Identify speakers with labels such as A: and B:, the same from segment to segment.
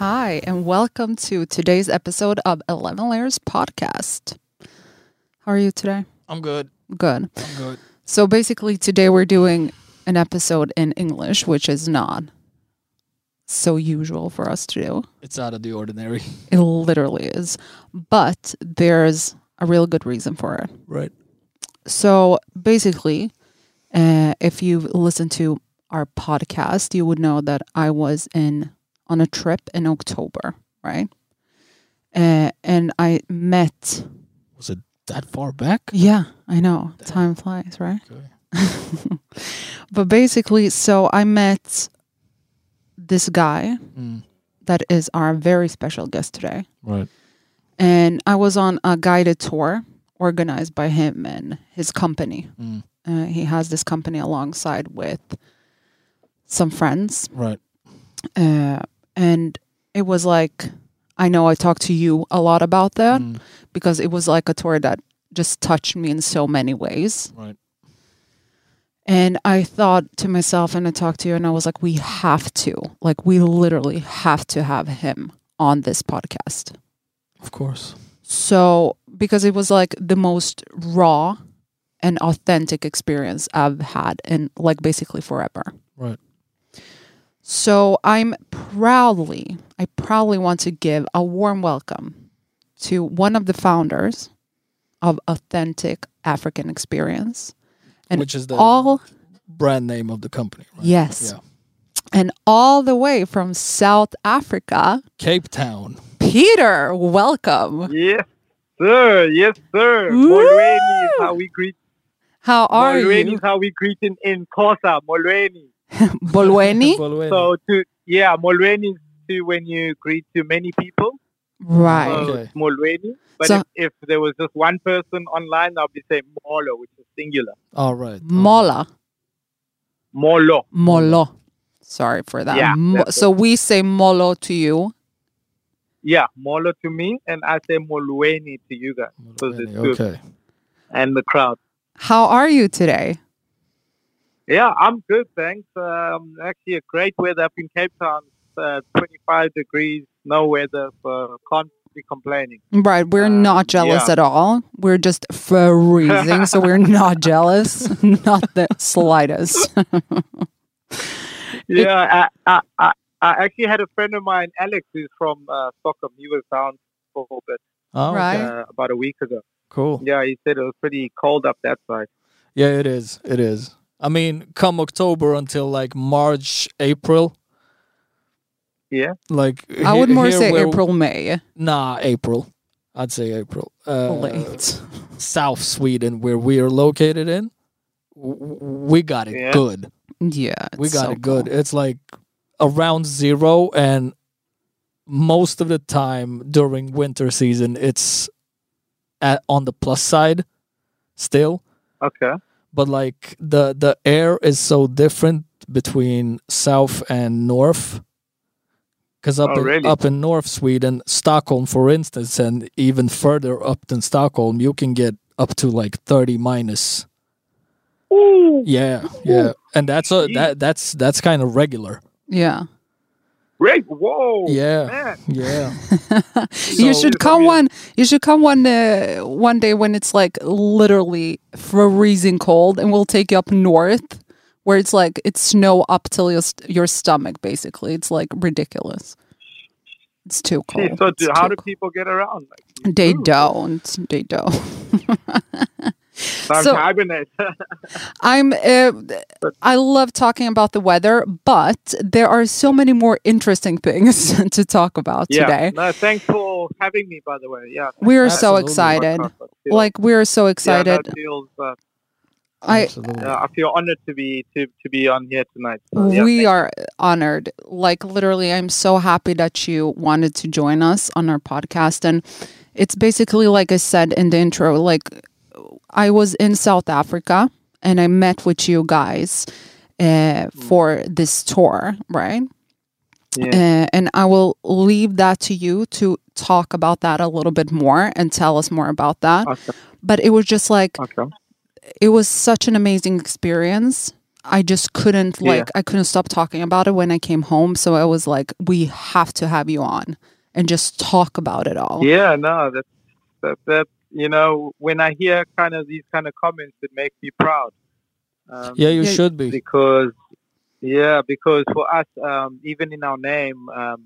A: and welcome to today's episode of 11 Layers Podcast. How are you today?
B: I'm good.
A: Good.
B: I'm good.
A: So basically, today we're doing an episode in English, which is not so usual for us to do.
B: It's out of the ordinary.
A: It literally is. But there's a real good reason for it.
B: Right.
A: So basically, uh, if you've listened to our podcast, you would know that I was in on a trip in October, right? Uh, and I met.
B: Was it that far back?
A: Yeah, I know. Time flies, right?
B: Okay.
A: But basically, so I met this guy
B: Mm.
A: that is our very special guest today.
B: Right.
A: And I was on a guided tour organized by him and his company.
B: Mm.
A: Uh, he has this company alongside with some friends.
B: Right.
A: Uh, and it was like, I know I talked to you a lot about that
B: Mm.
A: because it was like a tour that just touched me in so many ways.
B: Right.
A: And I thought to myself, and I talked to you, and I was like, we have to, like, we literally have to have him on this podcast.
B: Of course.
A: So, because it was like the most raw and authentic experience I've had in like basically forever.
B: Right.
A: So, I'm proudly, I proudly want to give a warm welcome to one of the founders of Authentic African Experience. And
B: Which is the
A: all,
B: brand name of the company. Right?
A: yes,
B: Yeah.
A: and all the way from South Africa,
B: Cape Town.
A: Peter, welcome.
C: Yes, sir. Yes, sir. Molweni is how we greet.
A: How are
C: Molweni
A: you?
C: is how we greet in, in Kosa. Molweni.
A: Bolweni?
B: Bolweni.
C: So to yeah, Molweni is to when you greet to many people.
A: Right.
C: So
B: Okay.
C: it's Molweni. But
A: So-
C: if, if there was just one person online, I'll be saying Molo, which is singular.
B: All right.
A: Mola.
C: Molo.
A: Molo. Mm-hmm. Sorry for that.
C: Yeah,
A: Mo-
C: that's
A: so we say molo to you.
C: Yeah, Molo to me, and I say Molweni to you guys Because it's good.
B: Okay.
C: and the crowd.
A: How are you today?
C: Yeah, I'm good, thanks. Um, actually, a great weather up in Cape Town. It's, uh, 25 degrees, no weather, so can't be complaining.
A: Right,
B: Uh,
A: we're
C: Um,
A: not jealous
C: yeah.
A: at all. We're just freezing, so we're not jealous, not the slightest.
C: Yeah, I, I, I, I actually had a friend of mine, Alex, who's from uh, Stockholm. He was down for a bit
B: Oh, okay.
A: Right.
C: uh, about a week ago.
B: Cool.
C: Yeah, he said it was pretty cold up that side.
B: Yeah, it is. It is. I mean, come October until like March, April.
C: Yeah.
B: Like
A: I would
B: he-
A: more
B: here
A: say
B: where-
A: April, May.
B: Nah, April. I'd say April. Uh,
A: late.
B: South Sweden, where we are located in, w- w- we got it
C: Yeah.
B: good.
A: Yeah,
B: We
A: it's
B: got
A: so
B: it good.
A: cool.
B: It's like around zero, and most of the time during winter season, it's at, on the plus side still.
C: Okay.
B: But like the the air is so different between south and north. Because up,
C: Oh,
B: in-
C: really?
B: up in North Sweden, Stockholm, for instance, and even further up than Stockholm, you can get up to like 30 minus.
C: Ooh,
B: Yeah, yeah, and that's a that that's that's kind of regular.
A: Yeah,
C: great. Whoa.
B: Yeah,
C: Oh, Man.
B: yeah.
A: you
B: So-
A: should come one. You should come one uh, one day when it's like literally freezing cold, and we'll take you up north where it's like it's snow up till your st- your stomach. Basically, it's like ridiculous. It's too cold.
C: Gee, so do,
A: It's
C: how
A: too
C: do people get around? Like,
A: cold. they
C: do?
A: don't? They don't.
C: Sometimes
A: So-
C: hibernate.
A: I'm. Uh, I love talking about the weather, but there are so many more interesting things to talk about
C: yeah.
A: today.
C: No, thanks for having me, by the way. Yeah.
A: We are so
B: Absolutely.
A: excited.
C: Podcast, I feel-
A: Like we are so
C: yeah,
A: excited.
C: no, it feels, uh,
A: I
B: Absolutely.
C: Yeah, I feel honored to be to, to be on here tonight. So, yeah,
A: We
C: thank-
A: are honored. Like literally, I'm so happy that you wanted to join us on our podcast. And it's basically like I said in the intro, like I was in South Africa and I met with you guys uh, for this tour, right?
C: Mm. yeah.
A: Uh, and I will leave that to you to talk about that a little bit more and tell us more about that.
C: Okay,
A: But it was just like
C: okay.
A: it was such an amazing experience. I just couldn't
C: Yeah.
A: like I couldn't stop talking about it when I came home. So I was like, we have to have you on. and just talk about it all.
C: Yeah, no, that's that, that you know when I hear kind of these kind of comments, it makes me proud. Um,
B: Yeah, you
A: Yeah.
B: should be.
C: because yeah, because for us, um, even in our name, um,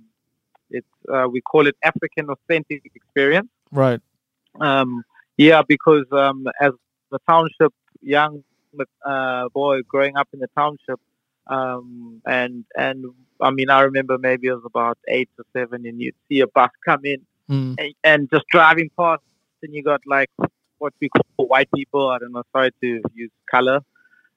C: it's uh, we call it African Authentic Experience.
B: Right.
C: Um, yeah, because um, as the township young uh, boy growing up in the township, um, and and I mean, I remember maybe I was about eight or seven, and you'd see a bus come in
B: Mm.
C: and, and just driving past, and you got like what we call white people. I don't know, sorry to use color.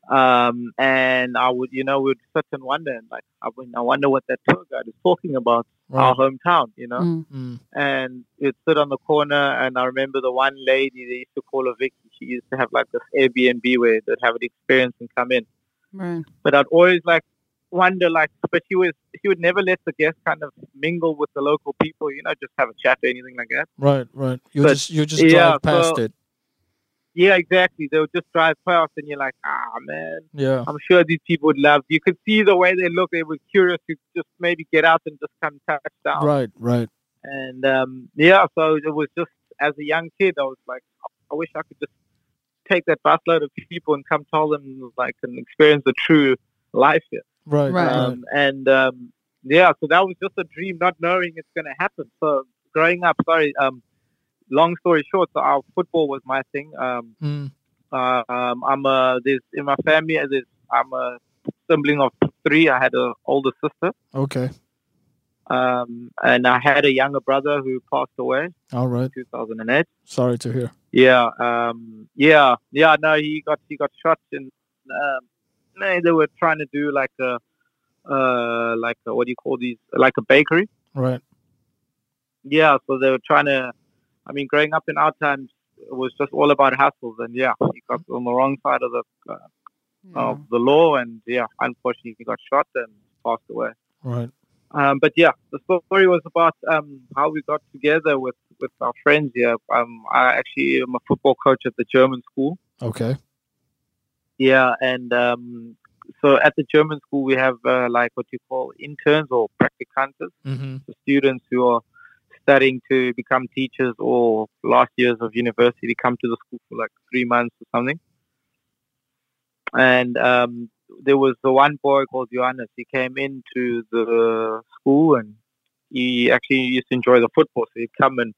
C: Um, and I would, you know, would sit and wonder, and like, I, would, I wonder what that tour guide is talking about our
B: Right.
C: hometown, you know
A: Mm.
B: Mm.
C: and it stood on the corner. And I remember the one lady they used to call her Vicky. She used to have like this Airbnb where they'd have an experience and come in.
A: Right.
C: But I'd always like wonder like, but she was she would never let the guests kind of mingle with the local people, you know, just have a chat or anything like that.
B: Right. Right. You
C: But,
B: just you just
C: yeah,
B: drive past
C: so-
B: it.
C: Yeah, exactly. They would just drive past, and you're like, ah, man.
B: Yeah.
C: I'm sure these people would love. You could see the way they look. They were curious to just maybe get out and just come touch down.
B: Right. Right.
C: And um, yeah, so it was just as a young kid, I was like, I wish I could just take that busload of people and come tell them like and experience the true life here.
B: Right.
A: Right.
B: Right.
C: Um, and um, yeah, so that was just a dream, not knowing it's going to happen. So growing up, sorry, um, long story short, so our football was my thing. Um,
B: Mm.
C: uh, um, I'm a, there's in my family, uh, there's, I'm a sibling of three. I had an older sister,
B: Okay.
C: um, and I had a younger brother who passed away.
B: All right.
C: 2008.
B: Sorry to hear.
C: Yeah, um, yeah, yeah. No, he got he got shot, and um, no, they were trying to do like a uh, like a, what do you call these? Like a bakery.
B: Right.
C: Yeah, so they were trying to. I mean, growing up in our times it was just all about hustles, and yeah, he got on the wrong side of the
A: Yeah.
C: of the law, and yeah, unfortunately, he got shot and passed away.
B: Right.
C: Um, but yeah, the story was about um, how we got together with, with our friends here. Um, I actually am a football coach at the German school.
B: Okay.
C: Yeah, and um, so at the German school we have uh, like what you call interns or practicantes,
B: Mm-hmm.
C: the students who are studying to become teachers or last years of university come to the school for like three months or something. And um, there was the one boy called Johannes. He came into the school and he actually used to enjoy the football. So he'd come and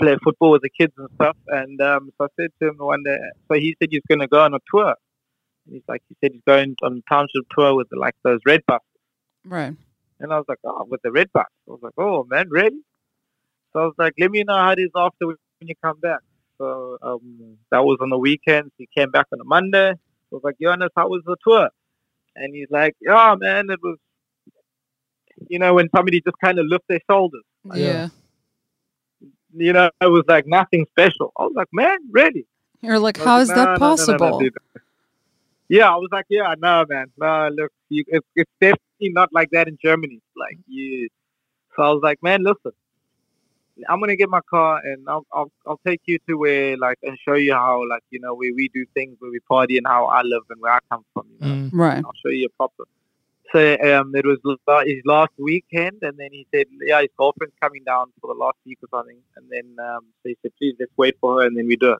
C: play football with the kids and stuff. And um, so I said to him one day, so he said he's going to go on a tour. And he's like, he said he's going on a township tour with like those red buses.
A: Right.
C: And I was like, oh, with the red bus. I was like, oh, man, really? So I was like, let me know how it is after when you come back. So um, that was on the weekend. He came back on a Monday. I was like, Jonas, how was the tour? And he's like, yeah, man, it was, you know, when somebody just kind of lifts their shoulders.
A: Yeah.
C: You know, it was like nothing special. I was like, man, really?
A: You're like,
C: I was
A: how is
C: like, "No, no,
A: that
C: no, no,
A: possible?
C: dude." yeah, I was like, yeah, no, man, no, look, you, it's it's definitely not like that in Germany. Like you, so I was like, man, listen, I'm gonna get my car and I'll I'll, I'll take you to where like and show you how like you know where we do things, where we party and how I live and where I come from. You know?
B: Mm.
A: Right.
C: I'll show you a proper. So um, it was la- his last weekend, and then he said, "Yeah, his girlfriend's coming down for the last week or something." And then um, so he said, "Please, let's wait for her, and then we do it."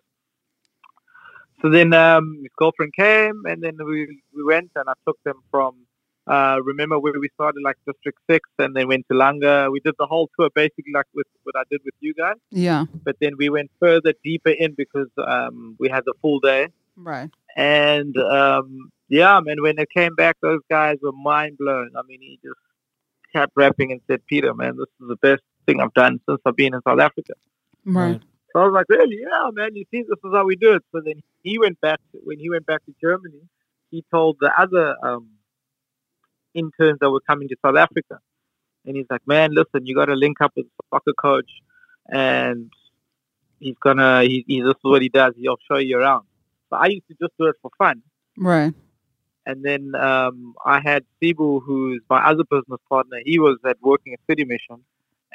C: So then um, his girlfriend came, and then we we went, and I took them from. Uh, remember where we started, like District Six, and then went to Langa. We did the whole tour basically, like with what I did with you guys.
A: Yeah.
C: But then we went further, deeper in because um, we had the full day.
A: Right.
C: And um, yeah, man, when they came back, those guys were mind blown. I mean, he just kept rapping and said, Peter, man, this is the best thing I've done since I've been in South Africa.
A: Right.
C: So I was like, really? Yeah, man, you see, this is how we do it. So then he went back, when he went back to Germany, he told the other um, interns that were coming to South Africa. And he's like, man, listen, you got to link up with the soccer coach. And he's going to, he, he, this is what he does. He'll show you around. So I used to just do it for fun.
A: Right.
C: And then um, I had Sibu, who's my other business partner. He was at working at City Mission,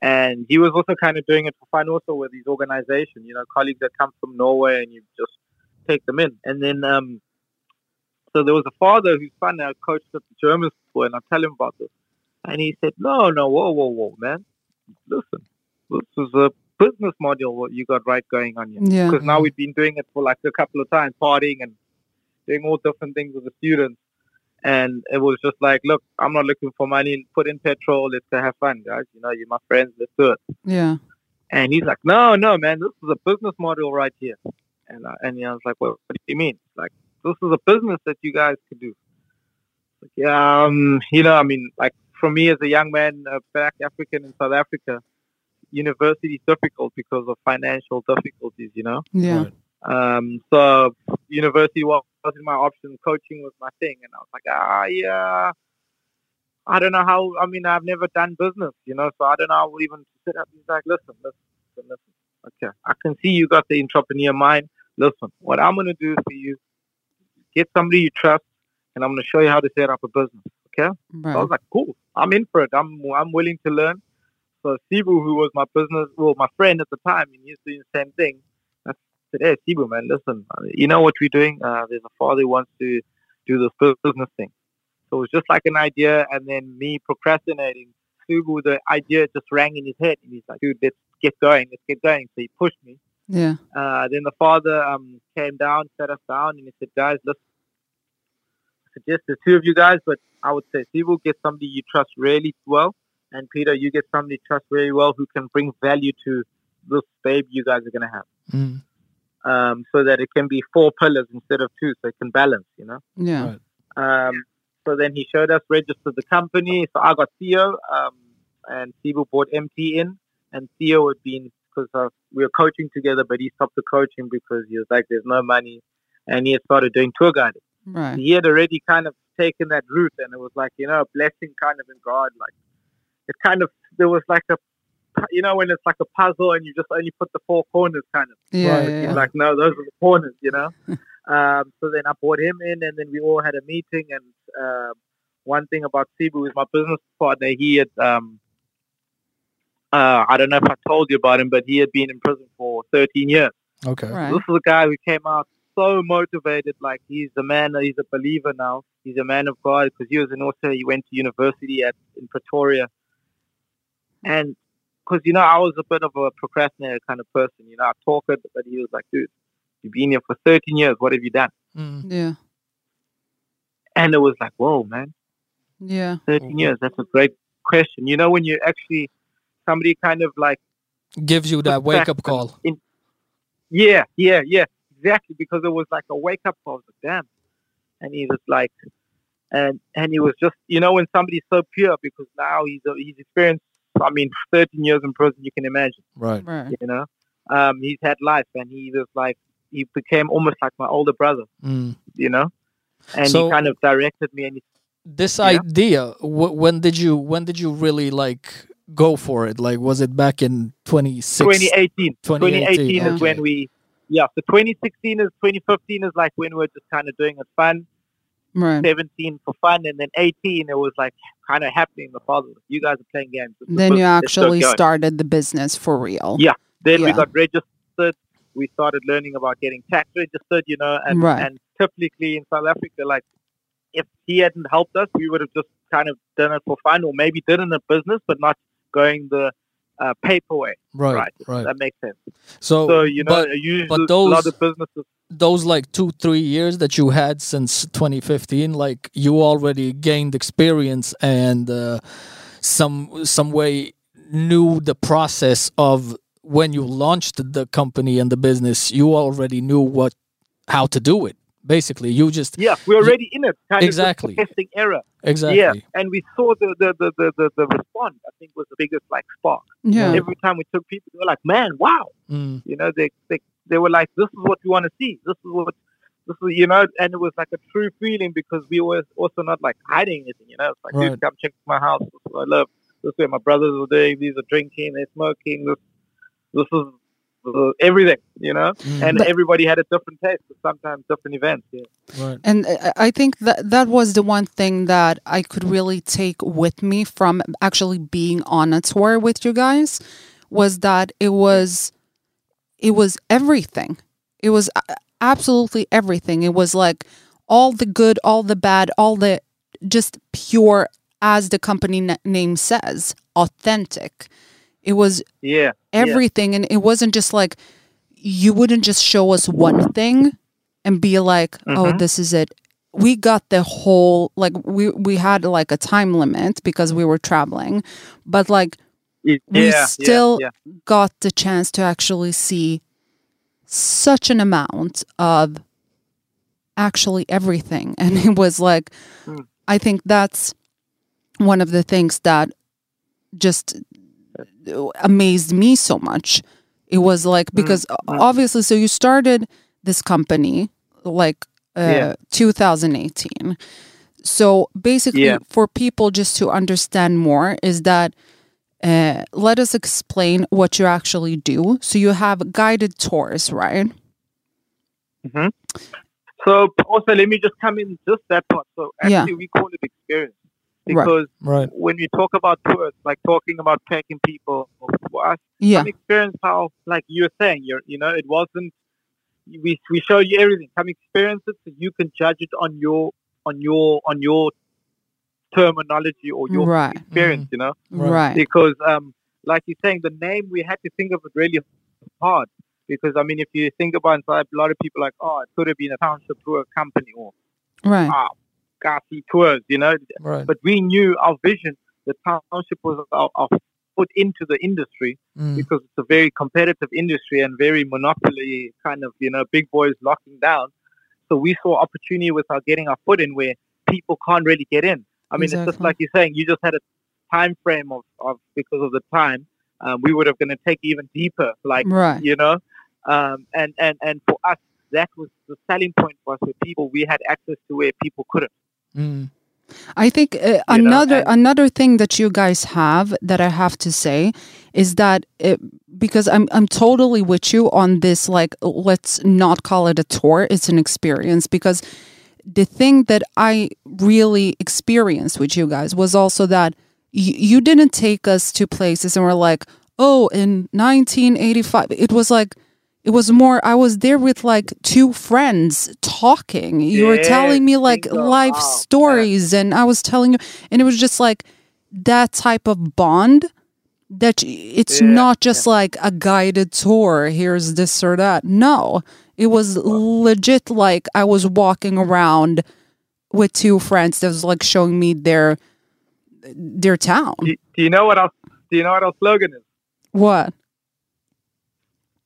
C: and he was also kind of doing it for fun, also with his organization. You know, colleagues that come from Norway, and you just take them in. And then, um, so there was a father whose son now coached at the German school, and I tell him about this, and he said, "No, no, whoa, whoa, whoa, man, listen." this is a business model what you got right going on here.
A: Yeah.
C: Because now we've been doing it for like a couple of times, partying and doing all different things with the students. And it was just like, look, I'm not looking for money. Put in petrol. Let's go have fun, guys. You know, you're my friends. Let's do it.
A: Yeah.
C: And he's like, no, no, man, this is a business model right here. And I, and I was like, well, what do you mean? Like, this is a business that you guys could do. Like, yeah, um, you know, I mean, like for me as a young man, a black African in South Africa, university is difficult because of financial difficulties, you know?
A: Yeah.
B: Right.
C: Um, so university wa- wasn't my option. Coaching was my thing, and I was like, ah, yeah. I don't know how. I mean, I've never done business, you know, so I don't know how we'll even sit up. He's like, listen, listen, listen, listen. Okay, I can see you got the entrepreneur mind. Listen, what I'm gonna do for you, get somebody you trust, and I'm gonna show you how to set up a business. So I
A: Right.
C: was like, cool, I'm in for it. I'm I'm willing to learn. So Sibu, who was my business, well, my friend at the time, and he's doing the same thing. I said, hey, Sibu, man, listen, uh, you know what we're doing? Uh, there's a father who wants to do this bu- business thing. So it was just like an idea, and then me procrastinating. Sibu, the idea just rang in his head, and he's like, dude, let's get going, let's get going. So he pushed me.
A: Yeah.
C: Uh, then the father um, came down, sat us down, and he said, "Guys, listen. I suggest the two of you guys, but I would say Sibu get somebody you trust really well, and Peter, you get somebody you trust really well who can bring value to this baby you guys are going to have,
B: Mm.
C: um, so that it can be four pillars instead of two, so it can balance, you know."
A: Yeah.
B: Right.
C: Um, so then he showed us registered the company. So I got Theo, um, and Sibu bought MT in, and Theo had been because uh, we were coaching together, but he stopped the coaching because he was like, "There's no money," and he had started doing tour guiding.
A: Right.
C: He had already kind of taken that route, and it was like you know a blessing kind of in God. Like it kind of there was like a pu- you know when it's like a puzzle and you just only put the four corners kind of.
A: Yeah.
B: Right.
A: yeah,
C: He's
A: yeah.
C: like, no, those are the corners, you know. um, so then I brought him in, and then we all had a meeting. And um one thing about Sibu is my business partner. He had, um, uh, I don't know if I told you about him, but he had been in prison for 13 years.
B: Okay.
A: Right.
C: This is a guy who came out so motivated, like he's a man, he's a believer now. He's a man of God because he was an author. He went to university at in Pretoria, and because you know I was a bit of a procrastinator kind of person. You know, I talk it, but he was like, "Dude, you've been here for 13 years. What have you done?"
B: Mm.
A: Yeah.
C: And it was like, "Whoa, man,
A: Yeah.
C: 13 years. That's a great question." You know, when you actually somebody kind of like
B: Mm. Gives you that wake up
C: Perspective.
B: call.
C: Yeah, yeah, yeah, exactly. Because it was like a wake up call. I was like, damn. And he was like, and and he was just, you know, when somebody's so pure, because now he's a, he's experienced. I mean, 13 years in prison, you can imagine.
B: Right.
A: Right.
C: You know, um, he's had life, and he was like, he became almost like my older brother.
B: Mm.
C: You know, and
B: So-
C: he kind of directed me, and he
B: This
C: Yeah.
B: idea. Wh- when did you? When did you really like go for it? Like, was it back in 2016?
C: 2018.
B: 2018,
C: 2018 is
B: okay.
C: when we, yeah. So 2016 is 2015 is like when we we're just kind of doing it fun.
A: Right.
C: 17 for fun, and then 18 it was like kind of happening. The father, you guys are playing games. This is
A: Then you
C: business. Let's
A: actually
C: go.
A: started the business for real.
C: Yeah. Then we
A: yeah.
C: got registered. We started learning about getting tax registered, you know, and
A: Right.
C: and typically in South Africa, like if he hadn't helped us, we would have just kind of done it for fun, or maybe did it in a business, but not going the uh, paper way.
B: Right.
C: Right.
B: Right.
C: That makes sense.
B: So,
C: So you know,
B: but
C: usually
B: but
C: a lot
B: those-
C: of businesses.
B: those like two three years that you had since 2015 like you already gained experience and uh, some some way knew the process of when you launched the company and the business you already knew what how to do it basically you just
C: Yeah, we're already in it. Kind
B: Exactly.
C: Of just testing error.
B: exactly
C: Yeah, and we saw the the, the, the, the the response. I think was the biggest like spark.
A: Yeah.
C: Every time we took people, they were like, "Man, wow!"
B: Mm,
C: You know, they they, they were like, "This is what we want to see. This is what this is," you know. And it was like a true feeling because we were also not like hiding anything. You know, it's like,
B: Right.
C: "Dude, come check my house. This is what I love. This is what my brothers are doing. These are drinking. They're smoking. This this is." uh, Everything, you know,
B: mm,
C: and
A: Mm-hmm. But-
C: everybody had a different taste. for Sometimes different events. Yeah.
B: right.
A: And I- I think that that was the one thing that I could really take with me from actually being on a tour with you guys was that it was it was everything. It was a- absolutely everything. It was like all the good, all the bad, all the just pure as the company n- name says, authentic. It was
C: yeah,
A: everything. And it wasn't just like, you wouldn't just show us one thing and be like, oh,
C: Mhm.
A: this is it. We got the whole, like, we, we had like a time limit because we were traveling, but like,
C: yeah,
A: We
C: yeah,
A: still-
C: yeah,
A: got the chance to actually see such an amount of actually everything. And it was like,
C: Hmm.
A: I think that's one of the things that just amazed me so much. It was like, because o-
C: mm.
A: obviously, so you started this company like uh,
C: Yeah.
A: 2018. So basically,
C: Yeah.
A: for people just to understand more, is that uh, let us explain what you actually do. So you have guided tours, right?
C: So also, let me just come in just that part. So
A: Yeah.
C: actually, we call it experience
A: Right.
C: because
B: Right.
C: when we talk about tours, like talking about tracking people, for us,
A: Yeah,
C: come experience how, like you're saying, you're, you know, it wasn't. We we show you everything. Come experience it, so you can judge it on your on your on your terminology or your
A: right,
C: experience. You know,
B: Right.
A: right,
C: because um, like you're saying, the name we had to think of it really hard because I mean, if you think about it, a lot of people are like, oh, it could have been a township tour company or
A: right,
C: ah, Kasi tours, you know.
B: Right.
C: But we knew our vision, the township was our, our foot into the industry
B: Mm.
C: because it's a very competitive industry and very monopoly kind of, you know, big boys locking down. So we saw opportunity with our getting our foot in where people can't really get in. I mean, it's just
A: Exactly.
C: like you're saying, you just had a time frame of, of because of the time, um, we would have going to take even deeper, like,
A: right,
C: you know, um, and, and, and for us, that was the selling point for us with people. We had access to where people couldn't.
B: Mm.
A: I think uh,
C: know,
A: another
C: and-
A: another thing that you guys have that I have to say is that it, because I'm I'm totally with you on this. Like, let's not call it a tour; it's an experience. Because the thing that I really experienced with you guys was also that y- you didn't take us to places and were like, oh, in 1985. It was like. It was more. I was there with like two friends talking. You were
C: Yes,
A: telling me like
C: bingo.
A: life
C: Wow, Oh, yeah.
A: stories stories, and I was telling you and it was just like that type of bond that y- it's
C: Yeah,
A: not just like a guided tour here's this or that no it was legit like I was walking around with two friends that was like showing me their their town
C: Do, do you know what our Do you know what our slogan is?
A: what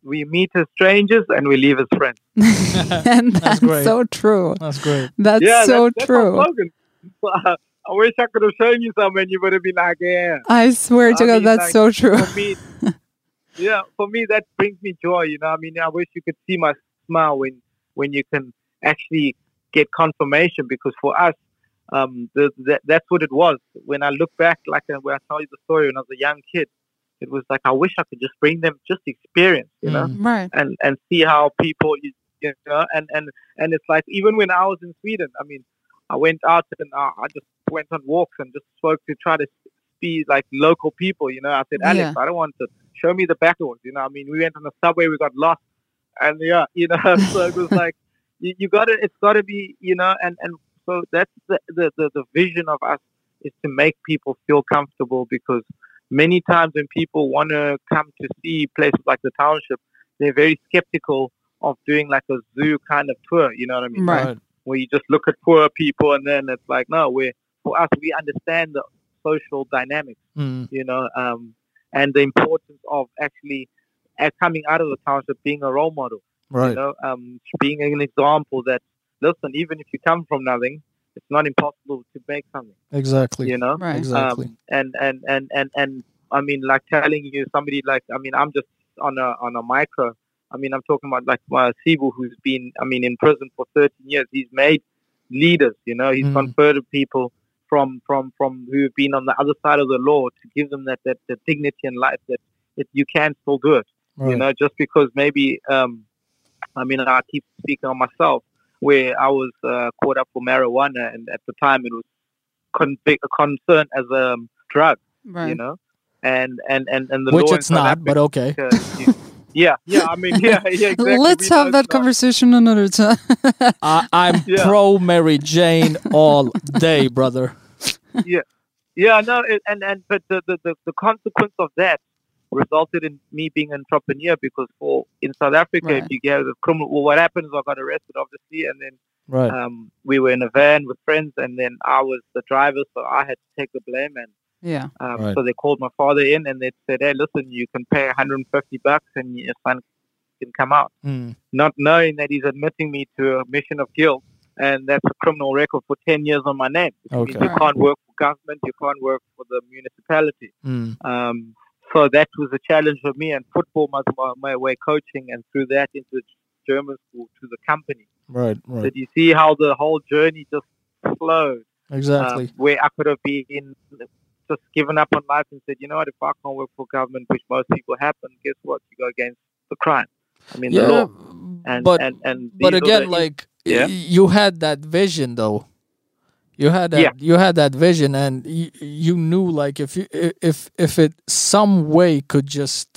C: We meet as strangers and we leave as friends.
A: and
B: That's
A: that's,
B: great.
A: so true
B: That's great.
A: that's
C: yeah,
A: so
C: that's, that's
A: true
C: Our slogan. I wish I could have shown you some, and you would have been like, "Yeah."
A: I swear to
C: I
A: God
C: mean,
A: that's
C: like,
A: so true
C: For me, yeah, for me that brings me joy. You know, I mean, I wish you could see my smile when when you can actually get confirmation because for us, um, the, that that's what it was. When I look back, like uh, when I tell you the story when I was a young kid, it was like I wish I could just bring them just experience. You know.
B: Mm.
A: right
C: and and see how people you, you know and and and it's like even when I was in Sweden, I mean, I went out and I, I just went on walks and just spoke to try to see like local people. You know, I said, Alex, I don't want to show me the back doors. You know, I mean, we went on the subway, we got lost, and yeah, you know, so it was like you, you got to it's got to be you know, and and so that's the, the the the vision of us is to make people feel comfortable because many times when people want to come to see places like the township they're very skeptical of doing like a zoo kind of tour. You know what I mean?
A: Right.
C: Where you just look at poor people and then it's like, no, we for us we understand the social dynamics.
B: Mm.
C: You know, um, and the importance of actually uh, coming out of the township being a role model.
B: Right.
C: You know, um, being an example that listen, even if you come from nothing, it's not impossible to make something.
B: Exactly.
C: You know.
A: right
B: Exactly.
C: Um, and, and, and, and, and I mean, like telling you somebody like, I mean, I'm just on a, on a micro. I mean, I'm talking about like my Sibu, who's been, I mean, in prison for 13 years. He's made leaders, you know, he's
B: Mm.
C: converted people from, from, from who've been on the other side of the law to give them that, that, that dignity in life that it, you can still do it
B: right.
C: you know just because maybe um i mean i keep speaking on myself where i was uh, caught up for marijuana and at the time it was convic- a concern as a um, drug
A: right
C: you know and and and, and the
B: Which
C: law
B: it's not, but okay.
C: but uh, yeah yeah i mean yeah yeah exactly
A: Let's
C: We know
A: have that
C: it's not.
A: conversation another time.
B: I, I'm
C: Yeah.
B: pro Mary Jane all day, brother.
C: yeah, no, it, and and but the, the the the consequence of that resulted in me being an entrepreneur because for in South Africa,
A: Right.
C: if you get a criminal, well, what happened is I got arrested, obviously, and then
B: Right.
C: um, we were in a van with friends, and then I was the driver, so I had to take the blame. And
A: Yeah.
C: um,
B: Right.
C: so they called my father in, and they said, "Hey, listen, you can pay 150 bucks, and your son can come out."
B: Mm.
C: Not knowing that he's admitting me to a mission of guilt, and that's a criminal record for 10 years on my name.
B: Okay.
C: You
A: Right.
C: can't work for government, you can't work for the municipality.
B: Mm.
C: Um, so that was a challenge for me, and football was my, my way coaching, and through that into German school to the company.
B: Right.
C: Did
B: Right.
C: you see how the whole journey just flowed? um,
B: Exactly.
C: where I could have been just given up on life and said, you know what, if I can't work for government, which most people happen, guess what? You go against the crime. I mean, the law. And,
B: but
C: and, and
B: but
C: these are
B: again,
C: the-
B: like
C: Yeah.
B: y- you had that vision though. You had that.
C: Yeah.
B: You had that vision, and you, you knew like if you i- if if it some way could just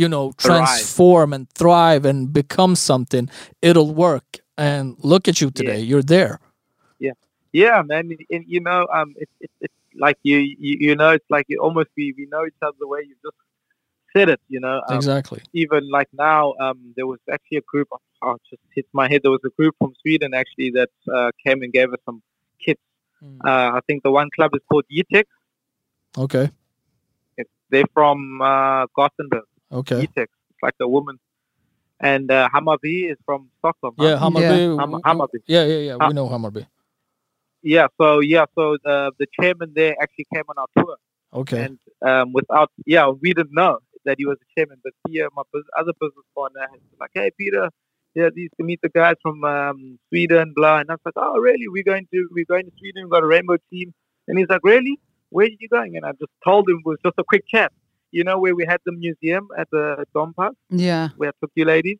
B: you know
C: Thrive.
B: transform and thrive and become something, it'll work. And look at you today. You're there.
C: Yeah, man. And, you know, um, it's it, it's like you, you you know, it's like you almost we, we know each other the way you just said it. You know, um,
B: exactly.
C: even like now, um, there was actually a group. Oh, it just hit my head. There was a group from Sweden actually that uh, came and gave us some kits.
B: Mm.
C: Uh, I think the one club is called Yitech.
B: Okay.
C: They're from uh, Gothenburg.
B: Okay.
C: Yitech. It's like a woman. And uh, Hamavi is from Stockholm. huh?
B: Yeah. Hammarby.
C: Ham-
B: w- w-
C: Hammarby.
B: Yeah. Yeah. Yeah.
C: Ha-
B: We know Hammarby.
C: Yeah. So yeah. So uh, the the chairman there actually came on our tour.
B: Okay.
C: And um, without, yeah, we didn't know that he was the chairman. But Peter, my bus- other business partner, has been like, hey, Peter, yeah, these to meet the guys from um, Sweden, blah. And I was like, oh, really? We're going to we're going to Sweden. We've got a rainbow team. And he's like, really? Where are you going? And I just told him it was just a quick chat. You know where we had the museum at the Dom Park
A: Yeah.
C: where I took you ladies.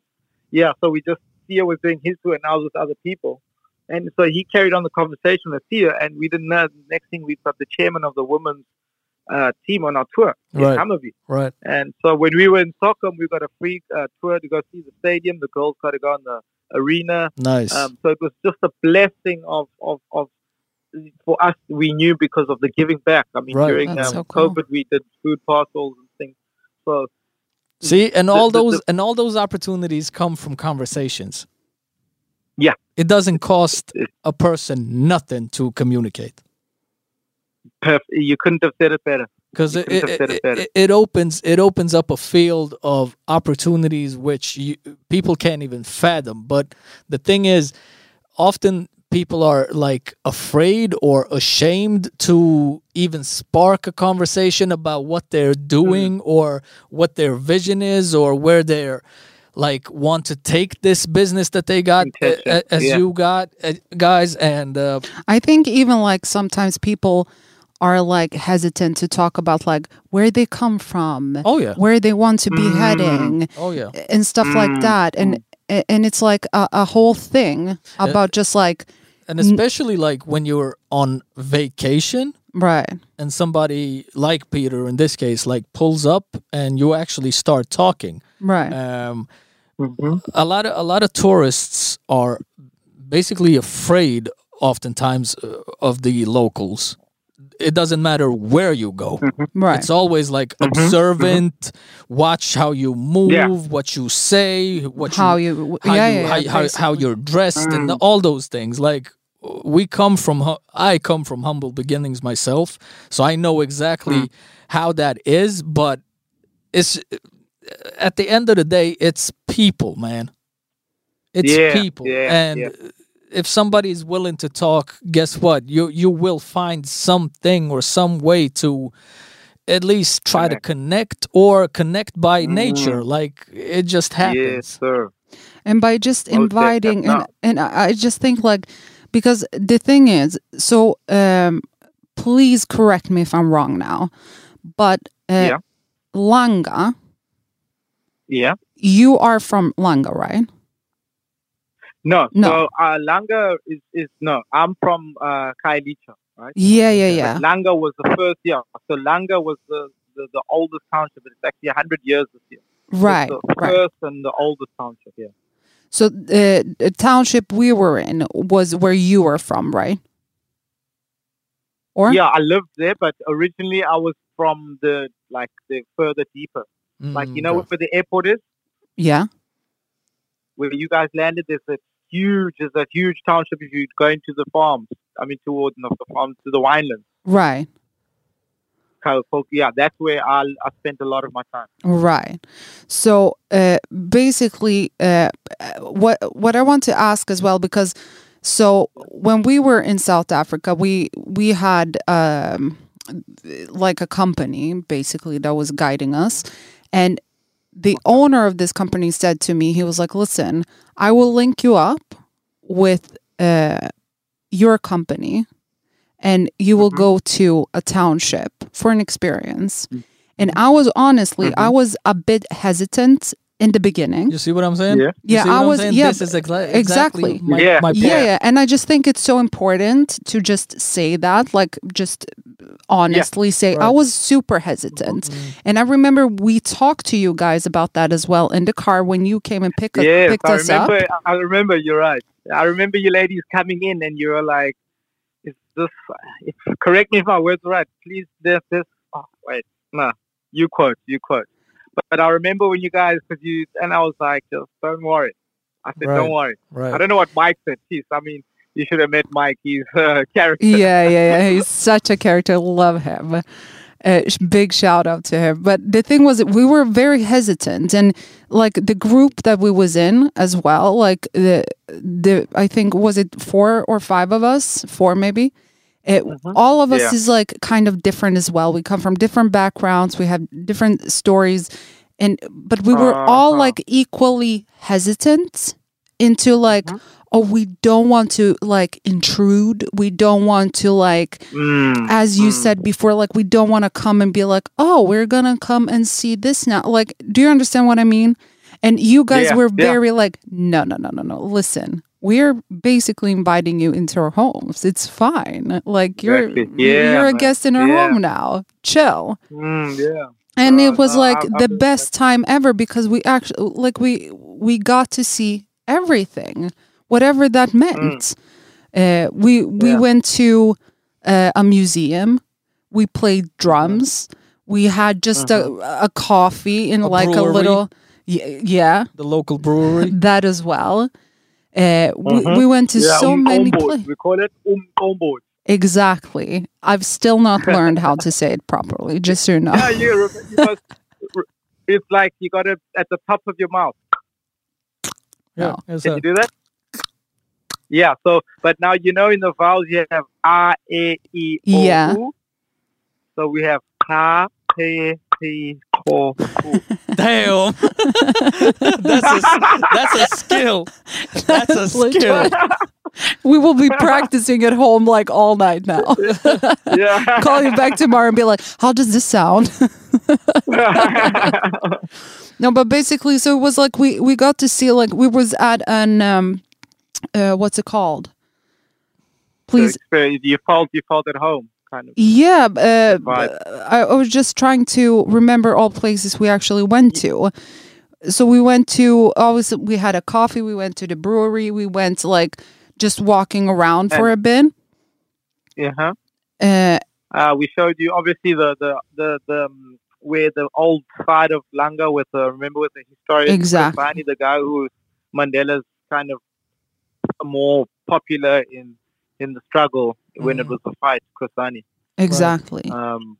C: Yeah, so we just Theo was doing his tour and I was with other people. And so he carried on the conversation with Theo and we didn't know the next thing we've got the chairman of the women's uh, team on our tour in
B: Right.
C: Hammerby.
B: Right.
C: And so when we were in Stockholm we got a free uh, tour to go see the stadium, the girls got to go in the arena.
B: Nice.
C: Um, so it was just a blessing of, of, of for us we knew because of the giving back. I mean
B: Right.
C: during um,
A: That's so cool.
C: COVID we did food parcels and things. So
B: See, and
C: the-
B: all
C: the-
B: those
C: the-
B: and all those opportunities come from conversations.
C: Yeah.
B: It doesn't cost
C: it-
B: a person nothing to communicate
C: perf- you couldn't have said it better.
B: because
C: You
B: it
C: couldn't have
B: it,
C: said it
B: it,
C: better.
B: it- it opens it opens up a field of opportunities which you, people can't even fathom. But the thing is, often people are like afraid or ashamed to even spark a conversation about what they're doing
C: Mm.
B: or what their vision is or where they're like want to take this business that they got uh,
C: Intention,
B: uh, as
C: yeah.
B: you got uh, guys and uh,
A: I think even like sometimes people are like hesitant to talk about like where they come from,
B: oh yeah
A: where they want to be
C: Mm.
A: heading,
B: oh yeah
A: and stuff like
C: Mm.
A: that. And and it's like a, a whole thing about just like
B: and especially like when you're on vacation
A: right,
B: and somebody like Peter in this case like pulls up and you actually start talking
A: right,
B: um
C: Mm-hmm.
B: a lot of a lot of tourists are basically afraid oftentimes uh, of the locals it doesn't matter where you go
A: Mm-hmm. right, Mm-hmm.
B: it's always like observant watch how you move what you say what
A: how
B: you,
A: you,
B: how,
A: yeah,
B: you
A: yeah,
B: how,
A: yeah,
B: you- how, how
A: basically.
B: you're dressed and
C: Mm.
B: all those things like we come from hu- i come from humble beginnings myself so i know exactly
C: Mm.
B: how that is but it's uh, at the end of the day it's people man it's
C: Yeah,
B: people
C: yeah,
B: and
C: yeah.
B: if somebody is willing to talk guess what you you will find something or some way to at least try to connect or connect by
C: Mm.
B: nature like it just
C: Yes,
B: happens
C: sir.
A: and by just
C: Oh, that-
A: inviting
C: that's
A: and and I I just think like because the thing is so um please correct me if I'm wrong now but uh,
C: Yeah.
A: Langa
C: Yeah.
A: you are from Langa right
C: No.
A: No.
C: So uh, Langa is, is no. I'm from uh, Kailicha, right?
A: yeah yeah yeah
C: But Langa was the first year. So Langa was the, the, the oldest township. It's actually 100 years this year. It's
A: right
C: The
A: right
C: first and the oldest township, yeah.
A: so uh, the township we were in was where you were from right Or
C: yeah, I lived there, but originally I was from the like the further deeper, like you know
B: Mm,
C: where the airport is,
A: yeah,
C: where you guys landed. There's a huge, there's a huge township. If you go into the farms, I mean towards not the farms to the winelands,
A: right,
C: kind of folk- yeah, that's where I I spent a lot of my time.
A: right. So uh, basically, uh, what what I want to ask as well because so when we were in South Africa, we we had um, like a company basically that was guiding us, and the owner of this company said to me, he was like, "Listen, I will link you up with uh, your company, and you will go to a township for an experience." And I was honestly, I was a bit hesitant in the beginning.
B: Mm-hmm. You see what I'm saying?
C: Yeah.
B: You
A: Yeah,
B: see what
A: I
B: I'm
A: was-
B: saying?
A: yeah,
B: This is
A: exactly.
B: exa- exactly my,
C: Yeah.
B: my point.
A: Yeah, yeah, and I just think it's so important to just say that, like, just honestly say, I
B: Right. Mm-hmm.
A: was super hesitant,
B: Mm,
A: and I remember we talked to you guys about that as well in the car when you came and pick,
C: Yes,
A: picked
C: I
A: us up.
C: remember. I remember. You're right. I remember you ladies coming in, and you were like, "Is this? If, correct me if my words are right. Please, this, this. Oh, wait, no. You quote. You quote. But, but I remember when you guys, because you and I was like, just don't worry. I said,
B: Right.
C: don't worry. I
B: Right.
C: don't know what Mike said. Jeez, I mean, you should have met Mike. He's uh, character.
A: yeah, yeah, yeah. He's such a character. Love him. Uh, sh- big shout out to him. But the thing was, that we were very hesitant, and like the group that we was in as well. Like the the I think was it four or five of us, four maybe. It, All of us
C: Mm-hmm. Yeah.
A: is like kind of different as well. We come from different backgrounds. We have different stories, and but we were all
C: Uh-huh.
A: like equally hesitant into like
C: Uh-huh.
A: oh we don't want to like intrude we don't want to like
C: Mm.
A: as you
C: Mm.
A: said before like we don't want to come and be like oh we're gonna come and see this now like do you understand what i mean and you guys
C: Yeah,
A: were
C: yeah.
A: very like no no no no no listen we're basically inviting you into our homes it's fine like you're
C: Exactly. Yeah,
A: you're a
C: man.
A: guest in our
C: Yeah.
A: home now chill
C: Mm, yeah.
A: and
C: Uh,
A: it was
C: no,
A: like
C: I- I
A: the
C: believe
A: best time ever because we actually like we we got to see everything whatever that meant uh, we we
C: Mm. Yeah.
A: went to uh, a museum we played drums
C: Mm-hmm.
A: we had just a, a coffee in
B: A
A: like a
B: brewery.
A: little yeah, yeah
B: The local brewery.
A: that as well uh, we,
C: Mhm.
A: we went to
C: Yeah,
A: so many
C: umkombo.
A: places
C: We call it um, umkombo.
A: exactly i've still not learned how to say it properly just so you know
C: Yeah, you, re- you must. re- It's like you got it at the top of your mouth.
A: No.
B: Yeah. it's
C: Can
B: a-
C: you do that? Yeah. So, but now you know in the vowels you have a, e, e, o,
A: Yeah.
C: u. So we have ka, ke, ki, ko, ku.
B: Damn. that's a that's a skill. That's a
A: That's legit.
B: skill.
A: We will be practicing at home like all night now.
C: Yeah.
A: Call you back tomorrow and be like, how does this sound? no, but basically, so it was like we we got to see like we was at an um, uh, what's it called? Please,
C: So it's, uh, you felt you felt at home, kind of.
A: yeah. b- Uh,
C: vibe.
A: I, I was just trying to remember all places we actually went to. So we went to always we had a coffee. We went to the brewery. We went like just walking around for a bit.
C: Yeah. huh?
A: Uh,
C: Uh, we showed you obviously the the the, the um, where the old side of Langa with the remember with the historian
A: Exactly.
C: Mbani, the guy who Mandela's kind of more popular in in the struggle when it
B: Mm.
C: was the fight, Kosani.
A: exactly.
C: Um,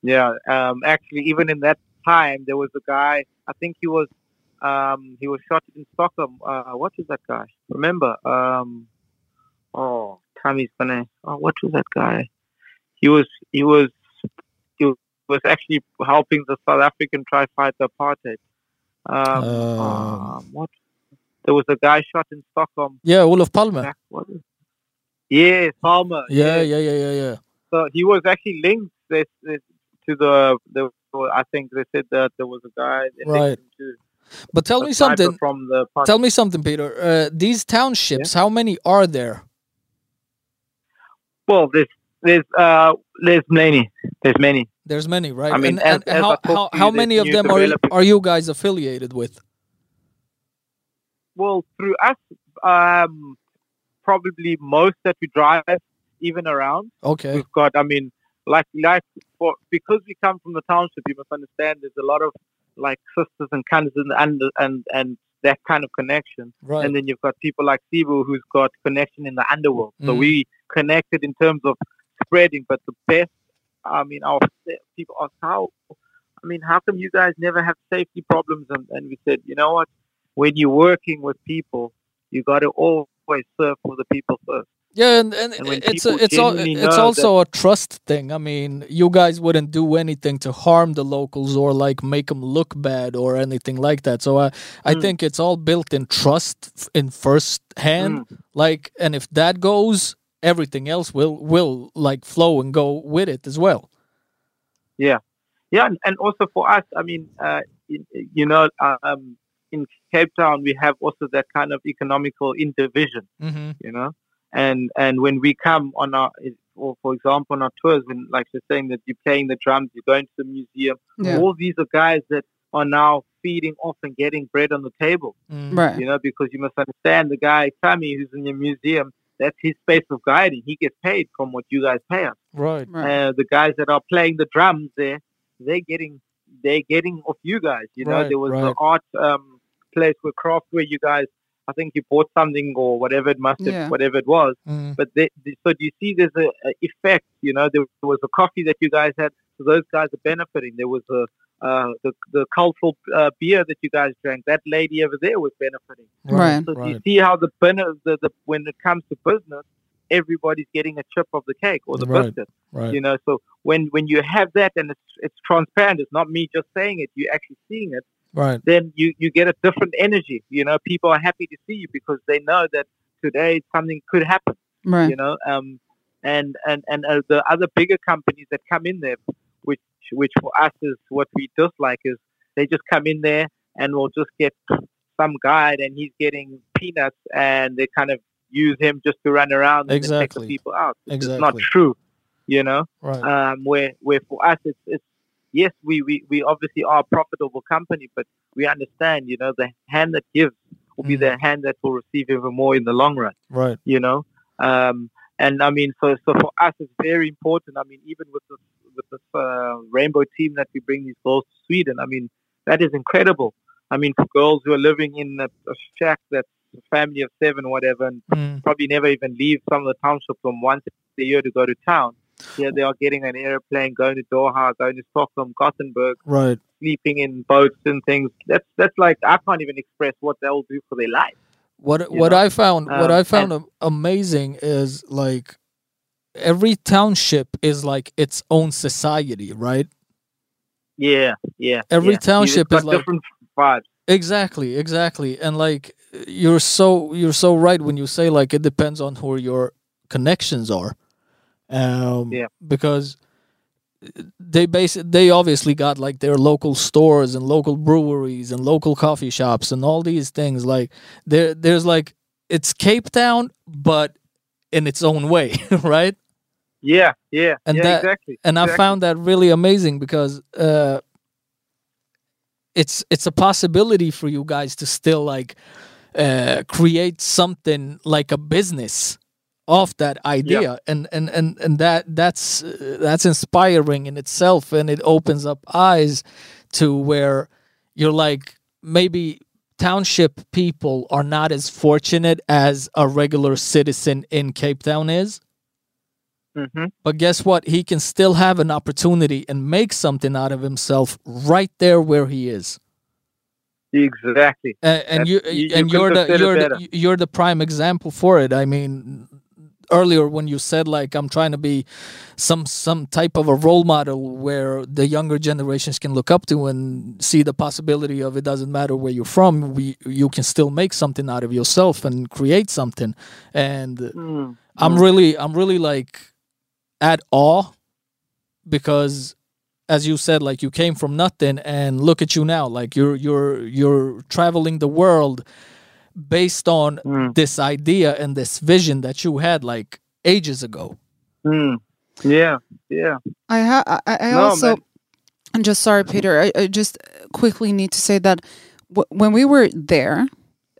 C: yeah, um, actually, even in that time, there was a guy. I think he was um, he was shot in Stockholm. Uh, what is that guy? Remember? Um, oh, Tommy's gonna. Oh, what was that guy? He was he was he was actually helping the South African try fight the apartheid. Um,
B: Um,
C: um, what? There was a guy shot in Stockholm.
B: yeah, Olaf Palme.
C: Back, what is yeah, Palmer.
B: Uh, Yeah, yeah, yeah, yeah, yeah.
C: So he was actually linked this, this, to the, the. I think they said that there was a guy. that linked
B: Right.
C: him to
B: But tell
C: a
B: me
C: sniper
B: something.
C: from the. Pakistan.
B: Tell me something, Peter. Uh, these townships, how many are there?
C: Well, there's there's uh there's many there's many.
B: There's many, right?
C: I mean,
B: and, and
C: as- as I
B: how,
C: talk
B: how,
C: to
B: how
C: you, there's
B: many of
C: new
B: them are,
C: development.
B: are you guys affiliated with?
C: Well, through us, um, probably most that we drive even around.
B: Okay.
C: We've got, I mean, like like for because we come from the township, you must understand. There's a lot of like sisters and cousins and and and that kind of connection.
B: Right.
C: And then you've got people like Sibu who's got connection in the underworld. So
B: Mhm.
C: we connected in terms of spreading. But the best, I mean, our sa- people ask how, I mean, how come you guys never have safety problems? And, and we said, you know what? When you're working with people, you got to always serve for the people first.
B: yeah, and, and,
C: And when
B: it's a,
C: people
B: it's all,
C: genuinely
B: it's
C: know
B: also a trust thing. I mean, you guys wouldn't do anything to harm the locals or like make them look bad or anything like that. So I I
C: Mm.
B: think it's all built in trust f- in first hand.
C: Hmm. Mm.
B: Like, and if that goes, everything else will will like flow and go with it as well.
C: Yeah, and, and also for us, I mean, uh, in, you know, um, in Cape Town, we have also that kind of economical interdivision.
B: Mm-hmm.
C: you know and and when we come on our or for example on our tours when like you're saying that you're playing the drums you're going to the museum
A: Yeah.
C: all these are guys that are now feeding off and getting bread on the table
B: mm-hmm.
A: Right.
C: you know because you must understand the guy Tommy who's in the museum that's his space of guiding he gets paid from what you guys pay us
B: Right.
A: Right.
C: uh, the guys that are playing the drums there they're getting they're getting off you guys you know
B: Right,
C: there was the
B: right.
C: art um, place where craft where you guys I think you bought something or whatever it must have
A: Yeah.
C: whatever it was
B: Mm.
C: but they, they- so do you see there's a, a effect, you know, there was a coffee that you guys had, so those guys are benefiting. There was a, uh, the, the cultural uh, beer that you guys drank, that lady over there was benefiting.
A: Right.
C: So do you
B: Right.
C: see how the, bene- the, the when it comes to business, everybody's getting a chip of the cake or the
B: Right.
C: biscuit,
B: Right.
C: you know. So when, when you have that and it's, it's transparent, it's not me just saying it, you're actually seeing it
B: Right.
C: then you, you get a different energy. You know, people are happy to see you because they know that today something could happen.
A: Right.
C: You know, um, and and and uh, the other bigger companies that come in there, which which for us is what we dislike is they just come in there and will just get some guide and he's getting peanuts and they kind of use him just to run around and take
B: Exactly.
C: the people out. It's just
B: Exactly.
C: not true. You know
B: Right.
C: um, where where for us it's, it's yes we, we, we obviously are a profitable company but we understand you know the hand that gives will be
B: Mhm.
C: the hand that will receive even more in the long run
B: Right.
C: you know um, and I mean so so for us it's very important I mean even with this with this uh, rainbow team that we bring these girls to Sweden I mean that is incredible I mean for girls who are living in a, a shack that's a family of seven whatever and
B: Mm.
C: probably never even leave some of the townships from once a year to go to town. Here they are getting an airplane, going to Doha, going to Stockholm, Gothenburg,
B: Right.
C: sleeping in boats and things. That's that's like I can't even express what they will do for their life.
B: What
C: you
B: what
C: know?
B: I found what
C: Um,
B: I found am- amazing is like every township is like its own society, right?
C: Yeah, yeah.
B: Every
C: yeah.
B: township
C: It's got
B: is like-
C: different vibes.
B: Exactly, exactly. And like you're so you're so right when you say like it depends on who your connections are. Um
C: Yeah.
B: because they base they obviously got like their local stores and local breweries and local coffee shops and all these things like there there's like it's Cape Town but in its own way, right?
C: Yeah, yeah,
B: And
C: yeah,
B: that-
C: exactly.
B: and I
C: exactly.
B: found that really amazing because uh, it's it's a possibility for you guys to still like uh, create something like a business off that idea and, and and and that that's uh, that's inspiring in itself and it opens up eyes to where you're like maybe township people are not as fortunate as a regular citizen in Cape Town is
C: Mhm.
B: but guess what? He can still have an opportunity and make something out of himself right there where he is.
C: exactly.
B: And, and
C: That's-
B: you,
C: you- you
B: and
C: couldn't
B: you're
C: have
B: the
C: said it
B: you're
C: better.
B: the, you're the prime example for it. I mean, earlier when you said like I'm trying to be some some type of a role model where the younger generations can look up to and see the possibility of it doesn't matter where you're from, we you can still make something out of yourself and create something. And
C: Mm.
B: I'm
C: Mm.
B: really, I'm really like at awe because, as you said, like you came from nothing, and look at you now. Like you're, you're, you're traveling the world based on
C: Mm.
B: this idea and this vision that you had like ages ago.
C: Mm. Yeah, yeah.
A: I ha- I, I I
C: No,
A: also
C: man.
A: I'm just sorry, Peter. I, I just quickly need to say that w- when we were there,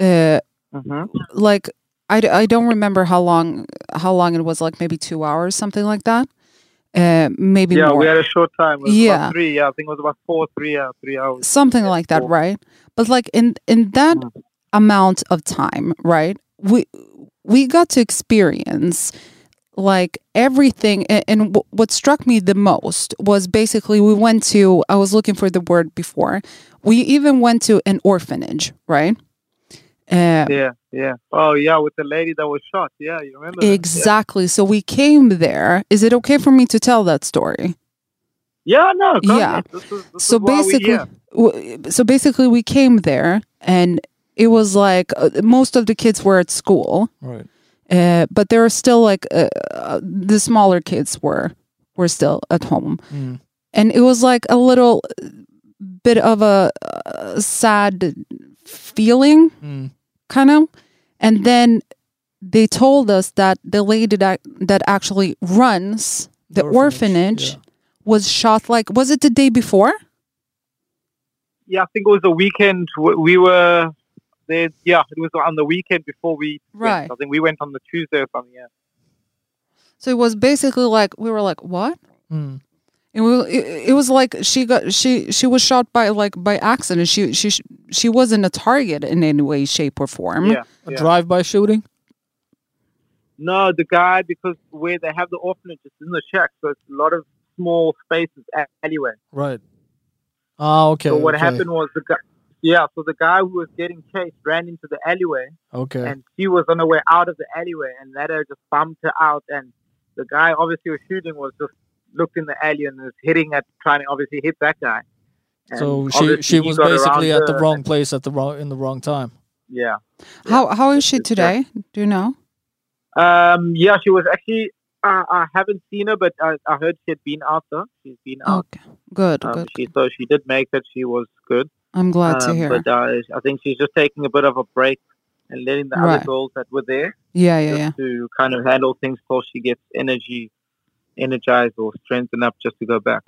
A: uh,
C: Mhm.
A: like I, d- I don't remember how long how long it was like maybe two hours something like that uh, maybe
C: yeah,
A: more
C: we had a short time. It was
A: Yeah.
C: about three. Yeah, I think it was about four, three, uh, three hours.
A: something
C: Yeah,
A: like that
C: four.
A: right but like in in that
C: Mm.
A: amount of time right we we got to experience like everything and, and w- what struck me the most was basically we went to i was looking for the word before we even went to an orphanage right uh,
C: Yeah, yeah. Oh, yeah, with the lady that was shot. Yeah, you remember? that?
A: exactly so we came there is it okay for me to tell that story
C: Yeah, yeah no. come
A: Yeah.
C: on, This is, this
A: so
C: is why we
A: basically
C: here.
A: w- so basically we came there and it was like uh, most of the kids were at school
B: Right.
A: uh, but there were still like uh, uh, the smaller kids were were still at home
B: Mm.
A: and it was like a little uh, bit of a uh, sad feeling
B: Mm.
A: kind of and then they told us that the lady that that actually runs the orphanage,
B: yeah.
A: was shot like was it the day before
C: yeah, I think it was the weekend w- we were there. Yeah, it was on the weekend before we. went.
A: Right.
C: I think we went on the Tuesday or something. Yeah.
A: So it was basically like we were like, what?
B: Mm.
A: It was, it, it was like she got she she was shot by like by accident. She she she wasn't a target in any way, shape, or form.
C: Yeah.
B: A
C: yeah.
B: drive-by shooting.
C: No, the guy because where they have the orphanage, it's in the shack, so it's a lot of small spaces, a- alleyway.
B: Right. Ah, okay.
C: so what
B: okay,
C: happened was the guy. Yeah, so the guy who was getting chased ran into the alleyway,
B: Okay.
C: and she was on her way out of the alleyway, and that uh, just bumped her out. And the guy, obviously, was shooting was just looked in the alley and was hitting at trying to obviously hit that guy. And
B: so she
C: obviously
B: she
C: he
B: was
C: got around
B: basically at the
C: her,
B: wrong
C: and-
B: place at the wrong in the wrong time.
C: Yeah.
A: How how is
C: it's-
A: she
C: it's
A: today? Do you know?
C: Um. Yeah, she was actually. Uh, I haven't seen her, but I, I heard she had been out there. She's been out.
A: Okay, good,
C: Um,
A: good.
C: she so she did make that. She was good.
A: I'm glad to
C: Um,
A: hear.
C: But uh, I think she's just taking a bit of a break and letting the
A: Right.
C: other girls that were there
A: yeah, yeah,
C: just
A: yeah.
C: to kind of handle things till she gets energy, energized or strengthened up just to go back.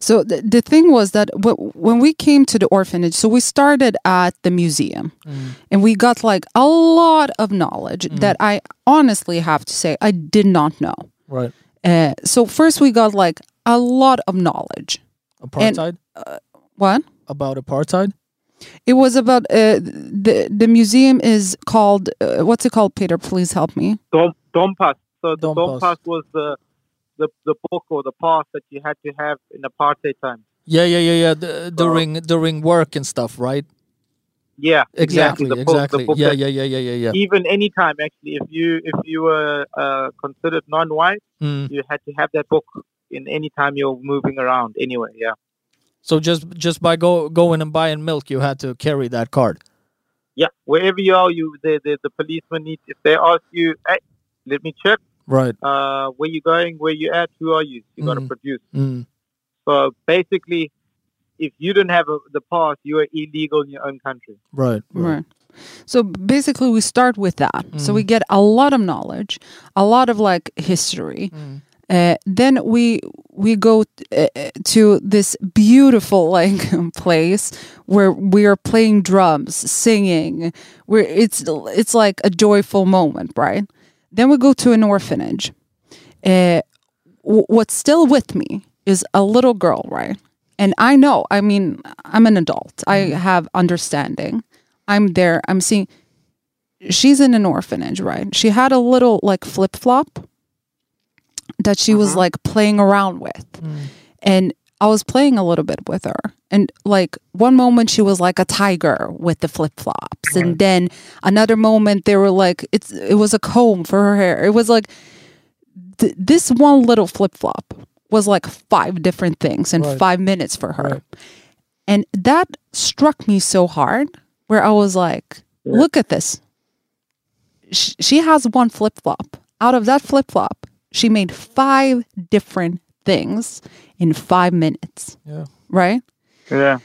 A: So the, the thing was that w- when we came to the orphanage, so we started at the museum
B: Mm.
A: and we got like a lot of knowledge
C: Mm.
B: Mhm.
A: that I honestly have to say I did not know.
B: Right.
A: Uh, so first we got like a lot of knowledge.
B: Apartheid.
A: What?
B: about apartheid.
A: It was about uh, the the museum is called uh, what's it called? Peter, please help me.
C: Dom Dompas. So the
B: Dompas.
C: Dompas, was the, the the book or the pass that you had to have in apartheid time.
B: Yeah, yeah, yeah, yeah. d- during during work and stuff, right?
C: Yeah,
B: Exactly,
C: The book- the
B: exactly.
C: book
B: yeah,
C: that-
B: yeah, yeah, yeah, yeah, yeah.
C: Even any time actually, if you if you were uh, considered non-white,
B: Mm.
C: you had to have that book in any time you're moving around. Anyway, yeah,
B: So just just by go going and buying milk, you had to carry that card.
C: yeah. Wherever you are, you the the, the policeman needs if they ask you, hey, let me check
B: Right.
C: uh, where you going, where you at, who are you? You got to
B: Mhm.
C: produce.
B: Mm.
C: So basically, if you didn't have a, the pass, you are illegal in your own country.
B: Right.
A: Right. Mm. So basically, we start with that. So
B: Mhm.
A: we get a lot of knowledge, a lot of like history.
B: Mm.
A: Uh, then we we go uh, uh, to this beautiful like place where we are playing drums, singing. Where it's it's like a joyful moment, right? Then we go to an orphanage. Uh, w- what's still with me is a little girl, right? And I know, I mean, I'm an adult. I have understanding. I'm there. I'm seeing. She's in an orphanage, right? She had a little like flip flop that she was
C: Uh-huh.
A: like playing around with.
B: Mm.
A: And I was playing a little bit with her. And like one moment she was like a tiger with the flip flops.
B: Right.
A: And then another moment they were like, it's, it was a comb for her hair. It was like, th- this one little flip flop was like five different things in
B: Right.
A: five minutes for her.
B: Right.
A: And that struck me so hard where I was like,
C: Yeah.
A: look at this. Sh- she has one flip flop. Out of that flip flop, she made five different things in five minutes,
B: Yeah.
A: right?
C: Yeah.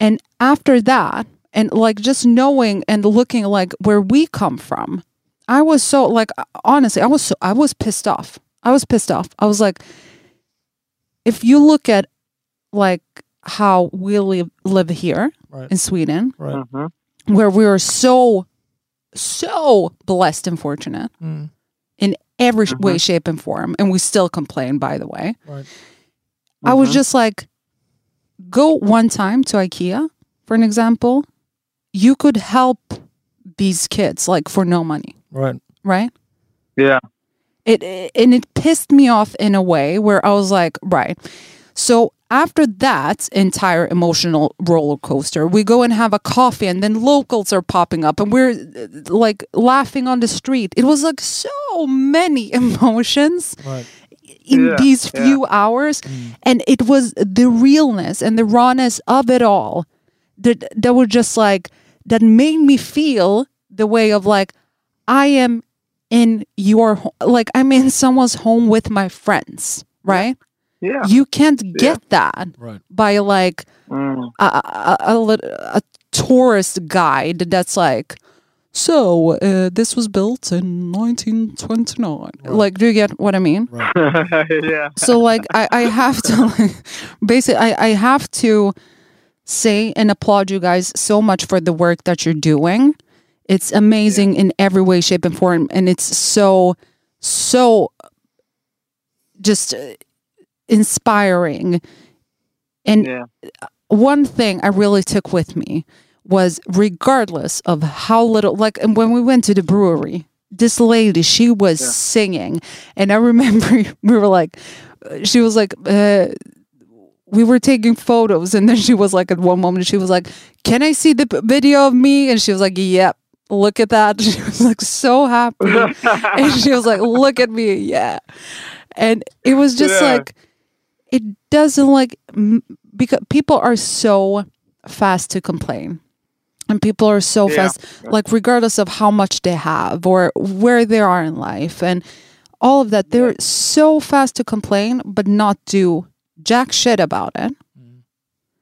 A: And after that, and like just knowing and looking like where we come from, I was so like honestly, I was so I was pissed off. I was pissed off. I was like, if you look at like how we live live here
B: Right.
A: in Sweden,
B: Right.
C: Mhm.
A: where we are so so blessed and fortunate
B: Mm.
A: in every sh
C: Mhm.
A: way, shape, and form. And we still complain, by the way.
B: Right.
A: I was
C: Mhm.
A: just like, go one time to IKEA, for an example. You could help these kids like for no money,
B: Right.
A: right?
C: Yeah.
A: It, it and it pissed me off in a way where I was like, right. So after that entire emotional roller coaster, we go and have a coffee, and then locals are popping up, and we're uh, like laughing on the street. It was like so many emotions
B: Right.
A: in
C: Yeah,
A: these
C: yeah.
A: few hours and it was the realness and the rawness of it all that that was just like that made me feel the way of like i am in your ho- like i'm in someone's home with my friends right
C: Yeah.
A: you can't get that
B: Right.
A: by like
C: Mm.
A: a, a, a, a lit- a tourist guide that's like so uh, this was built in 1929 like do you get what i mean
C: yeah.
A: so like I, I have to like, basically I, I have to say and applaud you guys so much for the work that you're doing it's amazing in every way shape and form and it's so so just uh, inspiring and
C: Yeah.
A: one thing I really took with me was regardless of how little like and when we went to the brewery this lady she was
C: Yeah.
A: singing and I remember we were like uh, she was like uh, we were taking photos and then she was like at one moment she was like can I see the p- video of me and she was like yep look at that she was like so happy and she was like look at me yeah and it was just
C: Yeah.
A: like it doesn't like m- because people are so fast to complain and people are so
C: Yeah.
A: fast like regardless of how much they have or where they are in life and all of that they're so fast to complain but not do jack shit about it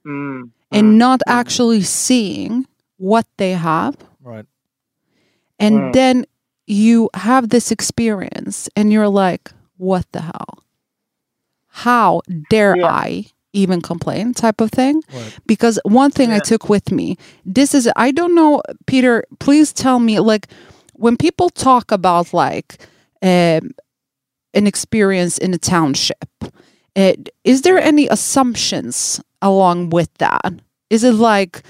C: Mm.
A: and not actually seeing what they have
B: Right.
A: and
C: Mm.
A: then you have this experience and you're like, what the hell? How dare
C: Yeah.
A: I even complain type of thing?
B: Right.
A: Because one thing I
C: Yeah.
A: took with me, this is, I don't know, Peter, please tell me, like, when people talk about like um, an experience in a township, it, is there any assumptions along with that? Is it like,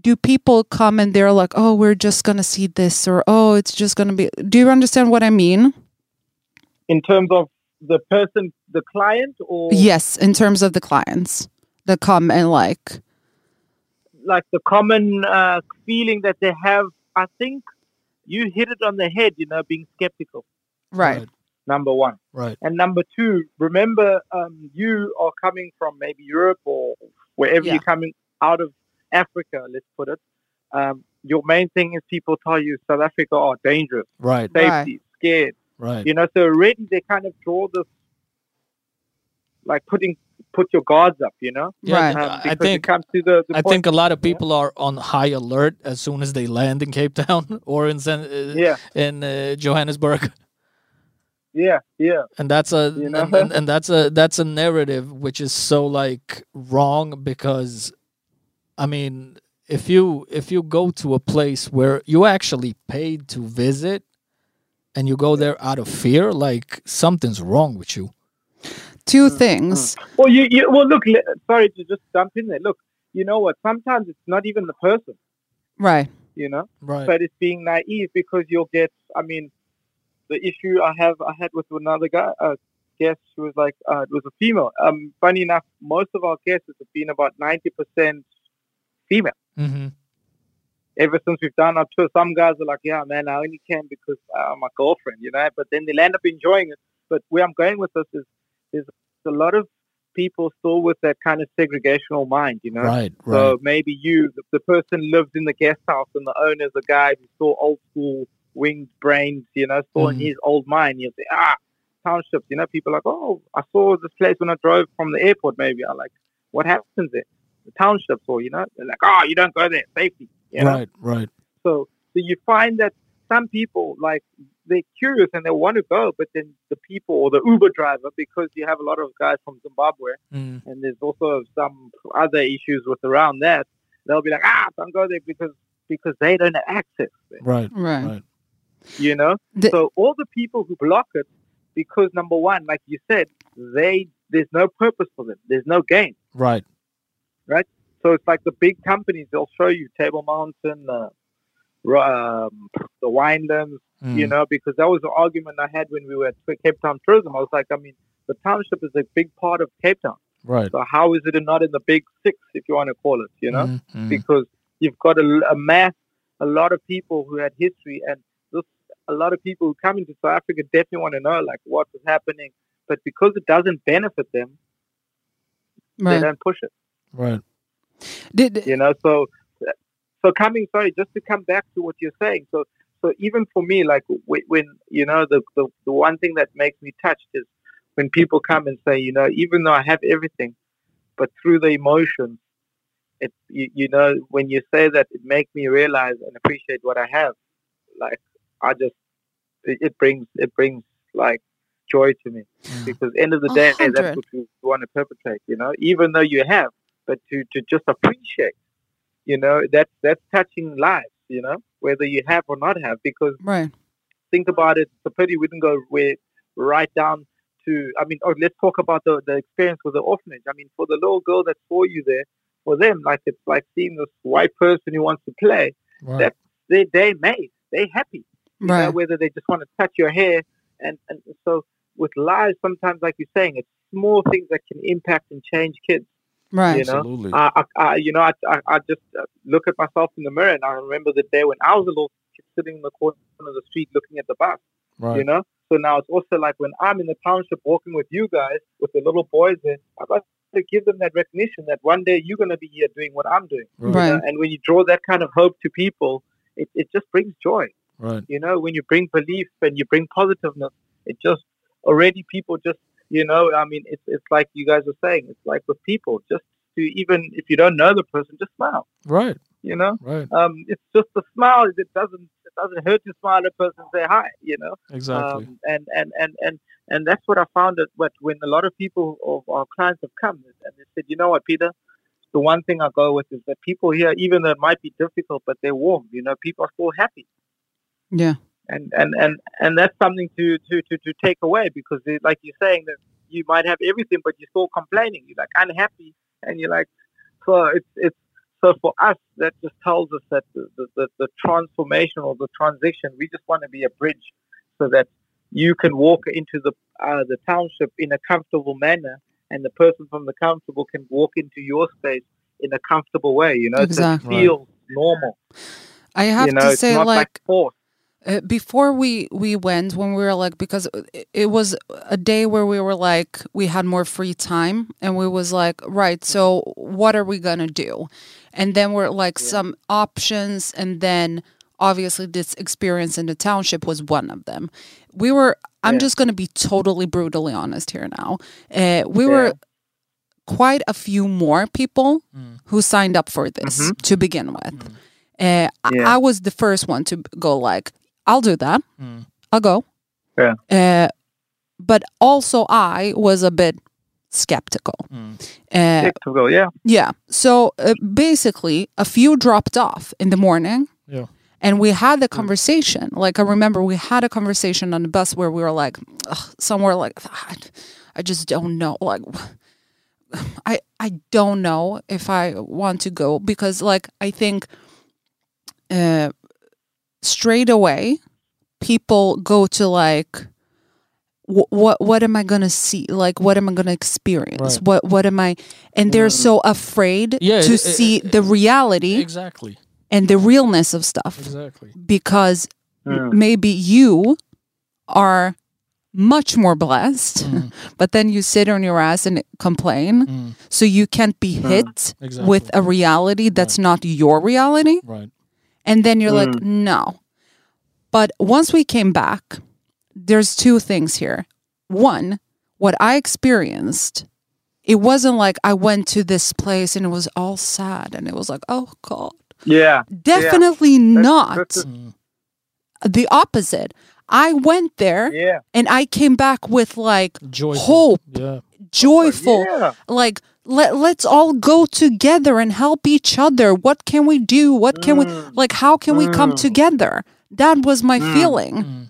A: do people come and they're like, oh, we're just going to see this or oh, it's just going to be. Do you understand what I mean?
C: In terms of the person, the client, or
A: Yes, in terms of the clients that come and like,
C: like the common uh, feeling that they have, I think you hit it on the head, you know, being skeptical,
A: right,
C: number one.
B: Right.
C: And number two, remember um, you are coming from maybe Europe or wherever
A: Yeah.
C: you're coming out of Africa, let's put it. Um, your main thing is people tell you South Africa are dangerous,
B: Right.
C: safety,
A: Right.
C: scared.
B: Right.
C: You know, so already they kind of draw this, like putting put your guards up. You know,
B: Yeah,
A: right.
B: I-
C: um,
B: I
C: because
B: think-
C: it comes to the. the
B: I
C: point-
B: think a lot of people are on high alert as soon as they land in Cape Town or in San, uh,
C: Yeah,
B: in uh, Johannesburg,
C: yeah, yeah,
B: and that's a
C: You know?
B: and, and, and that's a that's a narrative which is so like wrong because, I mean, if you if you go to a place where you actually paid to visit, and you go there out of fear, like something's wrong with you.
A: Two things.
C: Well, you, you well look. le- Sorry to just jump in there. Look, you know what? Sometimes it's not even the person.
A: Right.
C: You know.
B: Right.
C: but it's being naive because you'll get. I mean, the issue I have I had with another guy, uh, guest, who was like, uh, it was a female. Um, funny enough, most of our guests have been about ninety percent female.
B: mm-hmm.
C: Ever since we've done our tour, some guys are like, "Yeah, man, I only came because uh, my girlfriend," you know. But then they'll end up enjoying it. But where I'm going with this is, there's a lot of people still with that kind of segregational mind, you know.
B: Right. Right.
C: So maybe you, the, the person lives in the guest house and the owner's a guy who's still old school, winged brains, you know, still in
B: Mhm.
C: his old mind. You'll say, ah, townships, you know, people are like, oh, I saw this place when I drove from the airport, maybe. I like, what happens there? The townships, or, you know, they're like, oh, you don't go there, safety, you know.
B: Right. Right.
C: So, so you find that some people, like, they're curious and they want to go, but then the people or the Uber driver, because you have a lot of guys from Zimbabwe,
B: Mm.
C: and there's also some other issues with around that. They'll be like, ah, don't go there because because they don't have access. There,
B: Right.
A: Right.
B: Right.
C: you know,
A: The-
C: so all the people who block it because number one, like you said, they there's no purpose for them. There's no gain.
B: Right.
C: So it's like the big companies. They'll show you Table Mountain, uh, Ro- um, the Winelands.
B: Mm.
C: you know, because that was the argument I had when we were at Cape Town Tourism. I was like, I mean, the township is a big part of Cape Town.
B: Right.
C: So how is it not in the big six, if you want to call it, you know?
B: Mm, mm.
C: Because you've got a, a mass, a lot of people who had history, and this, a lot of people who come into South Africa definitely want to know, like, what was happening. But because it doesn't benefit them, they
A: Right.
C: don't push it,
B: Right.
A: Did,
C: you know? So, so coming, sorry, just to come back to what you're saying. So, so even for me, like wh- when, you know, the, the, the one thing that makes me touched is when people come and say, you know, even though I have everything, but through the emotions, it, you, you know, when you say that, it makes me realize and appreciate what I have. Like, I just, it, it brings, it brings like joy to me
B: Mm.
C: because end of the
A: A
C: day,
A: hundred.
C: that's what you want to perpetrate, you know, even though you have, but to, to just appreciate, you know, that's, that's touching lives, you know, whether you have or not have, because
A: right.
C: think about it, it's a pity we didn't go way, right down to. I mean, or let's talk about the, the experience with the orphanage. I mean, for the little girl that saw you there, for them, like it's like seeing this white person who wants to play.
B: Right.
C: That- They they made they happy, you know,
A: Right.
C: whether they just want to touch your hair and and so with lives sometimes like you're saying, it's small things that can impact and change kids.
A: Right.
C: you know, Uh,
B: Absolutely.
C: I, I, I you know, I, I, I just uh, look at myself in the mirror and I remember the day when I was a little kid sitting in the corner of the street looking at the bus you
B: right.
C: know. So now it's also like when I'm in the township walking with you guys, with the little boys, and I got to give them that recognition that one day you're going to be here doing what I'm doing.
A: Right.
B: Right.
C: You know, And when you draw that kind of hope to people, it, it just brings joy.
B: Right.
C: You know, when you bring belief and you bring positiveness, it just already people just you know. I mean, it's it's like you guys are saying, it's like with people just to even if you don't know the person, just smile.
B: Right.
C: You know,
B: Right.
C: um, it's just a smile. It doesn't it doesn't hurt to smile at a person. Say hi. You know.
B: Exactly.
C: Um, and, and, and, and, and that's what I found that what, when a lot of people of our clients have come and they said, you know what, Peter, the one thing I go with is that people here, even though it might be difficult, but they're warm, you know, people are still happy.
A: Yeah.
C: And, and, and, and that's something to, to, to, to take away because they, like you're saying that you might have everything, but you're still complaining. You're like unhappy and you're like, so it's, it's, so for us, that just tells us that the, the, the, the transformation or the transition, we just want to be a bridge so that you can walk into the uh, the township in a comfortable manner, and the person from the comfortable can walk into your space in a comfortable way. You know,
A: Exactly.
C: so it feels normal.
A: I have
C: you know,
A: to
C: it's
A: say,
C: not like,
A: like,
C: forced.
A: uh, before we we went when we were like because it- it was a day where we were like we had more free time and we was like right so what are we gonna do and then we're like some options and then obviously this experience in the township was one of them we were i'm
C: Yeah.
A: just gonna be totally brutally honest here now uh, we were quite a few more people
B: Mm.
A: who signed up for this
C: Mhm.
A: to begin with
B: Mm.
A: uh, I-
C: Yeah.
A: I was the first one to go like, I'll do that.
C: Um,
B: Mm.
A: I'll go.
C: Yeah.
A: Uh, but also I was a bit skeptical.
B: Mm.
A: Uh,
C: Flexible, yeah,
A: yeah. So uh, basically, a few dropped off in the morning.
B: Yeah.
A: And we had the conversation. Like I remember, we had a conversation on the bus where we were like, Ugh, somewhere like, "Ah, I just don't know. Like, I I don't know if I want to go because like I think, uh, straight away, people go to like. wh- What what am I gonna see? Like, what am I gonna experience?
B: Right.
A: What what am I? And they're
C: Mm.
A: so afraid
B: Yeah,
A: to
B: it- it-
A: see
B: it-
A: the reality
B: Exactly.
A: and the realness of stuff
B: Exactly.
A: because
C: Mm.
A: maybe you are much more blessed
B: Mm.
A: but then you sit on your ass and complain
B: Mm.
A: so you can't be
C: Mm.
A: hit
B: Exactly.
A: with a reality that's not your reality
B: right.
A: and then you're like
C: Mm.
A: no but once we came back there's two things here one what i experienced it wasn't like i went to this place and it was all sad and it was like oh god
C: yeah,
A: Definitely not.
C: that's
B: Mm.
C: the-
A: the opposite. I went there
C: yeah,
A: and I came back with like
B: Joyful.
A: hope,
B: Yeah.
A: joyful,
C: yeah.
A: like let, let's all go together and help each other. What can we do? What can
C: Mm-hmm. Mm.
A: we, like, how can we come together? That was my feeling.
B: Mm.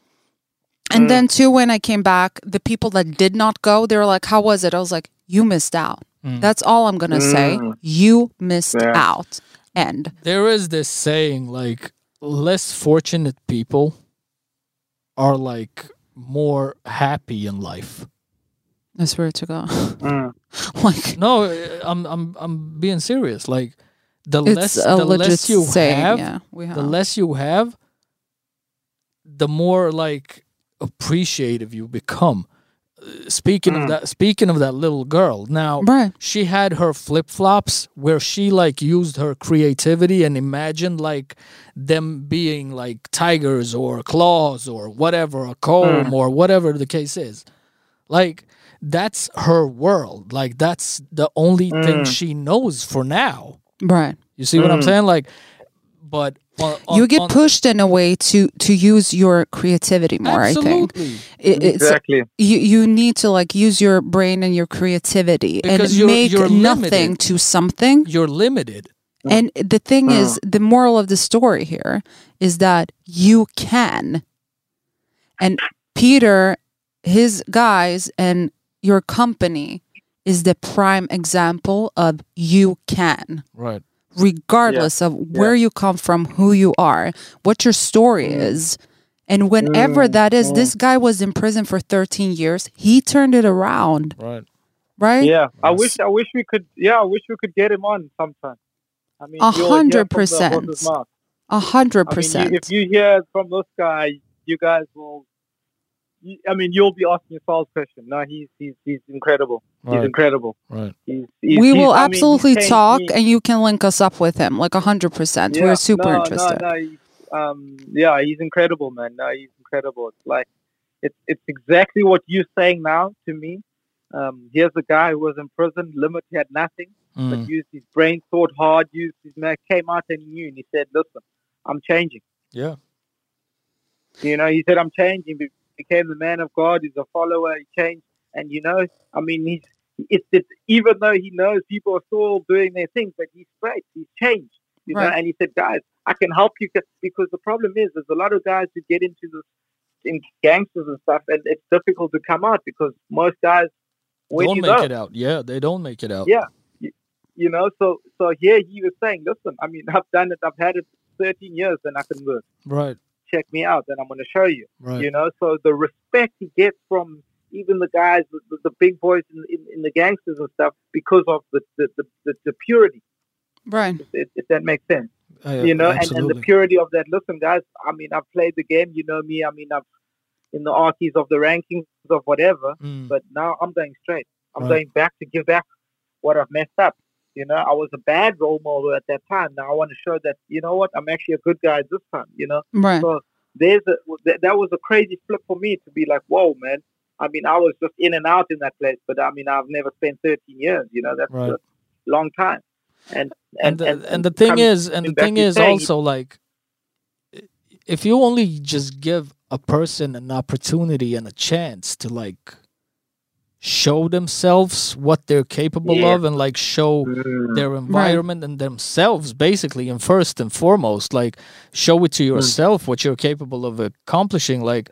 A: And then, too, when I came back, the people that did not go, they were like, How was it? I was like, You missed out. That's all I'm going to say. You missed
C: Yeah.
A: out. And
B: there is this saying like less fortunate people are like more happy in life.
A: I swear to God.
C: Mm.
A: like,
B: No, uh, I'm I'm I'm being serious. Like the
A: it's
B: less
A: a
B: the
A: legit
B: less you
A: saying.
B: have,
A: yeah, we have.
B: the less you have, the more like appreciative you become. Uh, Speaking of that, speaking of that little girl, now
A: Right.
B: she had her flip flops where she like used her creativity and imagined like them being like tigers or claws or whatever, a comb or whatever the case is. Like that's her world. Like that's the only thing she knows for now.
A: Right.
B: You see what I'm saying? Like, but on, on-
A: you get
B: on-
A: pushed in a way to to use your creativity more. I think
B: absolutely
A: It- it's
C: Exactly.
A: you you need to like use your brain and your creativity
B: Because
A: and
B: you're-
A: make
B: you're
A: nothing
B: limited.
A: to something.
B: you're limited.
A: And the thing is,
C: Mm.
A: the moral of the story here is that you can. And Peter, his guys, and your company is the prime example of you can
B: Right.
A: regardless of where you come from, who you are, what your story
C: Mm.
A: is. And whenever that is, this guy was in prison for 13 years. He turned it around,
B: Right.
A: right?
C: Yeah, I wish I wish we could. Yeah, I wish we could get him on sometime. I mean,
A: A
C: you'll hear from the
A: hundred
C: horse's
A: percent.
C: mouth.
A: A hundred
C: I mean, you-
A: percent.
C: if you hear from this guy, you guys will. you- I mean, you'll be asking yourselves questions. No, he's he's he's incredible. He's
B: Right.
C: incredible.
B: Right.
C: He's, he's,
A: we
C: he's-
A: will
C: I mean, he's
A: absolutely
C: changed
A: talk
C: me.
A: and you can link us up with him. Like a hundred percent.
C: Yeah,
A: We're super
C: no,
A: interested.
C: No, no, he's, um, yeah, he's incredible, man. No, he's incredible. It's like it's it's exactly what you're saying now to me. Um, here's a guy who was in prison, limited, had nothing.
B: Mm.
A: Mm.
C: but used his brain, thought hard, used his man came out and he knew, and he said, "Listen, I'm changing."
B: Yeah.
C: You know, he said, "I'm changing." He became the man of God. He's a follower. He changed, and you know, I mean, he's it's, it's even though he knows people are still doing their things, but he's straight. He's changed. You know,
A: Right.
C: and he said, "Guys, I can help you c- because the problem is there's a lot of guys who get into this." In gangsters and stuff, and it's difficult to come out because most guys, when
B: don't
C: you
B: make
C: know,
B: it out. Yeah, they don't make it out.
C: Yeah. you know so so here he was saying listen i mean i've done it i've had it 13 years and i can work
B: Right.
C: check me out and i'm going to show you
B: Right.
C: you know so the respect he gets from even the guys the, the, the big boys in, in, in the gangsters and stuff because of the the, the, the, the purity
A: Right.
C: if- if, if that makes sense
B: I-
C: you know and, and
B: absolutely.
C: the purity of that listen guys i mean i've played the game you know me i mean i'm in the archies of the rankings of whatever
B: Mm.
C: but now I'm going straight. I'm
B: Right.
C: going back to give back what I've messed up. You know, I was a bad role model at that time. Now I want to show that you know what I'm actually a good guy this time. You know,
A: Right.
C: so there's a that, that was a crazy flip for me to be like, whoa, man. I mean, I was just in and out in that place, but I mean, I've never spent 13 years. You know, that's
B: Right.
C: a long time. And
B: and
C: and
B: the, and, the thing
C: coming-
B: is and the
C: coming back
B: thing
C: to
B: is
C: saying-
B: also like i- if you only just give a person an opportunity and a chance to like show themselves what they're capable
C: Yeah.
B: of and like show their environment and themselves basically and first and foremost like show it to yourself what you're capable of accomplishing like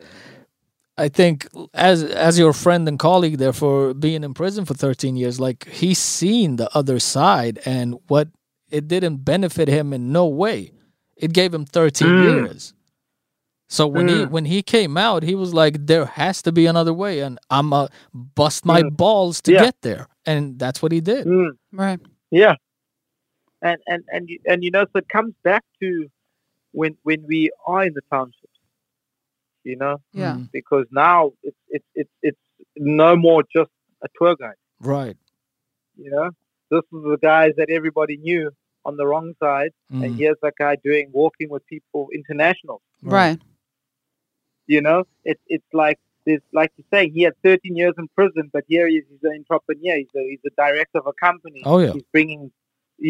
B: I think as as your friend and colleague there for being in prison for 13 years like he's seen the other side and what it didn't benefit him in no way it gave him 13 years so when he when he came out he was like there has to be another way and I'm a bust my balls to
C: Yeah.
B: get there and that's what he did
C: Mm.
A: Right.
C: Yeah, and and and you- and you know, so it comes back to when when we are in the townships, you know,
A: Yeah.
B: Mm,
C: because now it's it's it's it's no more just a tour guide,
B: right
C: you know. This is the guys that everybody knew on the wrong side, and
B: Mm,
C: here's that guy doing walking with people international.
A: Right.
C: You know, it's it's like there's like you say, he had 13 years in prison, but here he is, he's an entrepreneur, he's a, he's a director of a company
B: oh yeah
C: he's bringing,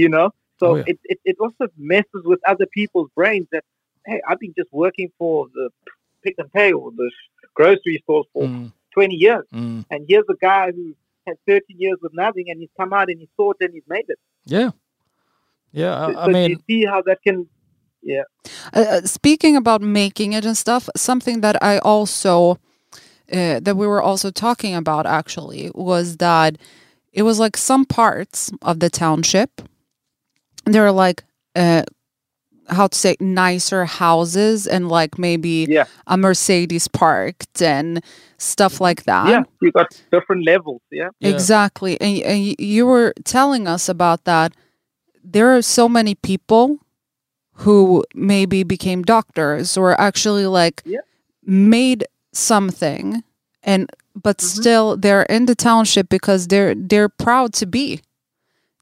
C: you know. So
B: Oh, yeah.
C: it, it, it also messes with other people's brains that, hey, I've been just working for the pick and pay or the grocery store for
B: Mm,
C: 20 years.
B: mm,
C: And here's a guy who had 13 years with nothing and he's come out and he's thought and he's made it.
B: Yeah. Yeah. I, I
C: so
B: mean,
C: you see how that can, yeah.
A: Uh, uh, speaking about making it and stuff, something that I also uh, that we were also talking about actually was that it was like some parts of the township there are like uh, how to say nicer houses and like maybe
C: Yeah.
A: a Mercedes parked and stuff like that.
C: yeah. You got different levels. Yeah.
B: Yeah.
A: Exactly. And, and y- you were telling us about that. There are so many people who maybe became doctors or actually like
C: Yeah.
A: made something and but
C: Mhm.
A: still they're in the township because they're they're proud to be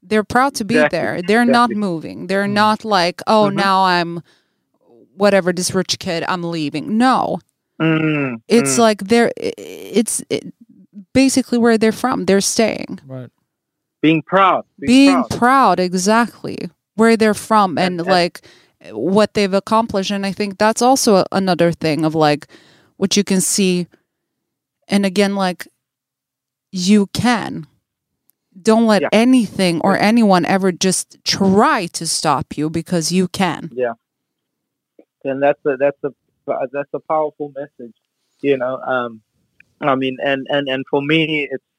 A: they're proud to be
C: Exactly,
A: there they're not
C: exactly. Mm-hmm.
A: moving they're
B: Mm.
A: not like oh
C: Mhm.
A: now i'm whatever this rich kid i'm leaving no
C: Mm,
A: it's
C: mm.
A: like they're i- it's it, basically where they're from they're staying
B: right.
C: being proud.
A: being proud.
C: proud.
A: exactly where they're from and,
C: And- and-
A: like what they've accomplished and i think that's also a- another thing of like what you can see and again like you can don't let
C: Yeah.
A: anything or anyone ever just try to stop you because you can
C: and that's a that's a that's a powerful message you know um i mean and and and for me it's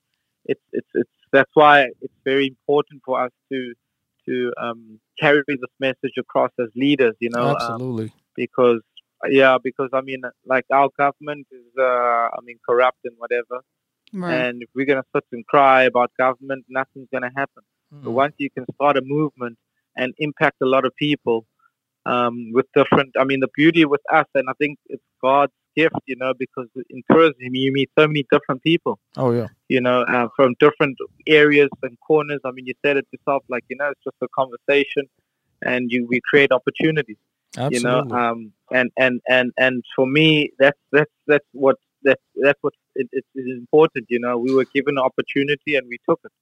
C: it's it's, it's that's why it's very important for us to to um carry this message across as leaders you know um,
B: Absolutely.
C: because yeah because i mean like our government is uh i mean corrupt and whatever and if we're gonna sit and cry about government nothing's gonna happen
B: Mm.
C: but once you can start a movement and impact a lot of people um, with different, I mean, the beauty with us, and I think it's God's gift, you know, because in tourism you meet so many different people,
B: oh yeah.
C: you know, uh, from different areas and corners. I mean, you said it yourself, like, you know, it's just a conversation and you, we create opportunities
B: Absolutely.
C: you know um and and and and for me that's that's that's what that's that's what it, it is important you know we were given an opportunity and we took it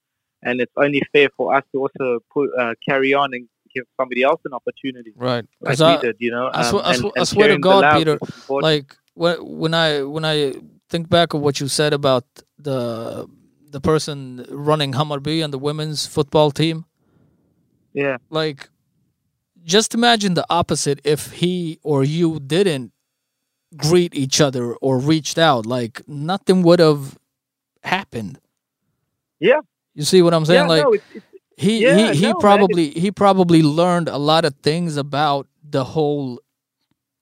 C: and it's only fair for us to also put, uh, carry on and give somebody else an opportunity
B: right.
C: like
B: 'Cause I-
C: we did you know um,
B: I sw- I
C: and-
B: sw- I
C: and
B: swear to
C: sharing the
B: God,
C: love
B: Peter,
C: is important.
B: like when when I when I think back of what you said about the the person running Hammarby and the women's football team,
C: yeah
B: like just imagine the opposite if he or you didn't greet each other or reached out, like nothing would have happened.
C: Yeah.
B: You see what I'm saying?
C: yeah
B: like
C: no, it's, it's,
B: he
C: Yeah,
B: he, he
C: no, man,
B: probably he probably learned a lot of things about the whole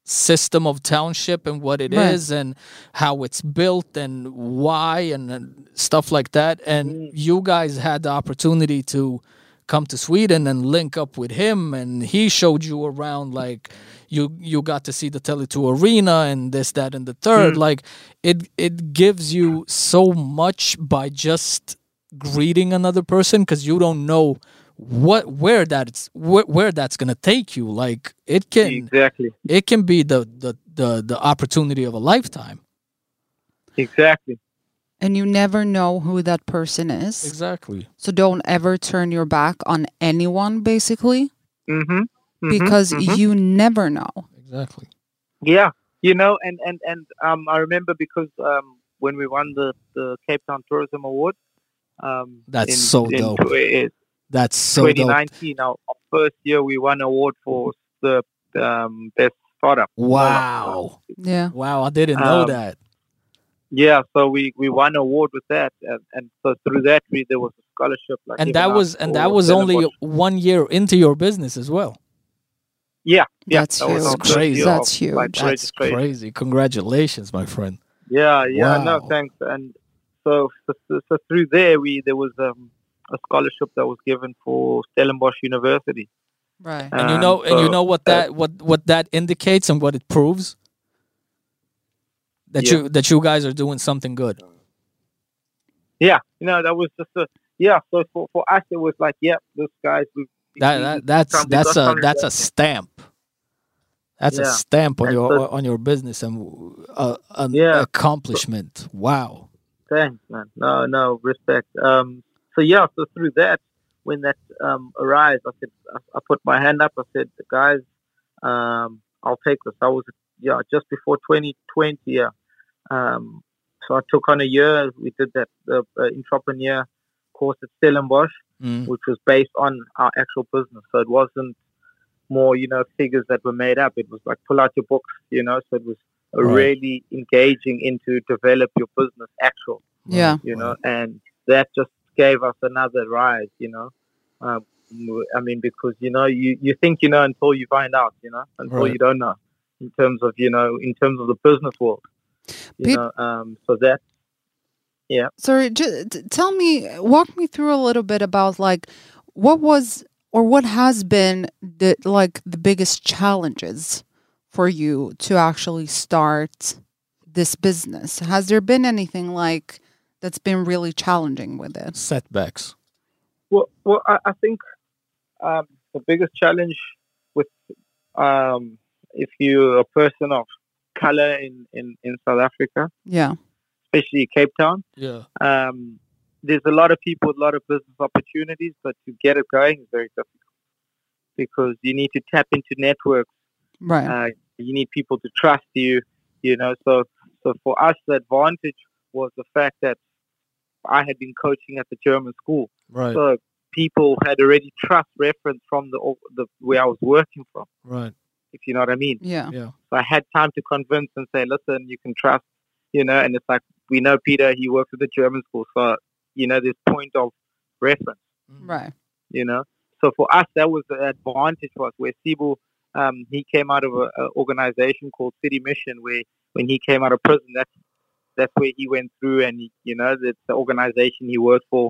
B: system of township and what it is
A: Right.
B: and how it's built and why and, and stuff like that and
C: Mm.
B: you guys had the opportunity to come to Sweden and link up with him and he showed you around like you you got to see the Tele2 arena and this that and the third
C: Mm.
B: like it it gives you so much by just greeting another person cuz you don't know what where that's where, where that's going to take you like it can
C: exactly
B: it can be the the the, the opportunity of a lifetime
C: exactly
A: and you never know who that person is
B: exactly
A: So don't ever turn your back on anyone, basically,
C: mm-hmm, Mhm.
A: because
C: Mhm.
A: you never know.
B: exactly
C: Yeah, you know, and and and um, I remember because um, when we won the, the Cape Town Tourism Award, um,
B: That's so dope.
C: tw- eh,
B: that's so dope
C: 2019, our, our first year, we won award for the um, best startup.
B: wow
A: Yeah.
B: wow i didn't know
C: Um,
B: that
C: Yeah, so we we won award with that, and, and so through that, we there was a scholarship. Like
B: and
C: given
B: that
C: out
B: was and that
C: for
B: was
C: Stellenbosch.
B: only one year into your business as well
C: yeah,
A: That's
C: that was
A: huge.
C: our first
B: Crazy.
C: year of,
A: That's huge.
C: like,
B: that's
C: registration.
B: crazy congratulations my friend
C: Yeah, yeah,
B: Wow.
C: no, thanks. And so, so, so through there, we there was um, a scholarship that was given for Stellenbosch University.
A: Right.
B: and you
C: Um,
B: know and you
C: so,
B: know what
C: uh,
B: that what what that indicates and what it proves that
C: Yeah.
B: you that you guys are doing something good
C: yeah, you know, that was just a yeah. So for, for us, it was like, yeah, this guy's we,
B: that,
C: we-
B: that that's
C: something
B: that's
C: got
B: a
C: something
B: that's a stamp. That's a
C: Yeah.
B: stamp on
C: And
B: your
C: so-
B: on your business and uh, an
C: Yeah.
B: accomplishment. Wow.
C: Thanks, man. No, no respect. Um, so yeah, so through that, when that um arrived, I said, I, I put my hand up. I said, guys, um, I'll take this. I was yeah, just before 2020. Yeah, um, so I took on a year. We did that the uh, entrepreneur course at Stellenbosch,
B: Mm.
C: which was based on our actual business. So it wasn't more, you know, figures that were made up. It was like pull out your books, you know. So it was a
B: Right.
C: really engaging into develop your business actual,
A: Yeah.
C: you know, and that just gave us another rise, you know. Um, I mean, because you know, you you think you know until you find out, you know, until
B: Right.
C: you don't know. In terms of you know, in terms of the business world, you
A: Peop-
C: know, um, so that
A: Sorry, ju- t- tell me, walk me through a little bit about like what was or what has been the like the biggest challenges for you to actually start this business. Has there been anything like that's been really challenging with it?
B: Setbacks.
C: Well, well, I, I think um, the biggest challenge with um, if you're a person of color in, in, in South Africa,
A: Yeah.
C: especially Cape Town,
B: Yeah.
C: um, there's a lot of people with a lot of business opportunities, but to get it going is very difficult because you need to tap into networks.
A: Right.
C: Uh, you need people to trust you, you know. So, so for us, the advantage was the fact that I had been coaching at the German school.
B: Right.
C: So people had already trust reference from the, o- the where I was working from,
B: Right.
C: if you know what I mean.
A: yeah.
C: So I had time to convince and say, listen, you can trust, you know. And it's like we know Peter, he works at the German school, so you know this point of reference,
B: Mm.
A: Right.
C: you know. So for us, that was the advantage for us. Where Sibu, um, he came out of an organization called City Mission, where when he came out of prison, that's that's where he went through, and he, you know, that's the organization he worked for,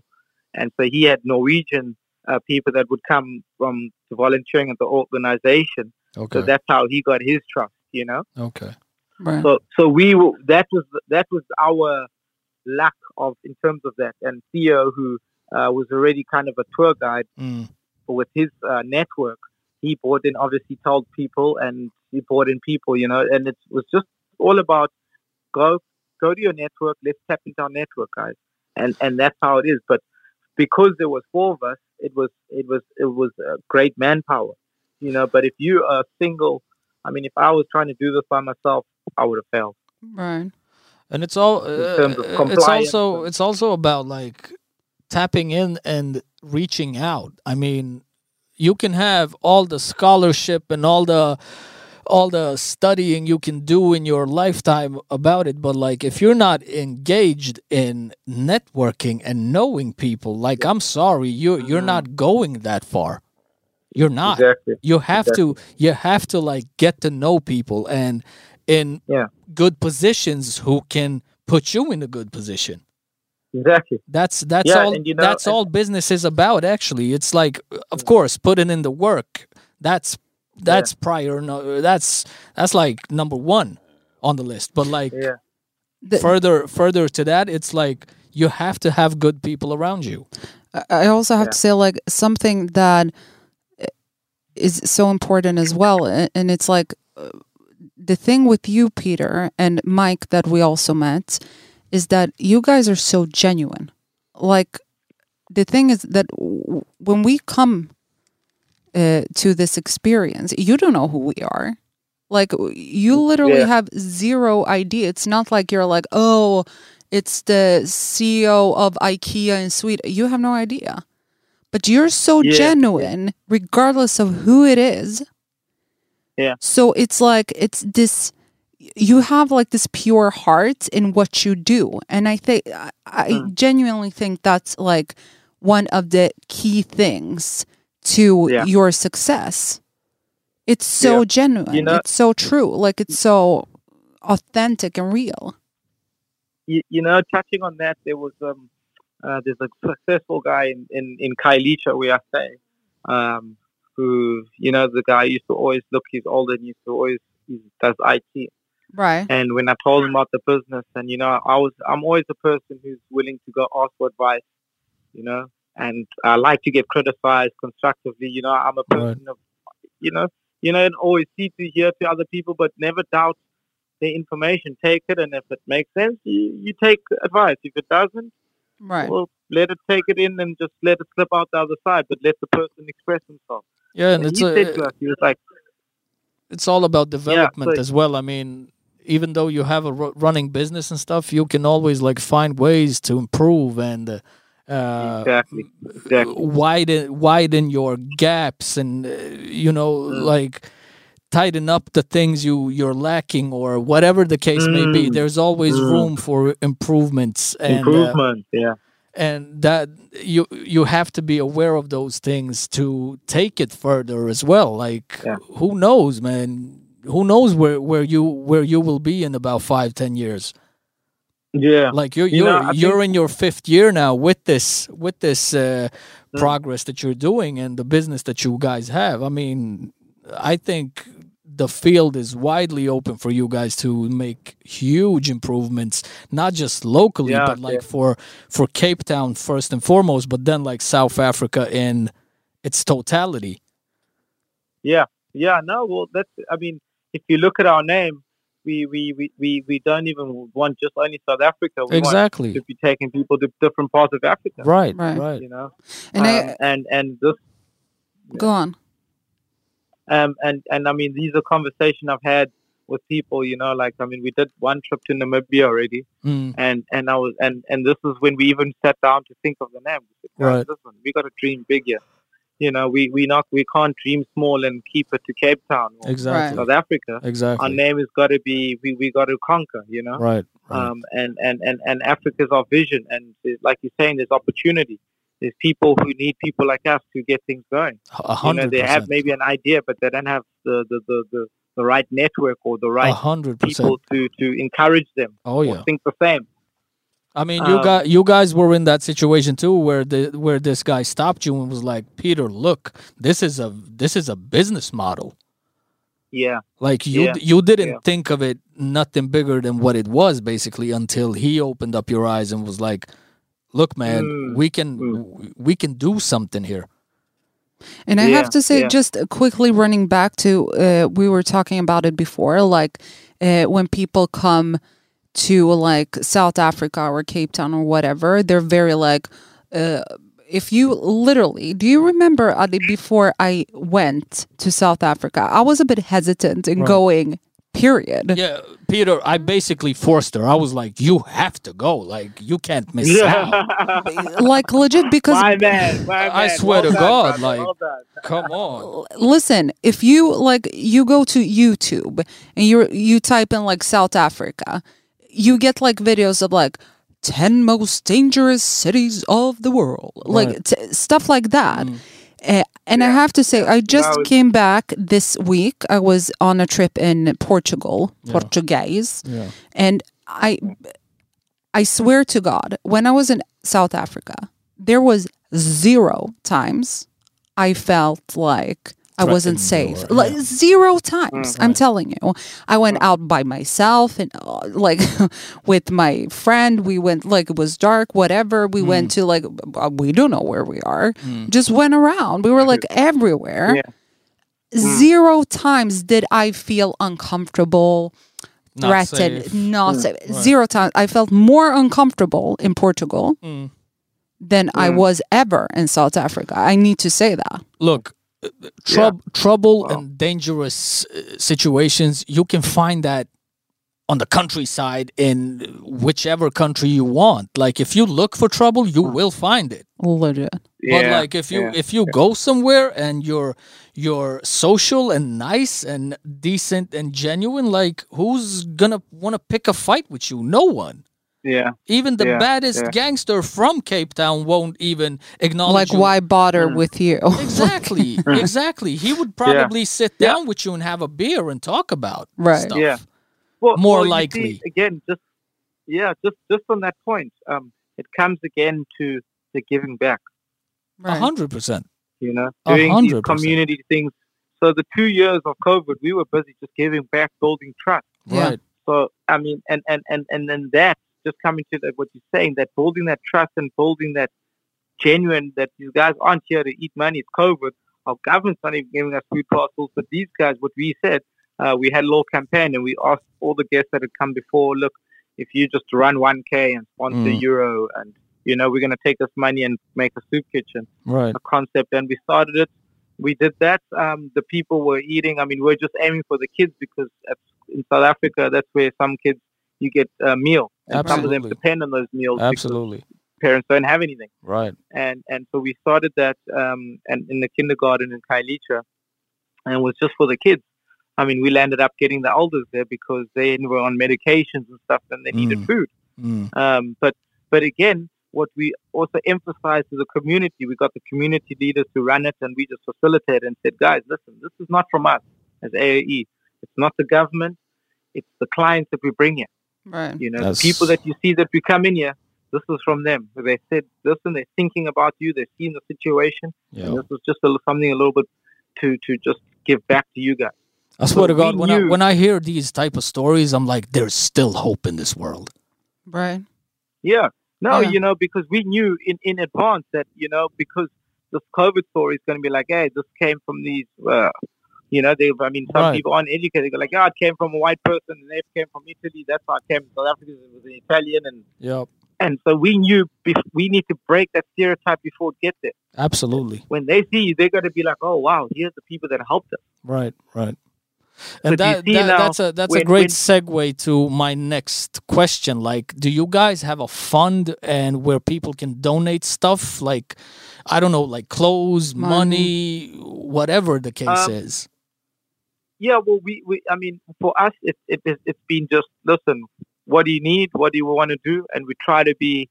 C: and so he had Norwegian uh, people that would come from to volunteering at the organization.
B: Okay.
C: So that's how he got his trust, you know.
B: okay.
A: Right.
C: So so we were, that was that was our lack of in terms of that, and Theo who. Uh, was already kind of a tour guide
B: Mm.
C: with his uh, network. He brought in, obviously, told people, and he brought in people, you know. And it was just all about go go to your network. Let's tap into our network, guys, and and that's how it is. But because there was four of us, it was it was it was a great manpower, you know. But if you are single, I mean, if I was trying to do this by myself, I would have failed.
A: Right.
B: And it's all. Uh,
C: terms of
B: it's
C: compliance
B: also.
C: and-
B: It's also about like tapping in and reaching out. I mean, you can have all the scholarship and all the all the studying you can do in your lifetime about it but like if you're not engaged in networking and knowing people like i'm sorry you you're
C: Mm-hmm.
B: not going that far you're not
C: Exactly.
B: you have to you have to like get to know people and in
C: Yeah.
B: good positions who can put you in a good position
C: Exactly.
B: that's that's
C: Yeah,
B: all
C: and you know-
B: that's
C: and- Mm.
B: all business is about actually it's like of course putting in the work that's that's prior no, that's that's like number 1 on the list but like
C: Yeah.
A: The-
B: further further to that it's like you have to have good people around you
A: I- I also have to say like something that i- is so important as well, a- and it's like uh, the thing with you, Peter and Mike, that we also met, is that you guys are so genuine. Like the thing is that w- when we come uh, to this experience, you don't know who we are. Like w- you literally
C: Yeah.
A: have zero idea. It's not like you're like, oh, it's the CEO of IKEA in Sweden. You have no idea. But you're so
C: Yeah.
A: genuine, regardless of who it is.
C: Yeah.
A: So it's like it's this you have like this pure heart in what you do and i think i I
C: Hmm.
A: genuinely think that's like one of the key things to
C: Yeah.
A: your success it's so
C: Yeah.
A: genuine
C: You know-
A: it's so true like it's so authentic and real
C: you, you know, touching on that, there was um, uh, there's a successful guy in in, in Kailicha where I stay, um, who you know the guy used to always look. He's older and used to always he does IT.
A: right
C: And when I told him about the business, and you know, I was I'm always a person who's willing to go ask for advice, you know, and I like to get criticized constructively. You know, I'm a person of, you know, you know, and always see to hear to other people, but never doubt the information. Take it, and if it makes sense, you, you take advice. If it doesn't,
A: right
C: well, let it take it in and just let it slip out the other side. But let the person express themselves.
B: yeah and,
C: And,
B: it's
C: he
B: a,
C: said to us, he was like,
B: it's all about development
C: so-
B: as well. I mean, even though you have a ru- running business and stuff, you can always like find ways to improve and uh, uh,
C: exactly. Exactly.
B: widen widen your gaps and uh, you know
C: Mm.
B: like tighten up the things you you're lacking or whatever the case may be
C: Mm.
B: there's always
C: Mm.
B: room for improvements and uh,
C: Improvement. yeah.
B: and that you you have to be aware of those things to take it further as well like
C: Yeah.
B: who knows man who knows where where you where you will be in about five ten years
C: Yeah.
B: like you're
C: You know,
B: you're,
C: I
B: you're in your fifth year now with this with this uh,
C: Mm.
B: progress that you're doing and the business that you guys have i mean i think the field is widely open for you guys to make huge improvements not just locally
C: Yeah,
B: but like for for cape town first and foremost but then like south africa in its totality
C: Yeah, yeah. No, well, that's. I mean, if you look at our name, we we we, we, we don't even want just only South Africa. We want
B: exactly
C: to be taking people to different parts of Africa.
B: right
A: Right.
B: right,
C: You know,
A: And
C: um,
A: I
C: and and this
A: go on.
C: um and and I mean these are conversations I've had with people. You know, like I mean, we did one trip to Namibia already,
B: Mm,
C: and and I was and and this is when we even sat down to think of the name. We said, "Guys,
B: Right.
C: Listen, we got to dream big here. You know, we we not we can't dream small and keep it to Cape Town or
B: exactly
C: South Africa.
B: exactly
C: our name has got to be we, we got to conquer you know
B: right right
C: um, and, and, and, and africa's our vision and it- like you're saying there's opportunity there's people who need people like us to get things going
B: A
C: you know
B: hundred
C: they have
B: percent
C: maybe an idea but they don't have the, the, the, the, the right network or the
B: a
C: right
B: Oh, hundred percent
C: people to, to encourage them
B: oh yeah
C: or think the same
B: I mean, you
C: Um,
B: got you guys were in that situation too, where the where this guy stopped you and was like, "Peter, look, this is a this is a business model.
C: yeah
B: Like you
C: Yeah,
B: you didn't
C: yeah.
B: think of it nothing bigger than what it was basically until he opened up your eyes and was like, "Look, man,
C: Mm,
B: we can
C: mm.
B: w- we can do something here."
A: And I have
C: Yeah,
A: to say,
C: yeah.
A: just quickly running back to uh, we were talking about it before, like uh, when people come to like South Africa or Cape Town or whatever, they're very like, uh, if you literally, do you remember Ali? Before I went to South Africa, I was a bit hesitant in
B: Right.
A: going. Period.
B: Yeah, Peter, I basically forced her. I was like, "You have to go. Like, you can't miss out.
A: Like legit, because
C: my man, my man.
B: I swear to
C: done,
B: God,
C: brother,
B: like-
C: well done.
B: Come on."
A: L- listen if you like you go to youtube and you you type in like south africa you get like videos of like 10 most dangerous cities of the world like
B: Right.
A: t- stuff like that Uh, and I have to say, I just
C: No, it's-
A: came back this week. I was on a trip in Portugal, Portuguese,
B: Yeah.
A: and I, I swear to God, when I was in South Africa, there was zero times I felt like I wasn't
B: Threatened
A: safe.
B: or-
A: Like
B: yeah. Mm-hmm.
A: zero times. I'm telling you, I went out by myself and uh, like with my friend. We went like it was dark, whatever.
B: Hmm.
A: We went to like uh, we don't know where we are.
B: Mm,
A: Just went around. We were like everywhere
C: Yeah.
B: Hmm.
A: zero times did I feel uncomfortable,
B: Not
A: threatened,
B: safe.
A: not safe. Zero times. I felt more uncomfortable in Portugal
B: Mm.
A: than I was ever in South Africa. I need to say that.
B: look uh, troub- trouble and dangerous uh, situations you can find that on the countryside in whichever country you want like if you look for trouble you will find it
A: Legit.
B: but
C: Yeah,
B: like if you
C: yeah.
B: if you go somewhere and you're you're social and nice and decent and genuine like who's gonna want to pick a fight with you no one
C: yeah,
B: even the
C: Yeah,
B: baddest
C: yeah.
B: gangster from cape town won't even acknowledge
A: Like,
B: you
A: why bother with you?
B: Exactly, exactly. He would probably sit
C: Yeah.
B: down with you and have a beer and talk about
A: Right.
B: stuff.
C: Yeah. well,
B: More
C: you see,
B: likely.
C: again, just yeah, just just on that point, um, it comes again to the giving back.
B: a hundred percent.
C: You know,
B: A
C: doing these
B: hundred percent.
C: community things. So the two years of COVID, we were busy just giving back, building trust.
A: Yeah.
B: Right.
C: So I mean, and and and and then that just coming to that, what you're saying, that building that trust and building that genuine that these guys aren't here to eat money. It's COVID. Our government's not even giving us food parcels, but these guys, what we said, uh, we had a little campaign and we asked all the guests that had come before, look, if you just run 1K and sponsor
B: Mm.
C: Euro, and you know we're going to take this money and make a soup kitchen
B: Right.
C: a concept and we started it we did that um, the people were eating i mean we're just aiming for the kids because at, in south africa that's where some kids you get a meal and some of them
B: Absolutely.
C: depend on those meals because
B: Absolutely.
C: parents don't have anything.
B: Right.
C: And and so we started that um, and in the kindergarten in Kailicha, and it was just for the kids. I mean, we landed up getting the elders there because they were on medications and stuff, and they needed
B: Mm.
C: food.
B: Mm.
C: Um, but but again, what we also emphasized to the community, we got the community leaders to run it, and we just facilitated and said, guys, listen, this is not from us as AAE. It's not the government. It's the clients that we bring in.
A: Right.
C: You know,
B: That's-
C: the people that you see that we come in here. This is from them. They said this, and they're thinking about you. They've seen the situation,
B: Yeah.
C: and this is just a, li- something a little bit to to just give back to you guys.
B: I swear to
C: we
B: God, when I,
C: knew-
B: when I hear these type of stories, I'm like, there's still hope in this world.
A: Right.
C: Yeah. No,
A: Yeah.
C: you know, because we knew in, in advance that, you know, because this COVID story is going to be like, hey, this came from these, uh, you know, they, I mean, some
B: Right.
C: people aren't educated. They're like, oh, it came from a white person and it came from Italy. That's how it came from South Africa. It was an Italian. And,
B: Yep.
C: and so we knew bef- we need to break that stereotype before it gets there.
B: Absolutely.
C: When they see you, they're going to be like, oh, wow, here's the people that helped us.
B: Right, right.
C: But
B: And
C: do you
B: that,
C: see
B: that
C: now
B: that's a that's a
C: when-
B: great
C: when-
B: segue to my next question. Like, do you guys have a fund and where people can donate stuff like I don't know, like clothes, money,
A: Money.
B: whatever the case
C: Um,
B: is.
C: Yeah, well, we, we I mean, for us, it, it, it's it's been just, listen, what do you need? What do you want to do? And we try to be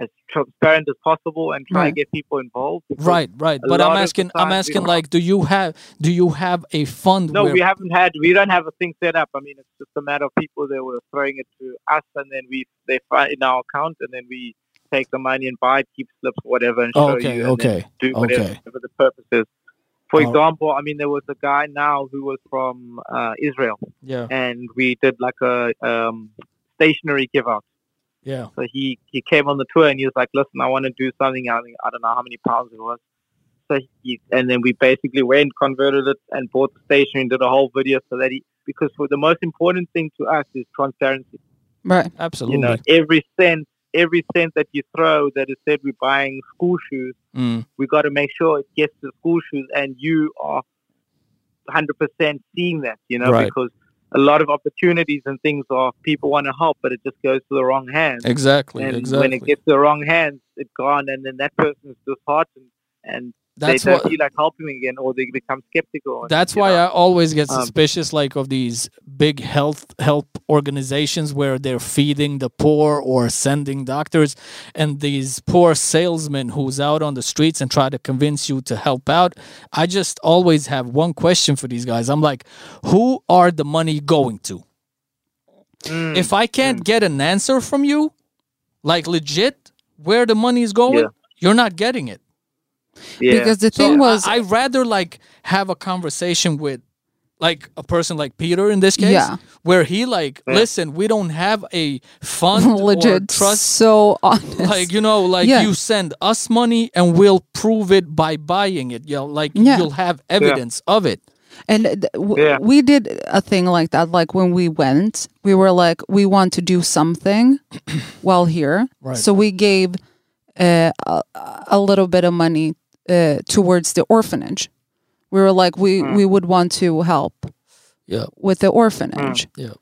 C: as transparent as possible and try to
A: Right.
C: get people involved. because-
B: Right, right.
C: a
B: But
C: lot
B: I'm
C: of the
B: asking I'm
C: time we
B: asking
C: don't-
B: like do you have do you have a fund
C: No,
B: where
C: we haven't had, we don't have a thing set up. I mean, it's just a matter of people that were throwing it to us and then we, they find in our account and then we take the money and buy it, keep slips, whatever, and
B: Oh,
C: show
B: okay,
C: you. and then
B: okay.
C: Do whatever,
B: okay.
C: whatever the purpose is. For
B: Oh.
C: example, I mean, there was a guy now who was from uh, Israel
B: Yeah.
C: and we did like a um, stationary give out.
B: Yeah.
C: So he, he came on the tour and he was like, listen, I want to do something. I, think, I don't know how many pounds it was. So he, and then we basically went, converted it, and bought the station and did a whole video so that he, because for the most important thing to us is transparency.
A: Right.
B: Absolutely.
C: You know, every cent, every cent that you throw that is said we're buying school shoes,
B: Mm,
C: we got to make sure it gets to school shoes and you are 100% seeing that, you know,
B: Right.
C: because a lot of opportunities and things are people want to help, but it just goes to the wrong hands
B: exactly.
C: and
B: exactly.
C: when it gets to the wrong hands, it's gone, and then that person is disheartened, and
B: That's
C: they don't
B: what
C: feel like helping again, or they become skeptical. and,
B: That's
C: you
B: why
C: know.
B: I always get
C: Um,
B: suspicious, like of these big health help organizations where they're feeding the poor or sending doctors, and these poor salesmen who's out on the streets and try to convince you to help out. I just always have one question for these guys. I'm like, who are the money going to?
C: Mm,
B: If I can't get an answer from you, like legit, where the money is going,
C: Yeah.
B: you're not getting it.
C: yeah.
A: Because the
B: So
A: thing was,
B: I, would rather like have a conversation with like a person like Peter in this case,
A: Yeah.
B: where he like,
C: Yeah.
B: listen, we don't have a fund
A: legit,
B: or trust.
A: so honest.
B: Like you know, like
A: Yeah.
B: you send us money and we'll prove it by buying it. You know, like
A: Yeah.
B: you'll have evidence of it.
A: And th- w-
C: Yeah.
A: we did a thing like that. Like when we went, we were like, we want to do something while here.
B: Right.
A: So we gave uh, a, a little bit of money uh, towards the orphanage. We were like, we, we would want to help
B: Yeah,
A: with the orphanage.
B: yeah,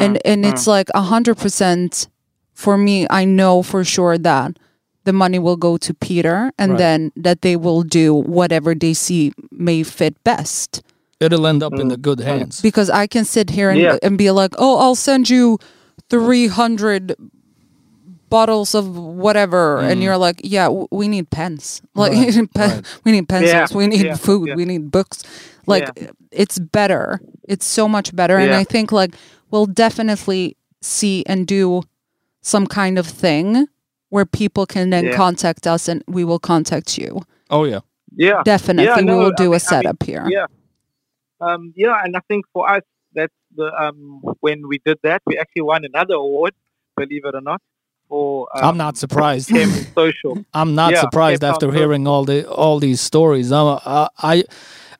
A: And, and it's like 100% for me, I know for sure that the money will go to Peter and
B: Right.
A: then that they will do whatever they see may fit best
B: it'll end up in the good hands.
A: because I can sit here and,
C: Yeah.
A: and be like, oh, I'll send you 300 bottles of whatever.
C: Mm.
A: And you're like, yeah, w- we need pens. Like, pen- we need pencils. We need
C: yeah,
A: food.
C: yeah.
A: We need books. Like, it's better. It's so much better. And
C: Yeah.
A: I think, like, we'll definitely see and do some kind of thing where people can then
C: Yeah.
A: contact us and we will contact you.
B: Oh yeah,
C: Uh, yeah,
A: Definitely.
C: no,
A: we
C: I
A: will do
C: mean- I mean,
A: a setup here.
C: yeah. um, yeah, and I think for us, that's the um, when we did that, we actually won another award, believe it or not. For um,
B: I'm not surprised.
C: Chem social.
B: I'm not
C: Yeah,
B: surprised
C: Cape Town
B: after
C: Road.
B: hearing all the all these stories. I'm, uh, I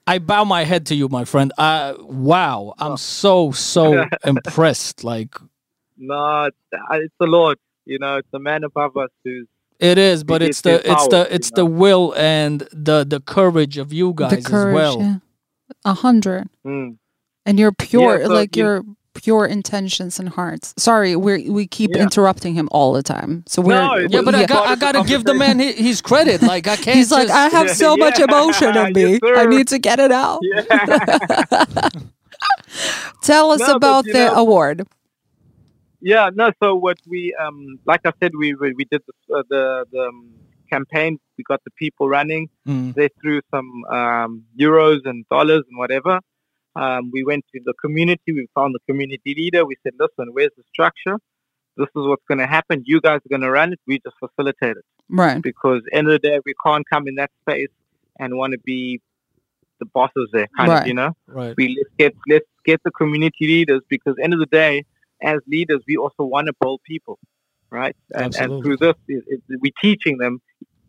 B: I bow my head to you, my friend. I, wow,
C: Oh.
B: I'm so so impressed. Like
C: No, it's, it's the Lord. You know, it's the man above us who's
B: it is, but it's
C: gives you
B: the it's
C: power,
B: the
C: you
B: it's the will and the the courage of you guys as well.
A: yeah. A hundred.
C: mm,
A: and you're pure
C: so
A: like
C: you-
A: you're pure intentions and hearts. Sorry, we we keep
C: Yeah.
A: interrupting him all the time. So we're
C: No, it
B: Yeah,
C: was-
B: but I,
C: Yeah.
B: got, I gotta give the man hi- his credit. Like I can't.
A: he's like,
B: just-
A: I have so much
C: Yeah.
A: emotion in me.
C: Yes,
A: I
C: sir.
A: need to get it out.
C: Yeah.
A: Tell us
C: No, but
A: about
C: you
A: the
C: know-
A: award.
C: Yeah, no. So what we, um, like I said, we we, we did the, uh, the the um, campaign. We got the people running.
B: Mm.
C: They threw some um, euros and dollars and whatever. Um, we went to the community. We found the community leader. We said, "Listen, where's the structure? This is what's going to happen. You guys are going to run it. We just facilitate it
A: Right.
C: because end of the day, we can't come in that space and want to be the bosses there, kind
A: Right.
C: of, you know."
B: Right.
C: we let's get let's get the community leaders because end of the day, as leaders, we also want to build people, right? And, and
B: Absolutely.
C: through this, it, it, we're teaching them,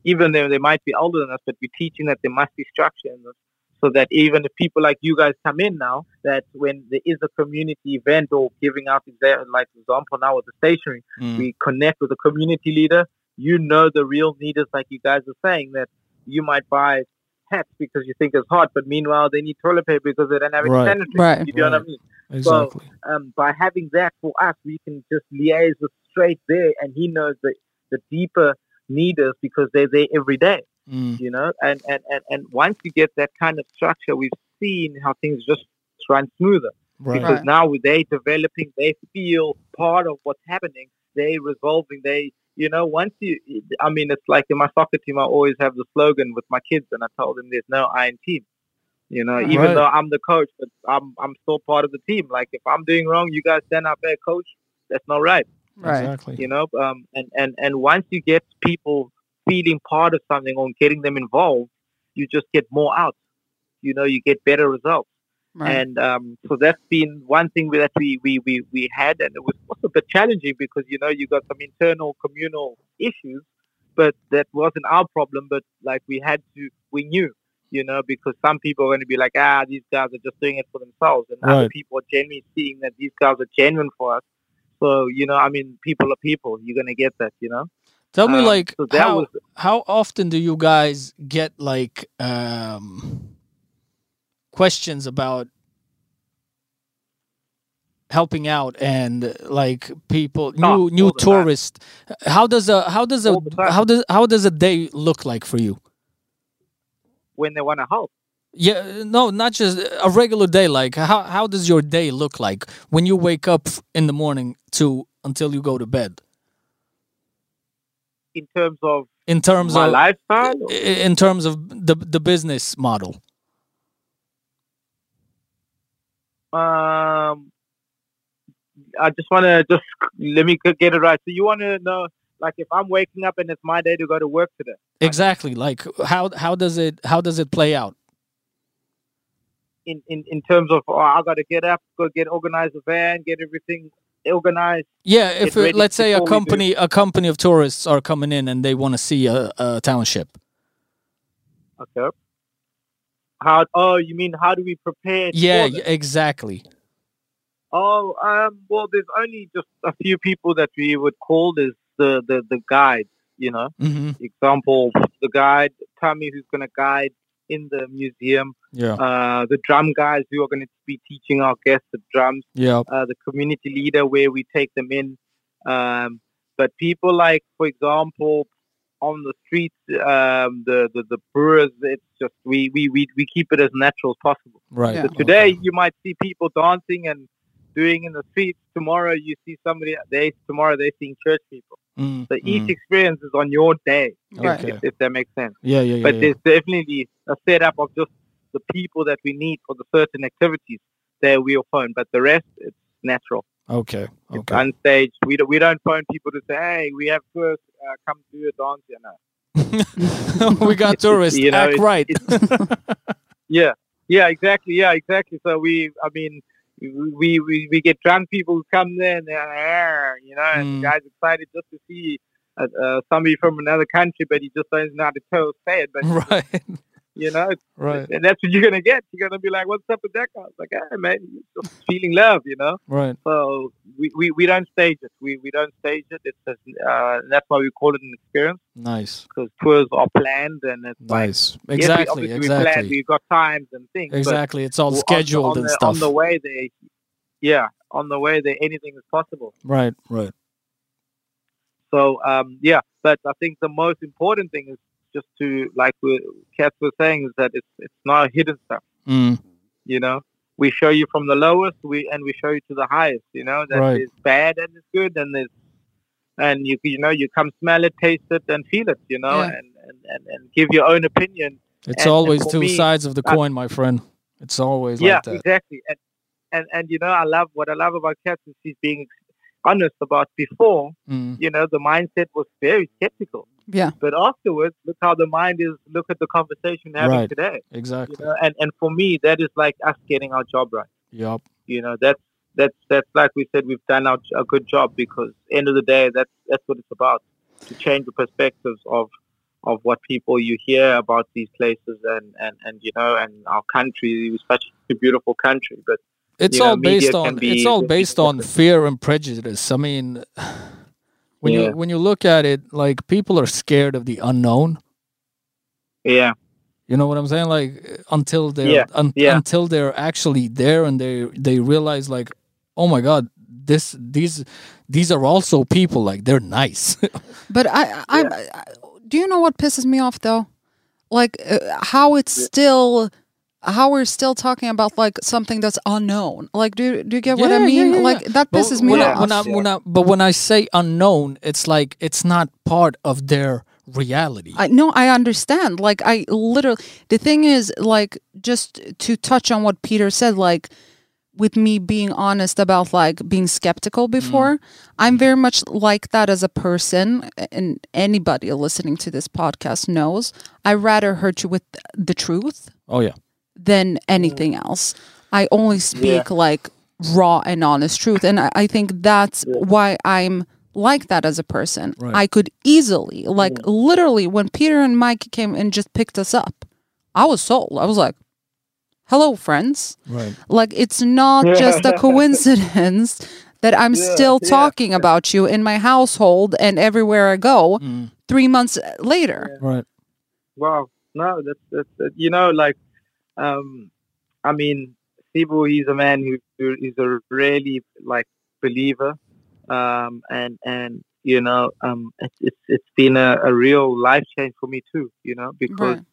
C: even though they might be older than us, but we're teaching that there must be structure in this, so that even if people like you guys come in now, that when there is a community event or giving out exa- like example now with the stationery
B: Mm.
C: we connect with a community leader. You know the real needers, like you guys are saying, that you might buy hats because you think it's hot, but meanwhile they need toilet paper because they don't have any
B: Right.
C: sanitary.
A: Right.
C: You know what I
B: Right.
C: mean?
B: Exactly.
C: Um, by having that for us, we can just liaise with straight there, and he knows the, the deeper needers because they're there every day
B: Mm.
C: you know and, and and and once you get that kind of structure we've seen how things just run smoother
B: Right.
C: because
A: Right.
C: now with they developing, they feel part of what's happening. They resolving. They, you know, once you, I mean, it's like in my soccer team, I always have the slogan with my kids, and I tell them there's no I in team. You know, even
B: Right.
C: though I'm the coach, but I'm I'm still part of the team. Like if I'm doing wrong, you guys stand up there, coach. That's not right
A: Right.
B: Exactly.
C: you know um, and, and and once you get people feeling part of something or getting them involved you just get more out you know you get better results
A: Right.
C: and um, so that's been one thing that we, we we we had and it was also a bit challenging because you know you got some internal communal issues but that wasn't our problem but like we had to we knew you know because some people are going to be like ah these guys are just doing it for themselves and other
B: Right.
C: people are genuinely seeing that these guys are genuine for us so you know i mean people are people you're going to get that you know
B: Tell me,
C: Um,
B: like,
C: so that
B: how
C: was
B: how often do you guys get like um, questions about helping out and like people
C: Oh,
B: new
C: all
B: new
C: the time.
B: tourists? How does a how does a
C: All the time.
B: how does how does a day look like for you?
C: when they want to help
B: Yeah, no, not just a regular day. Like, how how does your day look like when you wake up in the morning to until you go to bed?
C: in terms of
B: In terms
C: my
B: of
C: lifestyle or-
B: i- in terms of the the business model.
C: Um, I just want to just let me c- get it right. So you want to know, like, if I'm waking up and it's my day to go to work today,
B: Exactly. Like how how does it how does it play out?
C: in in, in terms of, oh, I got to get up, go get organized a van, get everything organized.
B: Yeah, if
C: Get ready
B: it, let's say a
C: before we do.
B: company a company of tourists are coming in and they want to see a, a township.
C: Okay. How? Oh, you mean how do we prepare? for
B: Yeah,
C: that?
B: y- exactly.
C: Oh, um, well, there's only just a few people that we would call as the the the guides. You know,
B: hmm
C: example, the guide Tommy, who's going to guide in the museum.
B: Yeah,
C: uh, the drum guys who are going to be teaching our guests the drums,
B: yeah,
C: uh, the community leader where we take them in. Um, but people like, for example, on the streets, um, the, the, the brewers, it's just, we, we, we, we keep it as natural as possible.
B: right.
A: Yeah.
C: So today you might see people dancing and doing in the streets. Tomorrow you see somebody, they, tomorrow they're seeing church people.
B: Mm,
C: So each
B: mm.
C: experience is on your day, if-
A: Right.
B: Okay.
C: if, if that makes sense
B: Yeah, yeah, yeah.
C: but
B: yeah.
C: there's definitely a setup of just the people that we need for the certain activities that we'll phone. But the rest, it's natural.
B: Okay,
C: It's
B: okay.
C: unstaged. We don't, we don't phone people to say, hey, we have tourists, uh, come do a dance. You know.
B: we got tourists.
C: you know,
B: Act
C: it's-
B: right.
C: Yeah, yeah, exactly. Yeah, exactly. So we, I mean, we, we, we get drunk people who come there and they're like, "Ah," you know, and
B: Mm.
C: the guy's excited just to see uh, uh, somebody from another country, but he just doesn't know how to tell, say it. But,
B: right,
C: you know,
B: right,
C: And that's what you're gonna get. You're gonna be like, "What's up with that guy?" It's like, "Hey, man, you're just feeling love," you know.
B: right.
C: So we, we, we don't stage it. We we don't stage it. It's just, uh, that's why we call it an experience
B: Nice,
C: because tours are planned and it's like
B: nice.
C: yes, we-
B: Exactly,
C: obviously we plan.
B: exactly,
C: We've got times and things. but
B: exactly. It's all
C: on the-
B: scheduled
C: on
B: and
C: the,
B: stuff.
C: On the way there, yeah, on the way there, anything is possible.
B: Right, right.
C: So um, yeah, but I think the most important thing is just to like we Kath was saying is that it's it's not hidden stuff.
B: Mm,
C: You know, we show you from the lowest, we and we show you to the highest. You know, that
B: Right.
C: it's bad and it's good and it's and you you know you come smell it, taste it, and feel it. You know,
A: Yeah.
C: and, and, and and give your own opinion.
B: it's
C: And- and
B: always
C: for
B: two
C: me,
B: sides of the
C: uh,
B: coin, my friend. It's always
C: yeah,
B: like that.
C: exactly. And, and and you know, I love what I love about Kath is she's being honest about before.
B: Mm,
C: You know, the mindset was very skeptical.
A: Yeah.
C: But afterwards, look how the mind is. Look at the conversation we're having
B: Right.
C: today. You
B: exactly.
C: know, and and for me, that is like us getting our job right.
B: Yup.
C: You know, that's that's that's like we said, we've done our a good job because end of the day, that's that's what it's about to change the perspectives of of what people you hear about these places and and and you know and our country is such a beautiful country, but
B: It's
C: you know,
B: all based
C: media
B: on
C: can be-
B: it's all
C: can be
B: based on
C: different.
B: fear and prejudice. I mean, when
C: Yeah.
B: you when you look at it, like people are scared of the unknown.
C: yeah,
B: You know what I'm saying? Like until they're
C: Yeah,
B: un-
C: yeah.
B: until they're actually there and they they realize like, oh my god, this these these are also people. Like they're nice.
A: But I, I, I, do you know what pisses me off though? Like uh, how it's still, how we're still talking about like something that's unknown. Like, do do you get what I
B: Yeah, yeah,
A: mean?
B: yeah, yeah.
A: Like that pisses me
B: when
A: off.
B: I, when I, when I, but when I say unknown, it's like it's not part of their reality.
A: I no, I understand. Like I literally the thing is like just to touch on what Peter said like with me being honest about like being skeptical before, I'm very much like that as a person and anybody listening to this podcast knows. I rather hurt you with the truth
B: oh yeah,
A: than anything else. I only speak like raw and honest truth. And I, I think that's why I'm like that as a person.
B: Right.
A: I could easily, like literally, when Peter and Mike came and just picked us up, I was sold. I was like, hello, friends.
B: right.
A: Like, it's not
C: Yeah.
A: just a coincidence. That I'm
C: Yeah,
A: still
C: yeah.
A: talking about you in my household and everywhere I go
B: Mm,
A: three months later.
B: right.
C: Wow. No, that's, that's that, you know, like, um, I mean, Sibu, he's a man who, who is a really like believer, um, and and you know, um, it's it's it's been a, a real life change for me too, you know, because
A: Right.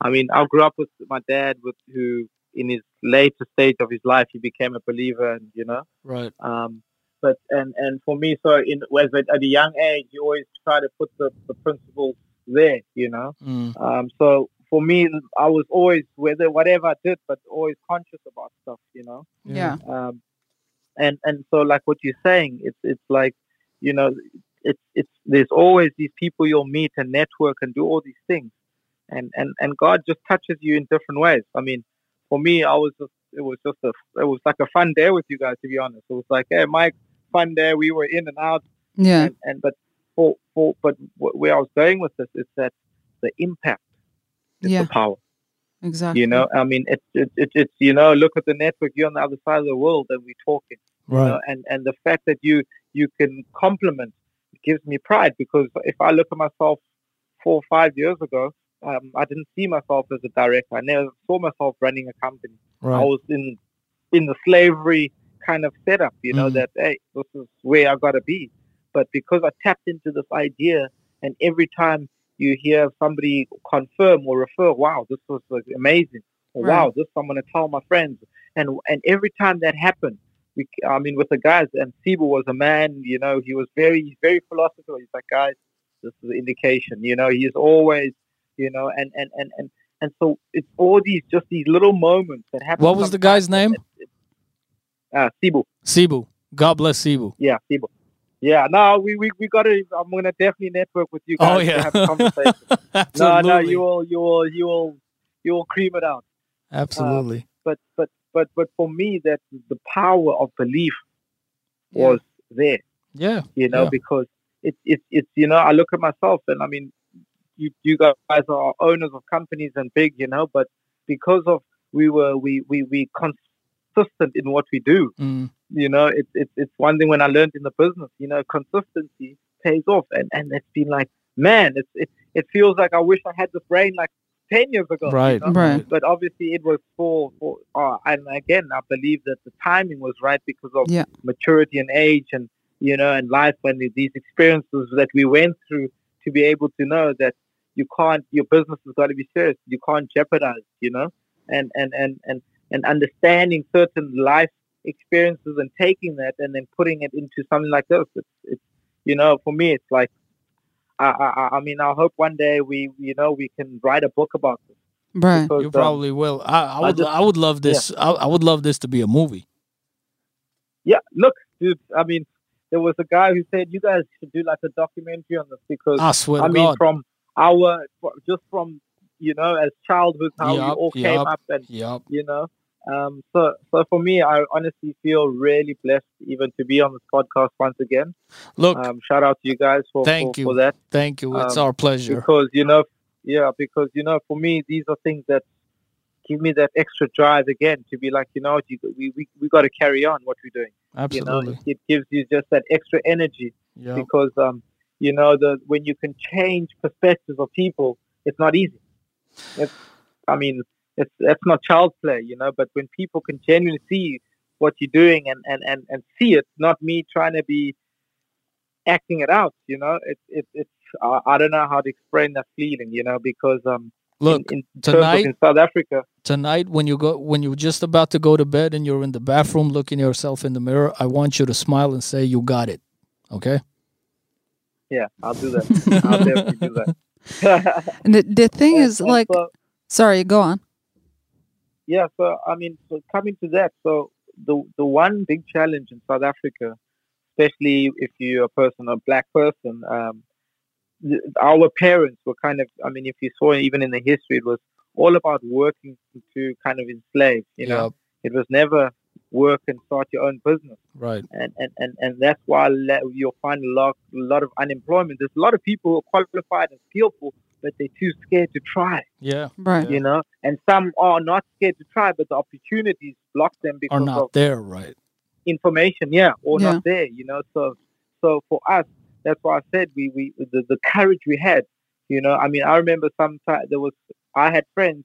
C: I mean, I grew up with my dad, with who in his later stage of his life he became a believer, and you know,
B: Right.
C: um, but and and for me, so in as at, at a young age, you always try to put the, the principles there, you know.
B: Mm,
C: Um, so for me, I was always whether whatever I did, but always conscious about stuff, you know.
A: Yeah.
C: Um, and and so like what you're saying, it's it's like, you know, it's it's there's always these people you'll meet and network and do all these things, and and and God just touches you in different ways. I mean, for me, I was just it was just a it was like a fun day with you guys to be honest. It was like, hey, Mike, fun day. We were in and out
A: Yeah.
C: and, and but for for but wh- where I was going with this is that the impact is
A: Yeah.
C: the power.
A: Exactly.
C: You know, I mean, it's it, it, it's you know, look at the network. You're on the other side of the world, and we're talking. You
B: Right.
C: know, and and the fact that you you can compliment gives me pride because if I look at myself four or five years ago. Um, I didn't see myself as a director. I never saw myself running a company. I
B: Right.
C: was in in the slavery kind of setup, you know,
B: Mm.
C: that hey, this is where I gotta be. But because I tapped into this idea, and every time you hear somebody confirm or refer, wow, this was like, amazing, or
A: Right.
C: wow, this I'm gonna tell my friends, and and every time that happened. We, I mean, with the guys, and Sibu was a man, you know, he was very, he's very philosophical. He's like, guys, this is an indication, you know, he's always, you know, and, and, and, and, and so it's all these, just these little moments that happen.
B: What was the
C: sometimes
B: guy's name?
C: uh, Cebu.
B: Cebu. God bless Cebu.
C: Yeah, Cebu. Yeah, no, we, we, we got to, I'm going to definitely network with you guys
B: Oh
C: to
B: yeah.
C: have a conversation. no,
B: Absolutely.
C: no, you will, you will, you will, you will cream it out.
B: Absolutely.
C: But, but, but, but for me, that the power of belief
A: Yeah.
C: was there,
B: yeah.
C: you know,
B: Yeah.
C: because it's, it's, it's, you know, I look at myself and I mean, you, you guys are owners of companies and big, you know, but because of, we were, we, we, we consistent in what we do.
B: Mm,
C: you know it's it's it's one thing when i learned in the business you know consistency pays off and and it's been like man it's it, it feels like i wish i had the brain like ten years ago.
B: Right.
C: you know?
A: Right.
C: But obviously, it was for for. Uh, and again, I believe that the timing was right because of
A: Yeah.
C: maturity and age, and you know, and life, and these experiences that we went through to be able to know that you can't. Your business has got to be serious. You can't jeopardize. You know, and and and and and understanding certain life experiences and taking that and then putting it into something like this. It's, it's you know, for me, it's like. I, I, I- I mean, I hope one day we, you know, we can write a book about this.
A: Right.
C: Because,
B: You
C: um,
B: probably will. I, I would.
C: just-
B: I would love this. I, I would love this to be a movie.
C: yeah, look, dude. I mean, there was a guy who said you guys should do like a documentary on this because
B: I swear
C: I
B: to
C: mean,
B: Oh, God.
C: from our fr- just from you know as childhood how we
B: Yup,
C: all came
B: yup.
C: up and
B: Yup.
C: you know. Um, so, so for me, I honestly feel really blessed even to be on this podcast once again.
B: Look,
C: Um, shout out to you guys for
B: Thank
C: for,
B: you.
C: for that
B: thank you. It's
C: um,
B: our pleasure.
C: because you know, yeah, because you know, for me, these are things that give me that extra drive again to be like, you know, what, you, we we we got to carry on what we're doing
B: Absolutely.
C: you know it, it gives you just that extra energy
B: Yup.
C: because um you know the when you can change perspectives of people it's not easy it's, i mean it's that's not child play you know but when people can genuinely see what you're doing and and and, and see it not me trying to be acting it out you know it, it it's uh, i don't know how to explain that feeling you know because um
B: Look,
C: in, in terms
B: tonight-
C: of in south africa
B: tonight when you go when you're just about to go to bed and you're in the bathroom looking yourself in the mirror, I want you to smile and say you got it. Okay?
C: yeah i'll do that i'll definitely do that
A: And the, the thing
C: And-
A: is,
C: and
A: like,
C: so-
A: sorry, go on.
C: Yeah, so I mean, so coming to that, so the the one big challenge in South Africa, especially if you're a person, a black person, um, th- our parents were kind of, I mean, if you saw even in the history, it was all about working to kind of enslave. You know,
B: Yup.
C: it was never work and start your own business,
B: Right.
C: and and and, and that's why le- you'll find a lot lot of unemployment. There's a lot of people who are qualified and skillful, but they're too scared to try
B: Yeah.
A: Right.
C: you know and some are not scared to try but the opportunities block them
B: Are
C: because of
B: not there, right?
C: information yeah or
A: Yeah.
C: not there you know so so for us that's why i said we we the, the courage we had you know i mean i remember sometimes there was i had friends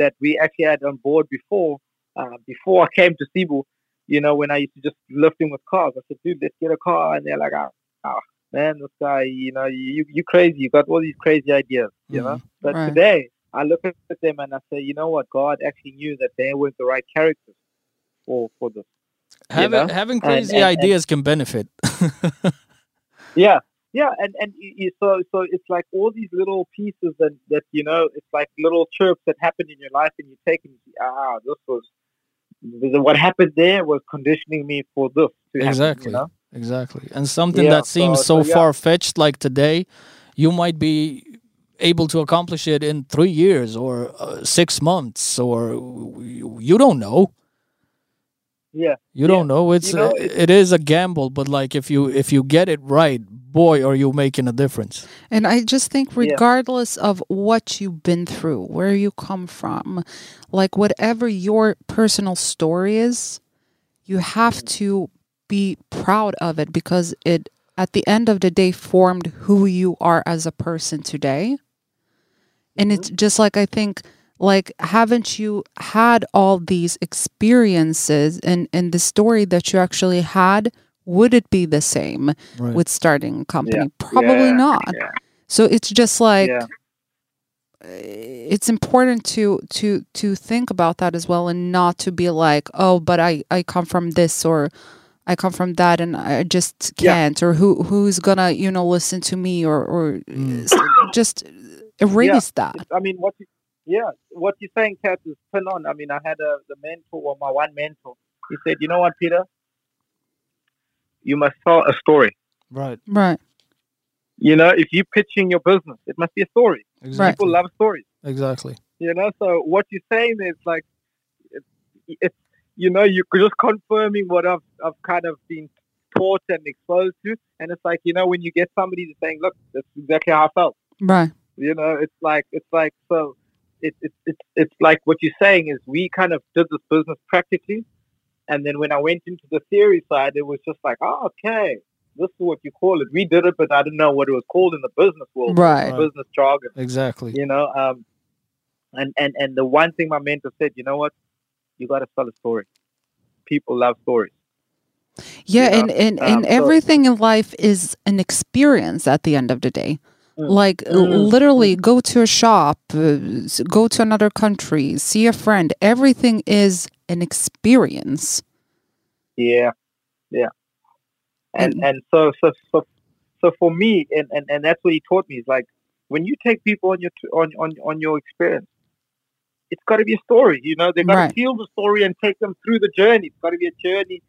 C: that we actually had on board before uh, before i came to cebu you know when i used to just lift him with cars i said dude let's get a car and they're like oh, oh man this guy you know you you crazy you got all these crazy ideas you know but
A: Mm, Right.
C: today, I look at them and I say, you know what? God actually knew that they weren't the right characters for for this.
B: Having
C: know?
B: having
C: And-
B: crazy
C: and- and-
B: ideas can benefit.
C: Yeah, yeah, and and you, you, so so it's like all these little pieces that that you know, it's like little chirps that happen in your life, and you take and you see, ah, this was th- what happened there was conditioning me for this. To happen,
B: exactly.
C: you know?
B: Exactly. And something
C: Yeah,
B: that seems
C: so-
B: so,
C: so, yeah.
B: far fetched like today, you might be able to accomplish it in 3 years or uh, 6 months or you, you don't know.
C: Yeah,
B: You don't know. It's
C: know,
B: uh, it is a gamble, but like if you if you get it right, boy, are you making a difference.
A: And I just think,
C: Yeah.
A: regardless of what you've been through, where you come from, like whatever your personal story is, you have to be proud of it because it, at the end of the day, formed who you are as a person today. And it's just like I think, like, haven't you had all these experiences and, and the story that you actually had? Would it be the same
B: Right.
A: with starting a company? Probably
C: Yeah,
A: not.
C: yeah,
A: So it's just like eh,
C: yeah,
A: it's important to to to think about that as well and not to be like, oh, but I I come from this or I come from that and I just
C: Yeah.
A: can't or who who's gonna you know listen to me or or
B: Mm.
A: s- just erase that.
C: It's- I mean, what? You, yeah, what you're saying, Kat, is pin on. I mean, I had a the mentor, or my one mentor. He said, you know what, Peter? You must tell a story.
B: Right.
A: Right.
C: You know, if you're pitching your business, it must be a story.
B: Exactly.
C: People love stories.
B: Exactly.
C: You know, so what you're saying is like, it's, it's you know, you're just confirming what I've, I've kind of been taught and exposed to. And it's like, you know, when you get somebody that's saying, look, that's exactly how I felt.
A: Right.
C: You know, it's like, it's like, so it, it, it's it's like what you're saying is we kind of did this business practically. And then when I went into the theory side, it was just like, oh, okay, this is what you call it. We did it, but I didn't know what it was called in the business world
A: Right.
B: Right.
C: business jargon,
B: Exactly.
C: you know. Um, And, and, and the one thing my mentor said, you know what? You got to tell a story. People love stories.
A: Yeah,
C: Yeah.
A: and and,
C: Um,
A: and
C: so-
A: everything in life is an experience at the end of the day.
C: Mm.
A: Like l-
C: Mm.
A: literally, go to a shop, uh, s- go to another country, see a friend. Everything is an experience.
C: Yeah, yeah. And
A: And-
C: and so so so, so for me, and, and and that's what he taught me. Is like when you take people on your t- on on on your experience, it's got to be a story. You know, they got to
A: Right.
C: feel the story and take them through the journey. It's got to be a journey.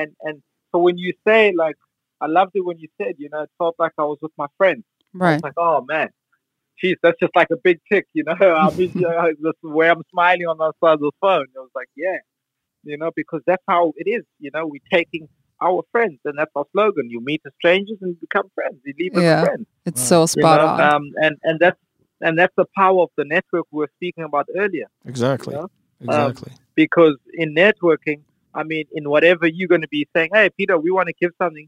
C: And and so when you say like, I loved it when you said, you know, it felt like I was with my friends.
A: Right.
C: It's like, oh man, geez, that's just like a big tick, you know. I mean, you know, this is where I'm smiling on the other side of the phone. I was like, yeah, you know, because that's how it is. You know, we're taking our friends, and that's our slogan. You meet the strangers and become friends. You leave
A: Yeah,
C: as friends.
A: It's
B: Right.
A: so
C: You
A: spot
C: know?
A: on.
C: Um, and and that's and that's the power of the network we were speaking about earlier.
B: Exactly.
C: Yeah. Um,
B: Exactly.
C: Because in networking, I mean, in whatever you're going to be saying, hey, Peter, we want to give something.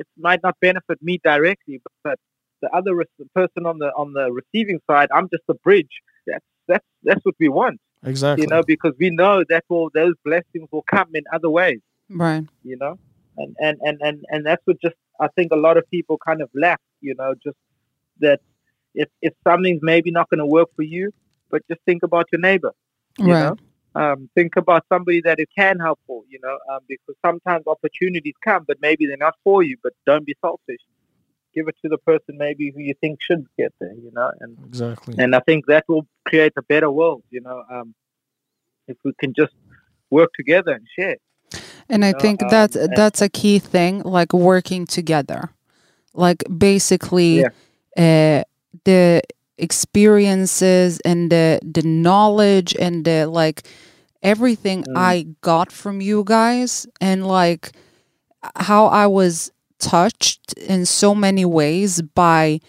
C: It might not benefit me directly, but, but the other re- person on the on the receiving side, I'm just a bridge. That's that's that's what we want,
B: exactly.
C: you know, because we know that will those blessings will come in other ways.
A: right.
C: you know and and and and, and that's what just i think a lot of people kind of lack you know just that if, if something's maybe not going to work for you but just think about your neighbor you
A: Right.
C: know um, think about somebody that it can help for you know um, because sometimes opportunities come but maybe they're not for you but don't be selfish give it to the person maybe who you think should get there you know and
B: exactly.
C: and I think that will create a better world, you know, um, if we can just work together and share.
A: And I
C: know,
A: think
C: um,
A: that's
C: and-
A: that's a key thing, like working together. Like basically
C: Yeah.
A: uh, the experiences and the the knowledge and the like everything
C: Mm.
A: I got from you guys and like how I was touched in so many ways by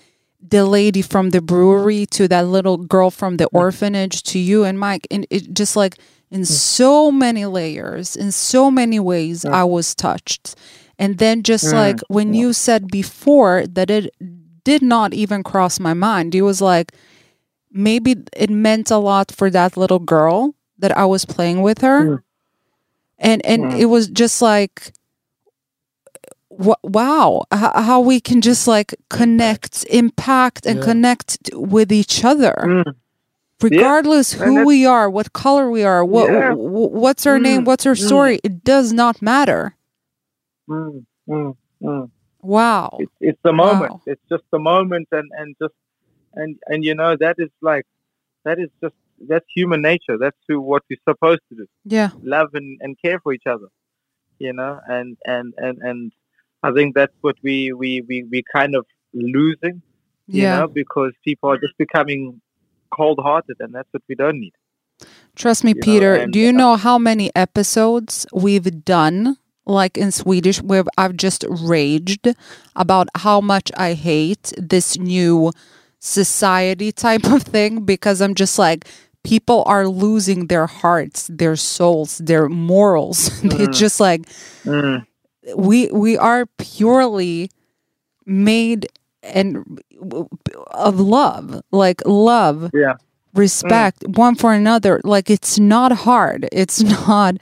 A: the lady from the brewery to that little girl from the orphanage to you and Mike and it just like in so many layers in so many ways
C: Mm.
A: I was touched and then just
C: Mm.
A: like when you said before that it did not even cross my mind it was like maybe it meant a lot for that little girl that I was playing with her
C: Mm.
A: and and
C: Mm.
A: it was just like wh- wow h- how we can just like connect impact and
B: Yeah.
A: connect t- with each other
C: Mm.
A: regardless
C: and
A: who
C: that's-
A: we are what color we are what
C: Yeah.
A: wh- wh- what's our name
C: Mm,
A: what's our
C: mm.
A: story it does not matter
C: Mm, mm, mm.
A: wow
C: It's, it's the moment.
A: Wow.
C: It's just the moment, and and just and and you know that is like that is just that's human nature. That's who what we're supposed to do:
A: yeah
C: love and, and care for each other. You know, and and and and I think that's what we we we we kind of losing. You
A: yeah
C: know, because people are just becoming cold-hearted, and that's what we don't need.
A: trust me
C: you know,
A: peter
C: and,
A: do you
C: uh,
A: know how many episodes we've done like in swedish where i've just raged about how much i hate this new society type of thing because i'm just like people are losing their hearts their souls their morals it's
C: Mm.
A: just like
C: Mm,
A: we we are purely made and of love like love
C: yeah.
A: respect
C: Mm.
A: one for another like it's not hard it's not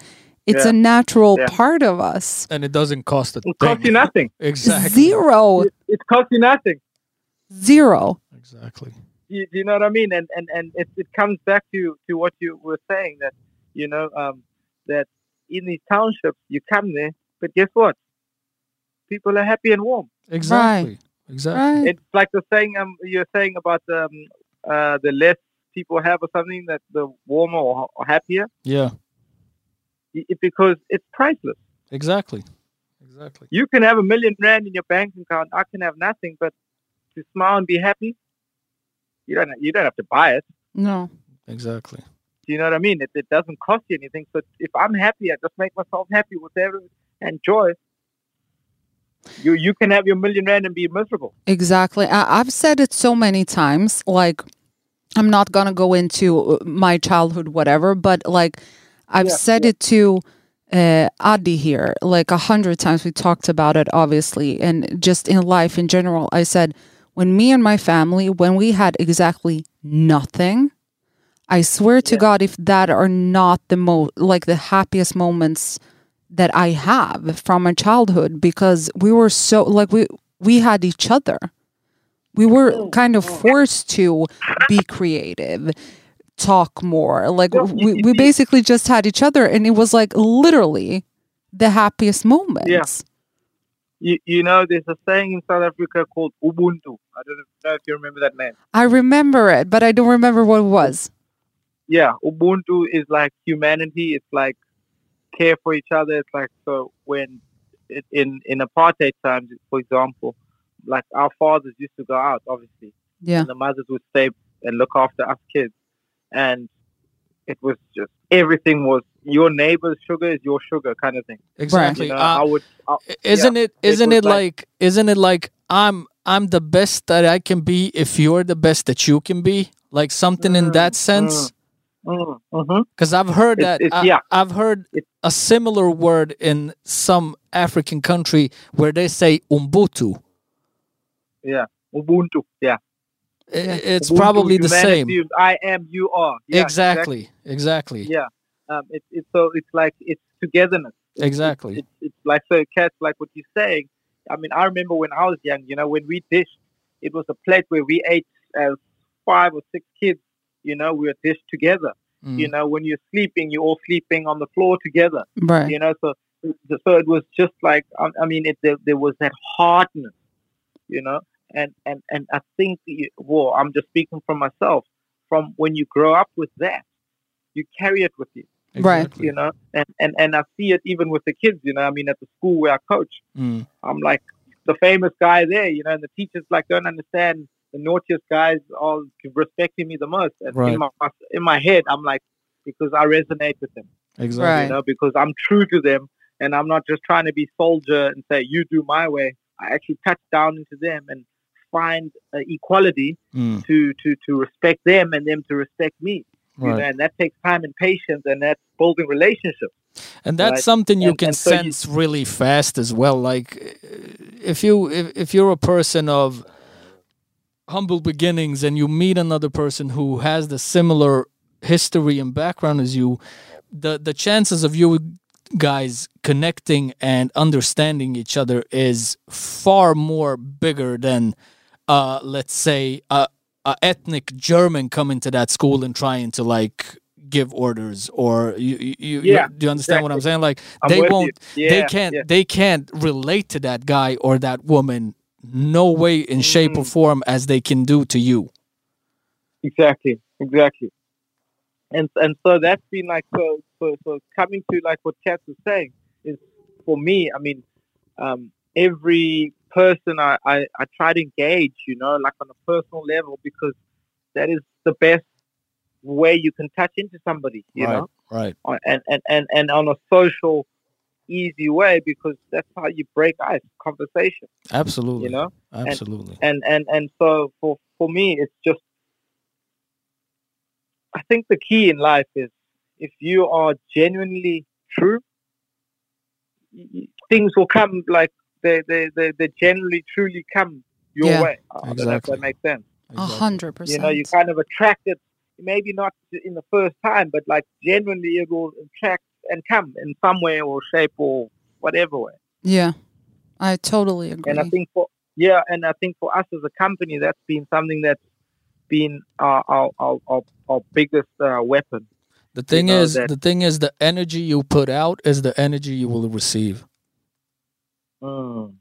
A: it's
C: Yeah.
A: a natural
C: Yeah.
A: part of us
B: And it doesn't cost a
C: It costs you
B: thing.
C: nothing.
B: Exactly.
A: zero
C: It, it costs you nothing.
A: zero
B: Exactly.
C: you, you know what I mean? And and and it, it comes back to to what you were saying that you know um, that in these townships you come there, but guess what? People are happy and warm.
B: Exactly. Exactly.
A: right
C: It's like the saying um, you're saying about um, uh, the less people have or something that the warmer or, or happier
B: Yeah.
C: it, it- because it's priceless.
B: Exactly. Exactly.
C: You can have a million rand in your bank account. I can have nothing, but to smile and be happy, you don't you don't have to buy it.
A: no
B: Exactly.
C: Do you know what I mean? It, it doesn't cost you anything. So if I'm happy, I just make myself happy with everything and joy. You you can have your million rand and be miserable.
A: Exactly. I, I've said it so many times. Like, I'm not going to go into uh, my childhood, whatever, but like, I've
C: Yeah,
A: said it to uh, Adi here like a hundred times. We talked about it, obviously, and just in life in general. I said, when me and my family, when we had exactly nothing, I swear to God, if that are not the most like the happiest moments that I have from my childhood, because we were so like we we had each other. We were
C: Oh,
A: kind of forced to be creative, talk more. Like
C: Yeah, you-
A: we, we basically just had each other, and it was like literally the happiest moments.
C: You, you know, there's a saying in South Africa called Ubuntu. I don't know if you remember that name.
A: I remember it, but I don't remember what it was.
C: yeah, Ubuntu is like humanity. It's like care for each other. It's like so when it, in in apartheid times, for example, like our fathers used to go out, obviously,
A: Yeah.
C: and the mothers would stay and look after us kids, and it was just everything was your neighbor's sugar is your sugar kind of thing.
B: Exactly.
C: You know,
B: Uh,
C: I would. I,
B: isn't it isn't
C: was
B: it like,
C: like-
B: isn't it like i'm i'm the best that i can be if you're the best that you can be like something in
C: Mm,
B: that sense
C: mm, mhm.
B: because i've heard
C: It's-
B: that
C: it's-
B: I,
C: yeah.
B: i've heard
C: It-
B: a similar word in some african country where they say umbutu
C: Ubuntu.
B: I-
C: Yeah.
A: Yeah.
B: it's
C: Ubuntu,
B: probably the same
C: humanity, I am. You are. Yeah,
B: exactly exactly
C: Yeah. Um, it's it's so it's like it's togetherness.
B: exactly
C: It's, it's like so, cats like what you're saying. I mean, I remember when I was young. You know, when we dished, it was a plate where we ate as five or six kids. You know, we were dished together.
B: Mm.
C: You know, when you're sleeping, you're all sleeping on the floor together.
A: Right.
C: You know, so so it was just like I, I mean, it there, there was that hardness. You know, and and and I think you- well, I'm just speaking for myself. From when you grow up with that, you carry it with you
A: Right.
B: exactly.
C: you know and, and and i see it even with the kids you know i mean at the school where i coach
B: Mm.
C: i'm like the famous guy there you know and the teachers like don't understand the naughtiest guys are respecting me the most and
B: Right.
C: in, my, in my head i'm like because i resonate with them
B: exactly
A: Right.
C: you know because i'm true to them and i'm not just trying to be soldier and say you do my way i actually touch down into them and find uh, equality
B: Mm.
C: to, to to respect them and them to respect me you know,
B: right
C: and that takes time and patience and that's building relationships
B: and that's
C: Right.
B: something you
C: And-
B: can
C: and so you-
B: sense really fast as well like uh, if you if, if you're a person of humble beginnings and you meet another person who has the similar history and background as you the the chances of you guys connecting and understanding each other is far more bigger than uh let's say a, a ethnic german coming to that school and trying to like give orders or you you, you,
C: Yeah,
B: do you understand what i'm saying like
C: I'm
B: they
C: with you.
B: won't they
C: Yeah,
B: can't
C: yeah.
B: they can't relate to that guy or that woman no way in shape
C: Mm-hmm.
B: or form as they can do to you
C: Exactly, exactly. And and so that's been like so so so coming to like what Cass was saying is for me. I mean, um, every person I, I I try to engage, you know, like on a personal level because that is the best way you can touch into somebody, you
B: right
C: know,
B: right
C: on- and and and and on a social easy way because that's how you break ice conversation,
B: absolutely
C: you know.
B: absolutely
C: and and and so for for me it's just i think the key in life is if you are genuinely true y- y- things will come like they they they, they generally truly come your
A: Yeah.
C: way I don't know if
B: Exactly.
C: that makes sense
A: A
B: Exactly.
A: hundred percent.
C: you know you kind of attract it maybe not in the first time but like genuinely it will attract and come in some way or shape or whatever way
A: Yeah, I totally agree.
C: and I think for yeah, and I think for us as a company, that's been something that's been our our our, our, our biggest uh, weapon.
B: The thing
C: know,
B: is,
C: that-
B: the thing is, the energy you put out is the energy you will receive.
C: Mm.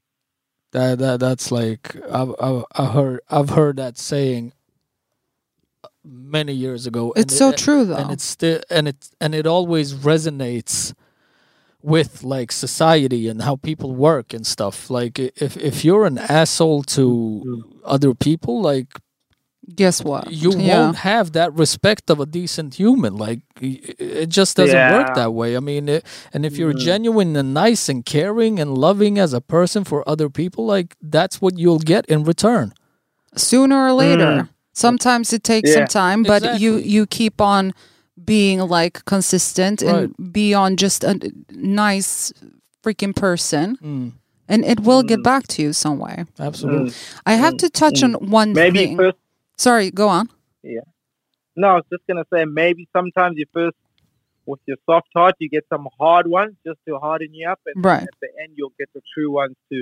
B: That, that that's like I've, I've I heard I've heard that saying many years ago.
A: it's
B: and
A: so
B: it-
A: true, though.
B: and it's still and it and it always resonates with like society and how people work and stuff. Like i- if if you're an asshole
C: Mm-hmm.
B: to other people, like
A: Guess
C: Uh,
A: what?
B: you
A: yeah.
B: won't have that respect of a decent human. Like y- it just doesn't work
C: Yeah.
B: that way. I mean, it, and if you're
C: Mhm.
B: genuine and nice and caring and loving as a person for other people, like that's what you'll get in return.
A: Sooner or later. Sometimes it takes some
C: Mm. Yeah.
A: time, but you
B: Exactly.
A: you keep on being like consistent and be on just a nice freaking person,
B: Mm,
A: and it will
C: Mm.
A: get back to you some way. Mm.
B: absolutely.
A: I have to touch on one
C: Maybe
A: thing.
C: first,
A: Sorry, go on.
C: No, I was just going to say maybe sometimes you first, with your soft heart, you get some hard ones just to harden you up, and
A: Right.
C: at the end you'll get the true ones to,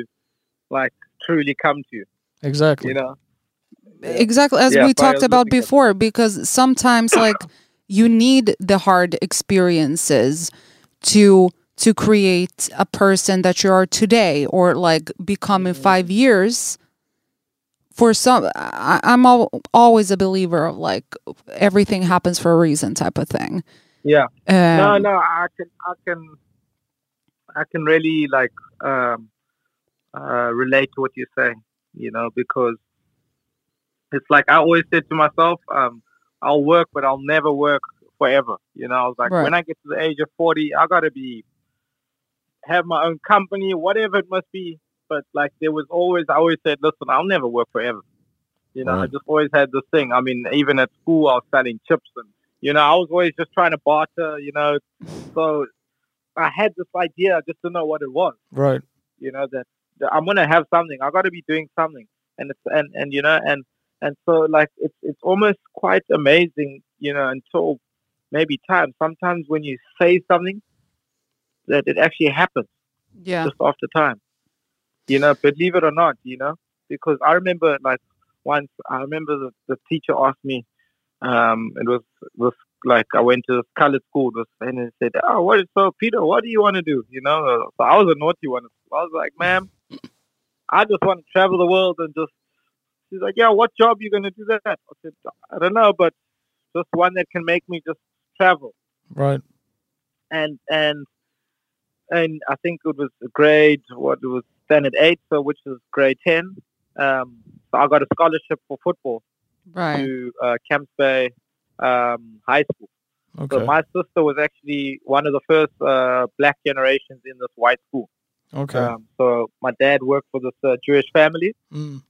C: like, truly come to you.
B: Exactly.
C: Mm. You know. Yeah.
A: Exactly as
C: Yeah,
A: we talked
C: finally
A: about
C: looking at-
A: before, because sometimes like you need the hard experiences to to create a person that you are today or like become in
C: Mm.
A: five years. For some, I, I'm al- always a believer of like everything happens for a reason type of thing.
C: Yeah.
A: Um,
C: no, no, I can, I can, I can really like um, uh, relate to what you're saying. You know, because it's like I always said to myself, um, I'll work, but I'll never work forever. You know, I was like,
A: Right.
C: when I get to the age of forty, I gotta be have my own company, whatever it must be. But like, there was always, I always said, listen, I'll never work forever. You know, I
D: Right.
C: just always had this thing. I mean, even at school, I was selling chips and you know, I was always just trying to barter, you know. So I had this idea, I just didn't know what it was,
B: Right.
C: you know, that, that I'm gonna have something. I gotta be doing something. And it's and, and you know, and and so like it's it's almost quite amazing, you know, until maybe time. Sometimes when you say something that it actually happens
A: yeah,
C: just after time. You know, believe it or not, you know, because I remember like once I remember the, the teacher asked me, um, it was was like I went to this colored school, it was, and he said, "Oh, what is so Peter? What do you want to do?" You know, so I was a naughty one. I was like, "Ma'am, I just want to travel the world and just." She's like, "Yeah, what job you gonna do that?" I said, "I don't know, but just one that can make me just travel."
B: Right.
C: and and and I think it was grade what it was standard eight, so which is grade ten. Um, so I got a scholarship for football
A: right.
C: to uh, Camps Bay um, High School.
B: Okay.
C: So my sister was actually one of the first uh, black generations in this white school.
B: okay.
C: Um, so my dad worked for this uh, Jewish family.
B: Mm.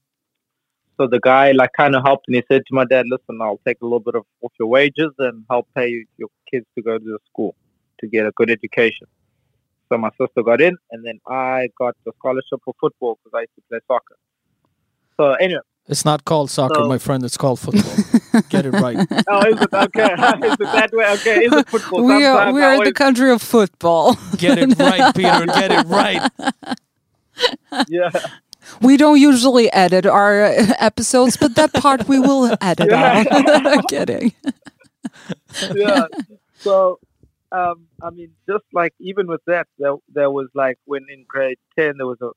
C: So the guy like kind of helped, and he said to my dad, "Listen, I'll take a little bit of off your wages and help pay your kids to go to the school to get a good education." So my sister got in, and then I got the scholarship for football because I used to play soccer. So anyway,
B: It's not called soccer,
C: So-
B: my friend. It's called football. Get it right.
C: oh, is it okay? is it that way? Okay, is it football?
A: We are
C: Sometimes
A: we
C: I
A: are
C: always-
A: the country of football.
B: Get it right, Peter. Get it right.
C: yeah.
A: We don't usually edit our uh, episodes, but that part we will edit
C: Yeah.
A: out. I'm kidding.
C: yeah. So, um, I mean, just like even with that, there, there was like when in grade ten there was a,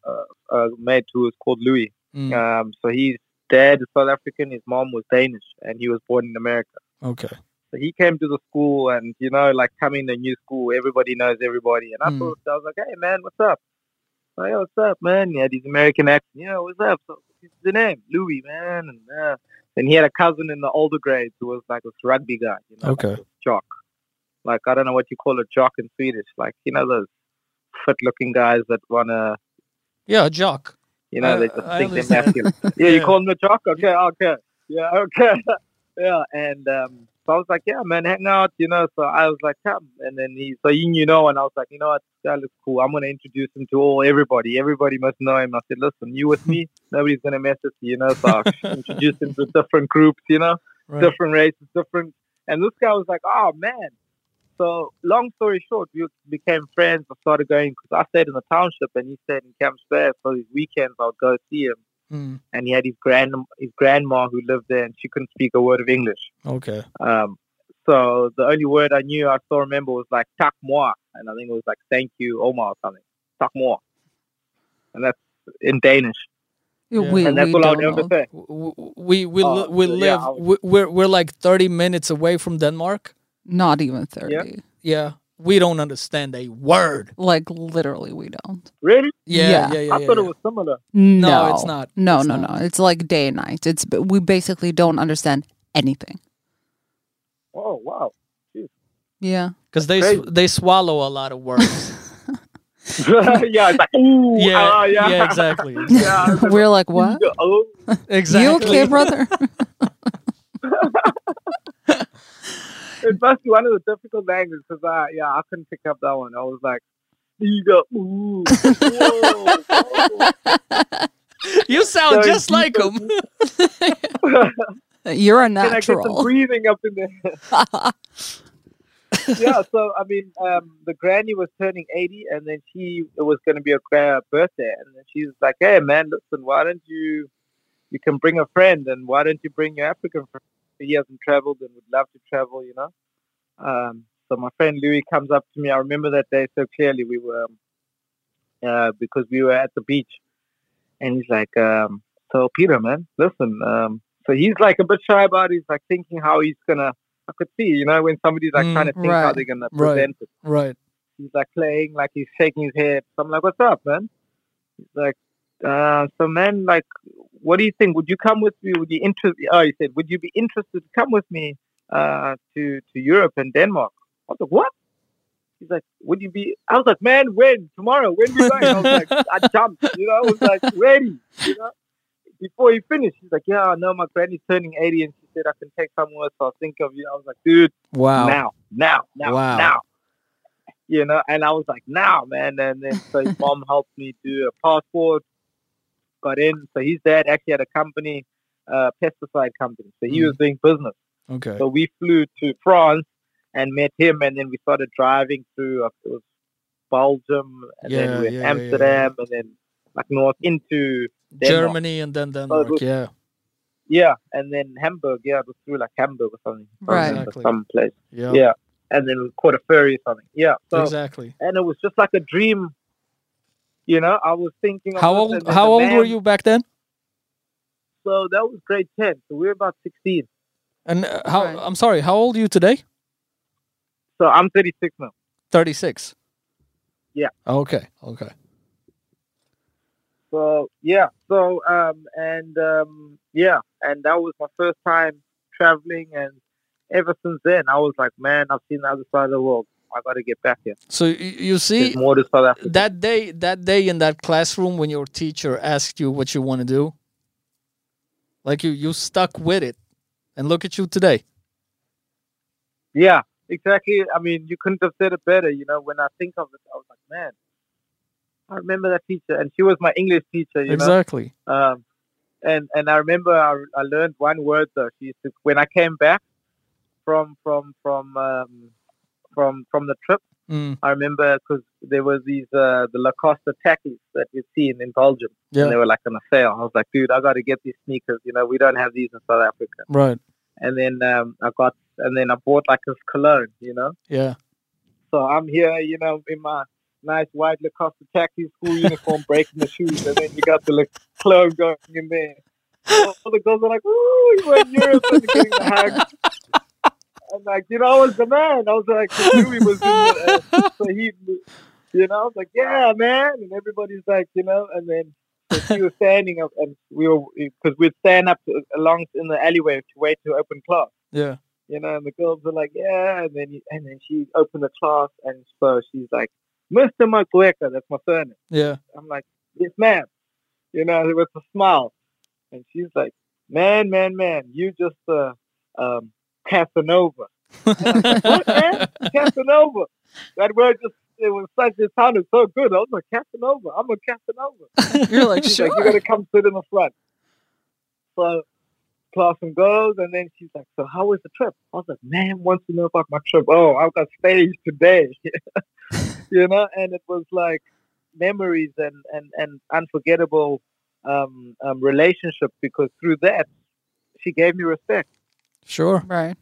C: a, a mate who was called Louis.
B: Mm.
C: Um, so his dad is South African, his mom was Danish, and he was born in America.
B: Okay.
C: So he came to the school, and you know, like coming to new school, everybody knows everybody. And I
B: Mm.
C: thought I was like, "Hey, man, what's up?" So, hey, what's up, man? He had his American accent. Yeah, what's up? So, what's the name? Louis, man. And uh, and he had a cousin in the older grades who was like this rugby guy, you know,
B: Okay.
C: like this jock. Like I don't know what you call a jock in Swedish. Like you know those fit-looking guys that wanna,
B: Yeah, Jock.
C: you know,
B: I-
C: they just
B: I
C: think they're
B: understand.
C: masculine yeah, you
B: Yeah.
C: call him a jock? Okay, okay. Yeah, okay. yeah, and um, so I was like, yeah, man, hang out, you know. So I was like, come. And then he, so he knew no one. I was like, you know what, that looks cool. I'm going to introduce him to all, everybody. Everybody must know him. I said, listen, you with me? Nobody's going to mess with you, you know. So I introduced him to different groups, you know
B: Right.
C: different races, different. And this guy was like, oh man. So long story short, we became friends. I started going because I stayed in the township and he stayed in Camp Square. So these weekends I would go see him.
B: Mm.
C: And he had his grand his grandma who lived there and she couldn't speak a word of English.
B: Okay.
C: Um, so the only word I knew I still remember was like tak moi, and I think it was like thank you Omar or something. Tak moi, and that's in Danish.
B: Mm,
A: We,
C: and that's
A: we
C: all I
A: don't
C: would ever
A: know.
C: say.
B: W- w- We we li-
C: Oh,
B: we
C: yeah,
B: live
C: I was-
B: we- we're we're like 30 minutes away from Denmark.
A: Not even 30.
B: Yeah. We don't understand a word.
A: Like literally we don't.
C: Really?
B: Yeah.
A: Yeah.
B: Yeah. Yeah. yeah,
C: I thought
B: yeah.
C: it was similar.
A: No,
B: it's not.
A: No,
B: It's
A: no,
B: not.
A: no. It's like day and night. It's we basically don't understand anything.
C: Oh wow.
A: Yeah.
B: Because they
C: Crazy.
B: sw- they swallow a lot of words.
C: yeah, it's like ooh,
B: yeah,
C: ah,
B: yeah,
C: yeah,
B: exactly,
C: yeah, I
A: We're like, what?
C: remember, oh,
A: You
B: exactly.
A: okay, brother?
C: it must be one of the difficult languages because I, yeah, I couldn't pick up that one. I was like, you go, ooh, whoa, whoa.
B: You sound
C: Sorry,
B: Oh, just like
C: people.
B: him.
A: You're a
C: Can I get some
A: natural.
C: breathing up in there? yeah, so I mean, um, the granny was turning 80, and then she it was going to be a gra- birthday, and then she's like, "Hey, man, listen, why don't you you can bring a friend, and why don't you bring your African friend? He hasn't traveled and would love to travel, you know." Um, so my friend Louis comes up to me. I remember that day so clearly. We were um, uh, because we were at the beach, and he's like, um, "So Peter, man, listen." Um, so he's like a bit shy about. It. He's like thinking how he's gonna. I could see, you know, when somebody's like
B: Mm,
C: trying to think how
A: right.
C: they're gonna
B: Right.
C: present it.
B: Right.
C: He's like playing, like he's shaking his head. So I'm like, "What's up, man?" He's like, uh, "So, man, like, what do you think? Would you come with me? Would you interest? Oh, he said, "Would you be interested to come with me uh, to to Europe and Denmark?" I was like, "What?" He's like, "Would you be?" I was like, "Man, when? Tomorrow? When we going?" I was like, "I jumped, you know. I was like, ready, you know." Before he finished, he's like, "Yeah, I know my granny's turning 80, and she said I can take someone with her. I'll think of you." I was like, "Dude."
B: Wow.
C: now, now, now,
B: Wow.
C: now. You know, and I was like, now, man. And then so his mom helped me do a passport, got in. So his dad actually had a company, uh, pesticide company. So
B: Hmm.
C: he was doing business.
B: Okay.
C: So we flew to France and met him, and then we started driving through uh, it was Belgium, and
B: Yeah,
C: then we went
B: yeah, yeah, yeah.
C: Amsterdam, and then like north into Denmark.
B: Germany and then Denmark.
C: was-
B: yeah.
C: yeah, and then Hamburg. Yeah, it was through like Hamburg or something,
A: Right.
B: Exactly.
C: some place.
B: Yeah.
C: Yeah, and then we caught a ferry or something. Yeah, so
B: exactly.
C: and it was just like a dream. You know, I was thinking. of
B: How
C: this
B: old
C: and then
B: how
C: the
B: old
C: man-
B: were you back then?
C: So that was grade ten. So we were about sixteen.
B: And uh, how
A: Right.
B: I'm sorry, how old are you today?
C: So I'm 36 now.
B: 36.
C: Yeah.
B: Okay. Okay.
C: So yeah. So um and um yeah, and that was my first time traveling, and ever since then I was like, man, I've seen the other side of the world. I got to get back here.
B: So you, you see
C: There's more to South Africa.
B: that day that day in that classroom when your teacher asked you what you want to do like you you stuck with it and look at you today
C: Yeah, exactly. I mean, you couldn't have said it better. You know, when I think of it, I was like, man, I remember that teacher, and she was my English teacher. You know.
B: exactly
C: Um, and and I remember I, I learned one word though. She used to, when I came back from from from um, from from the trip.
B: mm,
C: I remember because there was these uh, the Lacoste tackies that you've seen in Belgium,
B: yeah
C: and they were like on a sale. I was like, dude, I got to get these sneakers. You know, we don't have these in South Africa.
B: right
C: And then um, I got and then I bought like this cologne. You know,
B: yeah
C: so I'm here, you know, in my nice white Lacoste khaki school uniform, breaking the shoes, and then you got the like, clone going in there. All the girls are like, "Ooh, you were in Europe and getting the hug." I'm like, you know, I was the man. I was like, 'cause Louis was in the, uh, so he, you know, I was like, yeah, man, and everybody's like, you know, and then so she was standing up, and we were because we'd stand up to, along in the alleyway to wait to open class
B: yeah
C: you know, and the girls are like, yeah, and then and then she opened the class, and so she's like, Mr. McGueca, that's my surname.
B: yeah
C: I'm like, yes, ma'am, you know, with a smile, and she's like, man, man, man, you just uh, um, Casanova, what, man? Casanova. That word just it was such it sounded so good. I was like, Casanova, I'm a Casanova.
A: You're like,
C: She's
A: sure.
C: like, you gotta come sit in the front. So class and goes, and then she's like, so how was the trip? I was like, man wants to know about my trip. Oh, I got staged today, you know. And it was like memories and and and unforgettable um, um, relationship because through that she gave me respect.
B: sure
A: right.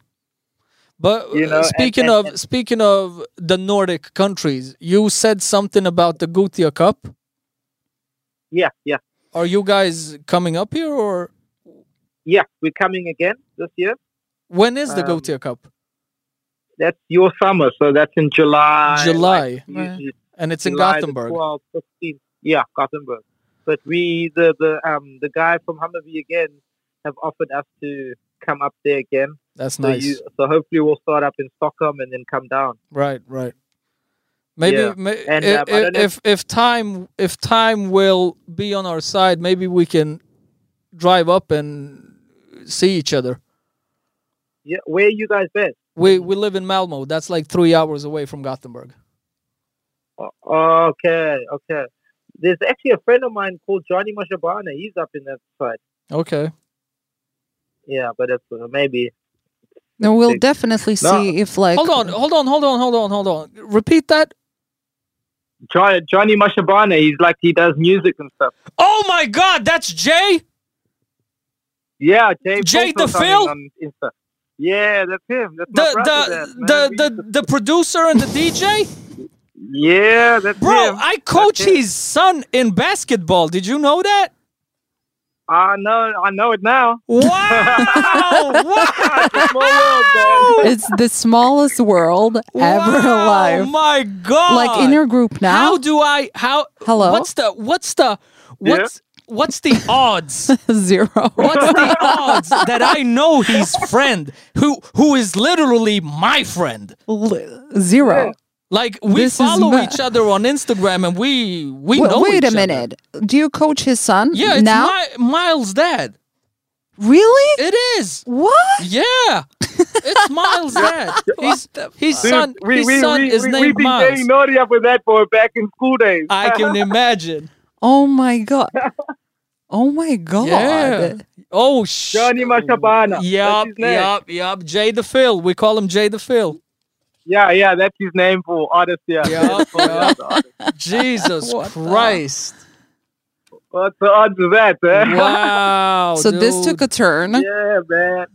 B: but
C: You
B: uh,
C: know, and-
B: speaking
C: and-
B: of
C: and-
B: speaking of the nordic countries you said something about the gutia cup
C: Yeah, yeah,
B: are you guys coming up here or
C: yeah. We're coming again this year.
B: when is the
C: Um,
B: gutia cup
C: That's your summer, so that's in July.
B: july
C: like,
A: Right.
C: usually
B: and it's in
C: July the
B: gothenburg
C: 12th, 15th. Yeah, Gothenburg. But we, the the um the guy from Hummerby again, have offered us to come up there again.
B: that's
C: So
B: nice
C: you, so hopefully we'll start up in Stockholm and then come down.
B: Right, right. Maybe
C: Yeah.
B: may,
C: And,
B: if,
C: um, I don't know
B: if if time if time will be on our side, maybe we can drive up and see each other.
C: Yeah, where you guys based?
B: We we live in Malmo. That's like three hours away from Gothenburg.
C: O- Okay, okay. There's actually a friend of mine called Johnny Mashabana. He's up in that side.
B: Okay.
C: yeah, but it's, uh, maybe
A: No, we'll
C: Big-
A: definitely see
C: No.
A: if like
B: hold on, hold on, hold on, hold on, hold on. Repeat that.
C: Johnny, Johnny Mashabana. He's like he does music and stuff.
B: Oh my God, that's Jay.
C: Yeah, Jay.
B: Jay
C: Fulton
B: the
C: something
B: Phil?
C: on Insta. Yeah, that's him. That's
B: The
C: my brother.
B: the
C: man. We
B: the,
C: used
B: the the producer and the DJ.
C: to- yeah, that's
B: Bro,
C: him.
B: I coach
C: That's it.
B: his son in basketball. Did you know that?
C: I know, I know it now.
B: Wow! wow!
C: It's a small world, man.
A: it's the smallest world ever
B: Wow,
A: alive.
B: my God!
A: Like in your group now.
B: how do I how
A: Hello?
B: What's the what's the
C: Yeah.
B: what's what's the odds?
A: Zero.
B: What's the odds that I know his friend who who is literally my friend?
A: Zero.
C: Yeah.
B: Like we
A: This is
B: follow
A: ma-
B: each other on Instagram and we we
A: Wa-
B: know.
A: wait
B: each
A: a
B: other.
A: minute. Do you coach his son?
B: Yeah, it's
A: now?
B: Mi- Miles' dad.
A: really?
B: It is.
A: What?
B: Yeah, it's Miles' dad. He's, his
C: Dude,
B: son.
C: we,
B: his
C: we,
B: son
C: we,
B: is
C: we,
B: named
C: We've been
B: Miles.
C: getting naughty up with that boy back in school days.
B: I can imagine.
A: Oh my god. Oh my god.
B: Yeah. Oh sh.
C: Johnny Mashabana.
B: Yup, yup, yup. Jay the Phil. We call him Jay the Phil.
C: Yeah, yeah, that's his name for artist. Yeah.
B: Yup,
C: For the
B: yup.
C: other artist.
B: Jesus
A: What the-
B: Christ.
C: What's the odds of that, eh?
B: Wow.
A: So this
B: Oh, dude.
A: took a turn.
C: Yeah, man.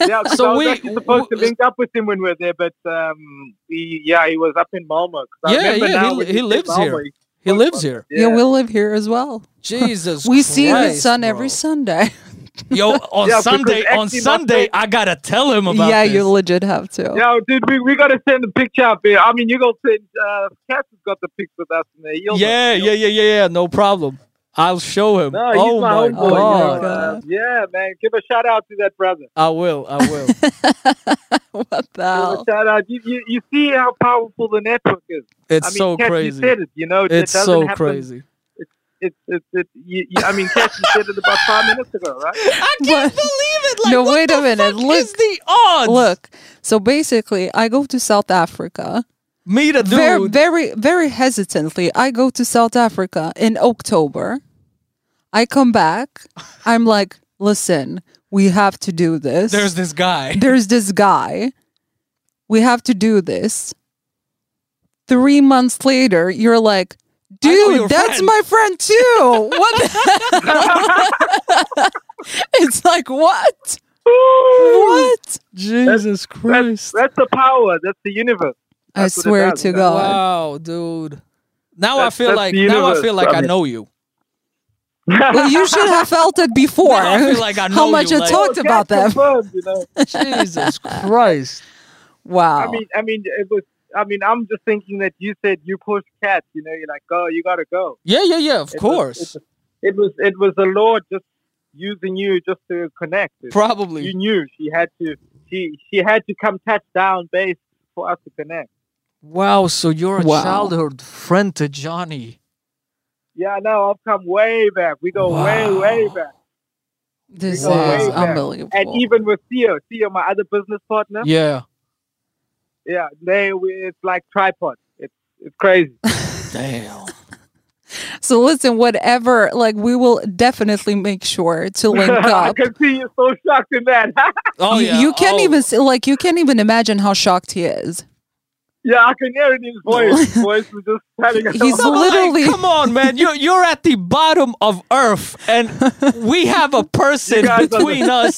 C: Yeah, 'cause
B: So
C: I was
B: we-
C: actually supposed to
B: w-
C: link up with him when we were there, but um, he, yeah, he was up in Malmo. 'cause I
B: Yeah,
C: remember
B: yeah,
C: now
B: he-
C: when
B: he
C: said
B: lives
C: Malmo,
B: here.
C: he-
B: He lives here.
A: Yeah, we live here as well.
B: Jesus
A: We see his
B: Christ,
A: son
B: bro.
A: every Sunday.
B: Yo, on
C: Yeah, because
B: Sunday, on
C: actually my
B: Sunday,
C: friend-
B: I gotta tell him about
A: yeah,
B: this.
A: you legit have to.
C: Yeah, dude, we, we got to send a picture up here. I mean, you got to send, uh, Cass has got the pics with us in there. You'll-
B: yeah, yeah, yeah, yeah, yeah. No problem. I'll show him.
C: No, he's
B: oh
C: my
B: my
C: homeboy.
A: you
B: god.
A: know.
C: uh, yeah, man, give a shout out to that brother.
B: I will. I will.
A: What the
C: Give
A: hell?
C: a shout out. You, you, you see how powerful the network is.
B: It's
C: I mean,
B: so
C: Cass,
B: crazy.
C: You said it, you know.
B: it's
C: it doesn't
B: so
C: happen.
B: crazy.
C: It's it's it, you, you, I mean, Cass, you said it about five minutes ago, right?
B: I
A: What?
B: believe it.
A: No, wait a minute. Look.
B: the odds?
A: Look, so basically, I go to South Africa.
B: meet a dude.
A: Very, very, very hesitantly, I go to South Africa in October. I come back. I'm like, listen, we have to do this.
B: There's this guy.
A: There's this guy. We have to do this. Three months later, you're like,
B: I know
A: dude,
B: your
A: that's
B: friend."
A: my friend too. What? the hell? it's like, what? What?
B: Jesus
C: That's,
B: Christ!
C: that's the power. That's the universe.
A: I
C: That's what it
A: swear
C: does.
A: to
C: That's
A: God.
B: wow, dude. Now I
C: That's-
B: feel
C: that's
B: like
C: the
B: now I
C: universe,
B: feel like I,
C: I mean.
B: know you.
A: Well, you should have felt it before.
B: Now I feel like I know
A: How much
B: you,
A: I
B: like-
A: talked about that.
C: Cass confirmed, You know?
B: Jesus Christ!
A: Wow.
B: Oh.
C: I mean, I mean, it was. I mean, I'm just thinking that you said you pushed Cat. You know, you're like, go, you gotta go.
B: Yeah, yeah, yeah. Of
C: It was-
B: course,
C: it It was, it was the Lord just using you just to connect. It-
B: probably.
C: You knew she had to, she she had to come touch down base for us to connect.
B: Wow. So you're a
A: Wow.
B: childhood friend to Johnny.
C: Yeah, no, I've come way back. We go way,
B: Wow.
C: way back.
A: this
B: go way
A: is
C: back.
A: unbelievable.
C: And even with Theo, Theo, my other business partner, yeah,
B: Yeah.
C: they we, it's like tripod. It's it's crazy.
B: Damn.
A: so listen, whatever, like we will definitely make sure to link
C: I
A: up.
C: can see you're so shocked in that.
B: Oh
A: You-
B: yeah.
A: You can't
B: oh.
A: even see, like you can't even imagine how shocked he is.
C: yeah, I can hear it in his voice. His voice was just having a
A: He's
B: But, like,
A: literally-
B: come on, man. You're you're at the bottom of Earth, and we have a person
C: You guys are the-
B: between us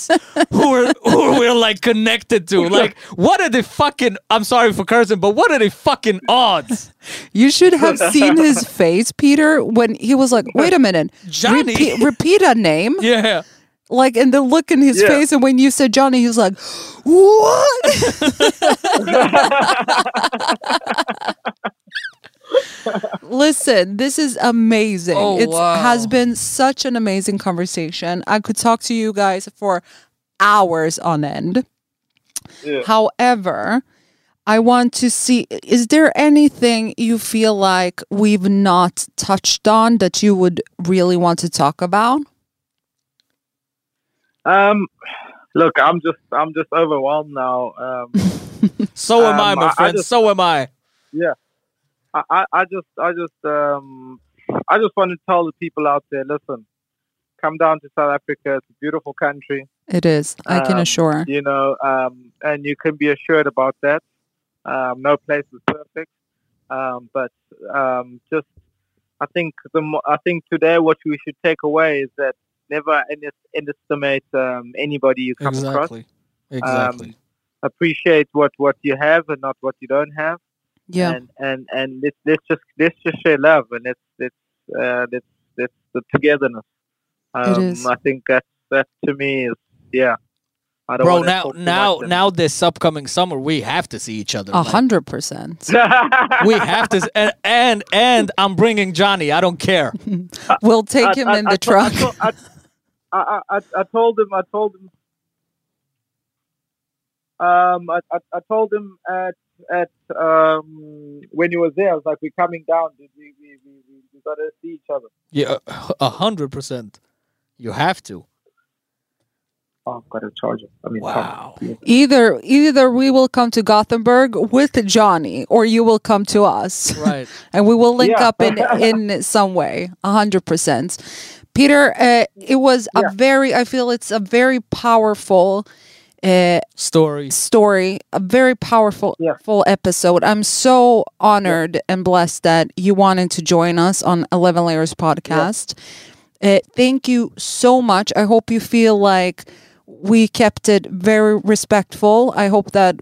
B: who are who we're like connected to. Like, what are the fucking? I'm sorry for cursing, but what are the fucking odds?
A: You should have seen his face, Peter, when he was like, "Wait a minute,
B: Johnny.
A: repeat, repeat a name."
B: Yeah,
A: Like, and the look in his
C: Yeah.
A: face, and when you said Johnny, he was like, "What?" Listen, this is amazing.
B: Oh,
A: it
B: wow.
A: has been such an amazing conversation. I could talk to you guys for hours on end.
C: Yeah.
A: However, I want to see is there anything you feel like we've not touched on that you would really want to talk about?
C: Um, look, I'm just I'm just overwhelmed now. Um,
B: so am I,
C: Um,
B: my
C: I- I
B: friend.
C: just-
B: so am I.
C: I, I I just I just um I just want to tell the people out there, listen, come down to South Africa. It's a beautiful country.
A: It is. I can
C: Um,
A: assure.
C: you know, um, and you can be assured about that. Um, no place is perfect, um, but um, just I think the mo- I think today what we should take away is that never under- underestimate um, anybody you come across.
B: Exactly. Exactly.
C: Appreciate what, what you have and not what you don't have.
A: Yeah.
C: And and and let's, let's just let's just share love and let's let's uh, let's let's the togetherness. Um,
A: is.
C: I think that that to me is yeah. I don't
B: Bro,
C: wanna
B: now
C: talk too
B: now
C: much and-
B: now this upcoming summer we have to see each other.
A: A
B: man.
A: hundred percent.
B: we have to s- and, and and I'm bringing Johnny. I don't care.
A: We'll take him in the
C: to- I
A: truck.
C: to- I, I, I, I told him. I told him. Um, I, I, I told him at at um when he was there. I was like, "We're coming down. dude. We we we, we, we gotta see each other."
B: Yeah, a hundred percent. You have to.
C: Oh, I've got a charger. I mean,
B: Wow.
A: Either either we will come to Gothenburg with Johnny, or you will come to us.
B: Right.
A: and we will link
C: Yeah.
A: up in in some way 100% peter uh, it was
C: Yeah.
A: a very i feel it's a very powerful uh,
B: Story.
A: story a very powerful
C: Yeah.
A: full episode i'm so honored and blessed that you wanted to join us on 11 layers podcast uh, thank you so much i hope you feel like we kept it very respectful i hope that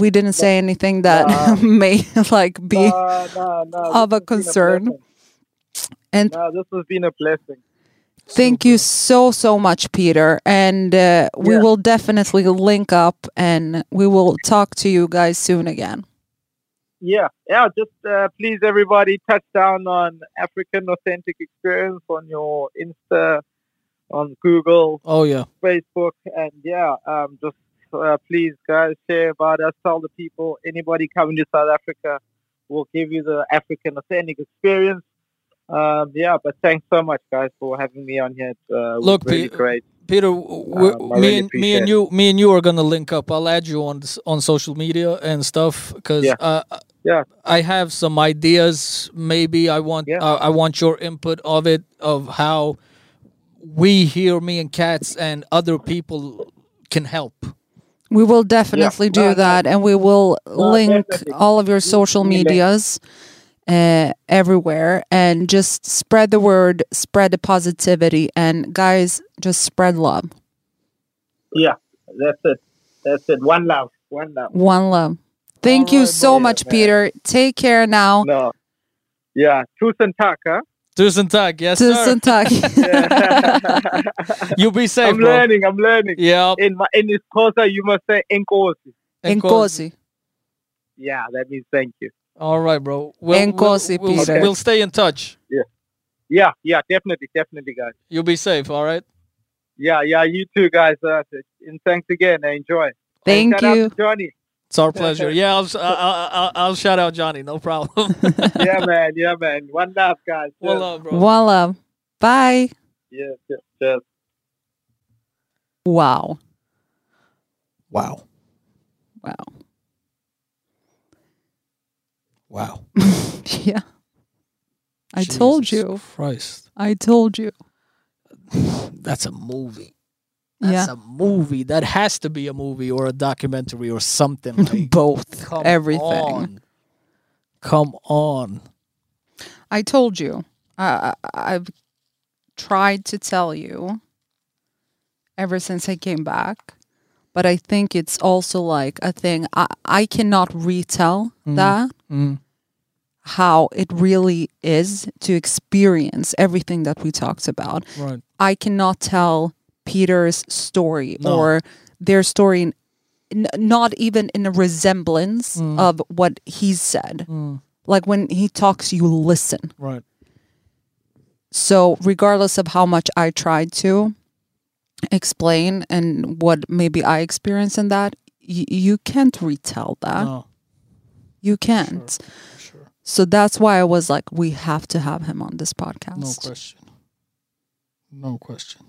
A: we didn't say anything that
C: Nah.
A: may like be
C: No, no, no,
A: Of a
C: this has been
A: concern.
C: blessing.
A: And-
C: no, this has been a blessing.
A: Thank you so so much, Peter, and uh, we
C: Yeah.
A: will definitely link up, and we will talk to you guys soon again.
C: Yeah, yeah. Just uh, please, everybody, touch down on African Authentic Experience on your Insta, on Google,
B: Oh yeah.
C: Facebook, and yeah, um, just uh, please, guys, share about us. Tell the people. Anybody coming to South Africa, will give you the African Authentic Experience. Um, yeah, but thanks so much, guys, for having me on here. It, Uh, was
B: Look,
C: really
B: Pe-
C: great.
B: Peter, w- w-
C: Um, I
B: me and me
C: really
B: and
C: appreciate
B: you, me and you are gonna link up. I'll add you on s- on social media and stuff because
C: Yeah.
B: uh,
C: Yeah.
B: I have some ideas. Maybe I want
C: Yeah.
B: uh, I want your input of it of how we here, me and cats and other people can help.
A: We will definitely do
C: No, no.
A: that, and we will
C: No,
A: link
C: definitely.
A: all of your social
C: we link.
A: medias uh, everywhere, and just spread the word, spread the positivity, and guys, just spread love,
C: Yeah, that's it. That's it. One love. One love.
A: one love. Thank
B: All
A: you
B: right,
A: so
C: buddy.
A: much,
C: Yeah, man.
A: Peter. Take care now.
C: No. Yeah, tusen tack. Huh?
B: Tusen tak, yes sir.
A: Tusen tack.
C: Yeah.
B: you be safe,
C: I'm
B: bro.
C: learning. I'm learning.
B: Yeah.
C: In my in this course, you must say enkosi.
A: Enkosi.
C: Yeah, that means thank you.
B: All right, bro. We'll,
A: Enkosi,
B: we'll, we'll,
A: Peter.
B: we'll stay in touch.
C: Yeah, yeah, definitely, definitely, guys.
B: You be safe. All right.
C: Yeah, yeah, you too, guys. Uh, and thanks again. I enjoy.
A: Thank
C: Shout out
A: you.
C: to Johnny.
B: It's our pleasure. Yeah, I'll, I'll, I'll, I'll shout out Johnny. No problem.
C: Yeah, man. Yeah, man. One love, guys.
B: well,
C: Cheers.
B: uh, bro.
A: One love. Bye.
C: Yes, yes, yes.
A: Wow.
B: Wow.
A: Wow.
B: Wow.
A: yeah. I told
B: Jesus
A: you.
B: Christ.
A: I told you.
B: That's a movie.
A: yeah.
B: That's a movie. That has to be a movie or a documentary or something. Like.
A: Both.
B: Come
A: Everything.
B: on. Come on.
A: I told you. I, I, I've tried to tell you ever since I came back. But I think it's also like a thing. I, I cannot retell that
B: Mm.
A: how it really is to experience everything that we talked about.
B: Right.
A: I cannot tell Peter's story
B: No.
A: or their story, in, n- not even in a resemblance of what he said.
B: Mm.
A: Like when he talks, you listen.
B: Right.
A: So, regardless of how much I tried to explain and what maybe I experienced in that, y- you can't retell that.
B: no.
A: You can't.
B: Sure.
A: So, that's why I was like, we have to have him on this podcast.
B: No question. No question.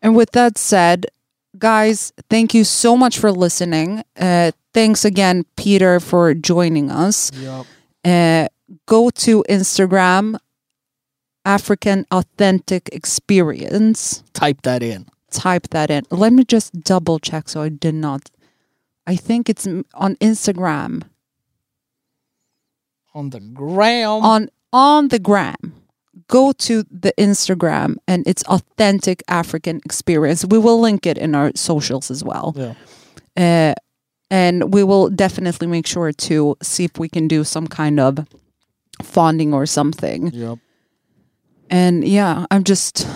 A: And with that said, guys, thank you so much for listening. Uh, thanks again, Peter, for joining us.
B: Yep.
A: Uh, go to Instagram, African Authentic Experience.
B: Type that in.
A: type that in. Let me just double check so I did not. I think it's m- on Instagram.
B: on the ground.
A: On on the gram. Go to the Instagram and it's authentic African experience. We will link it in our socials as well.
B: yeah.
A: Uh, and we will definitely make sure to see if we can do some kind of fonding or something.
B: Yep.
A: And yeah, I'm just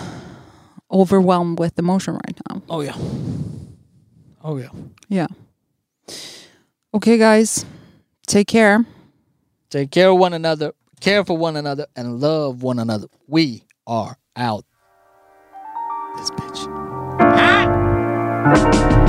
A: overwhelmed with emotion right now.
B: Oh yeah. Oh yeah.
A: Yeah. Okay, guys, take care.
B: Take care of one another, care for one another, and love one another. We are out. This bitch.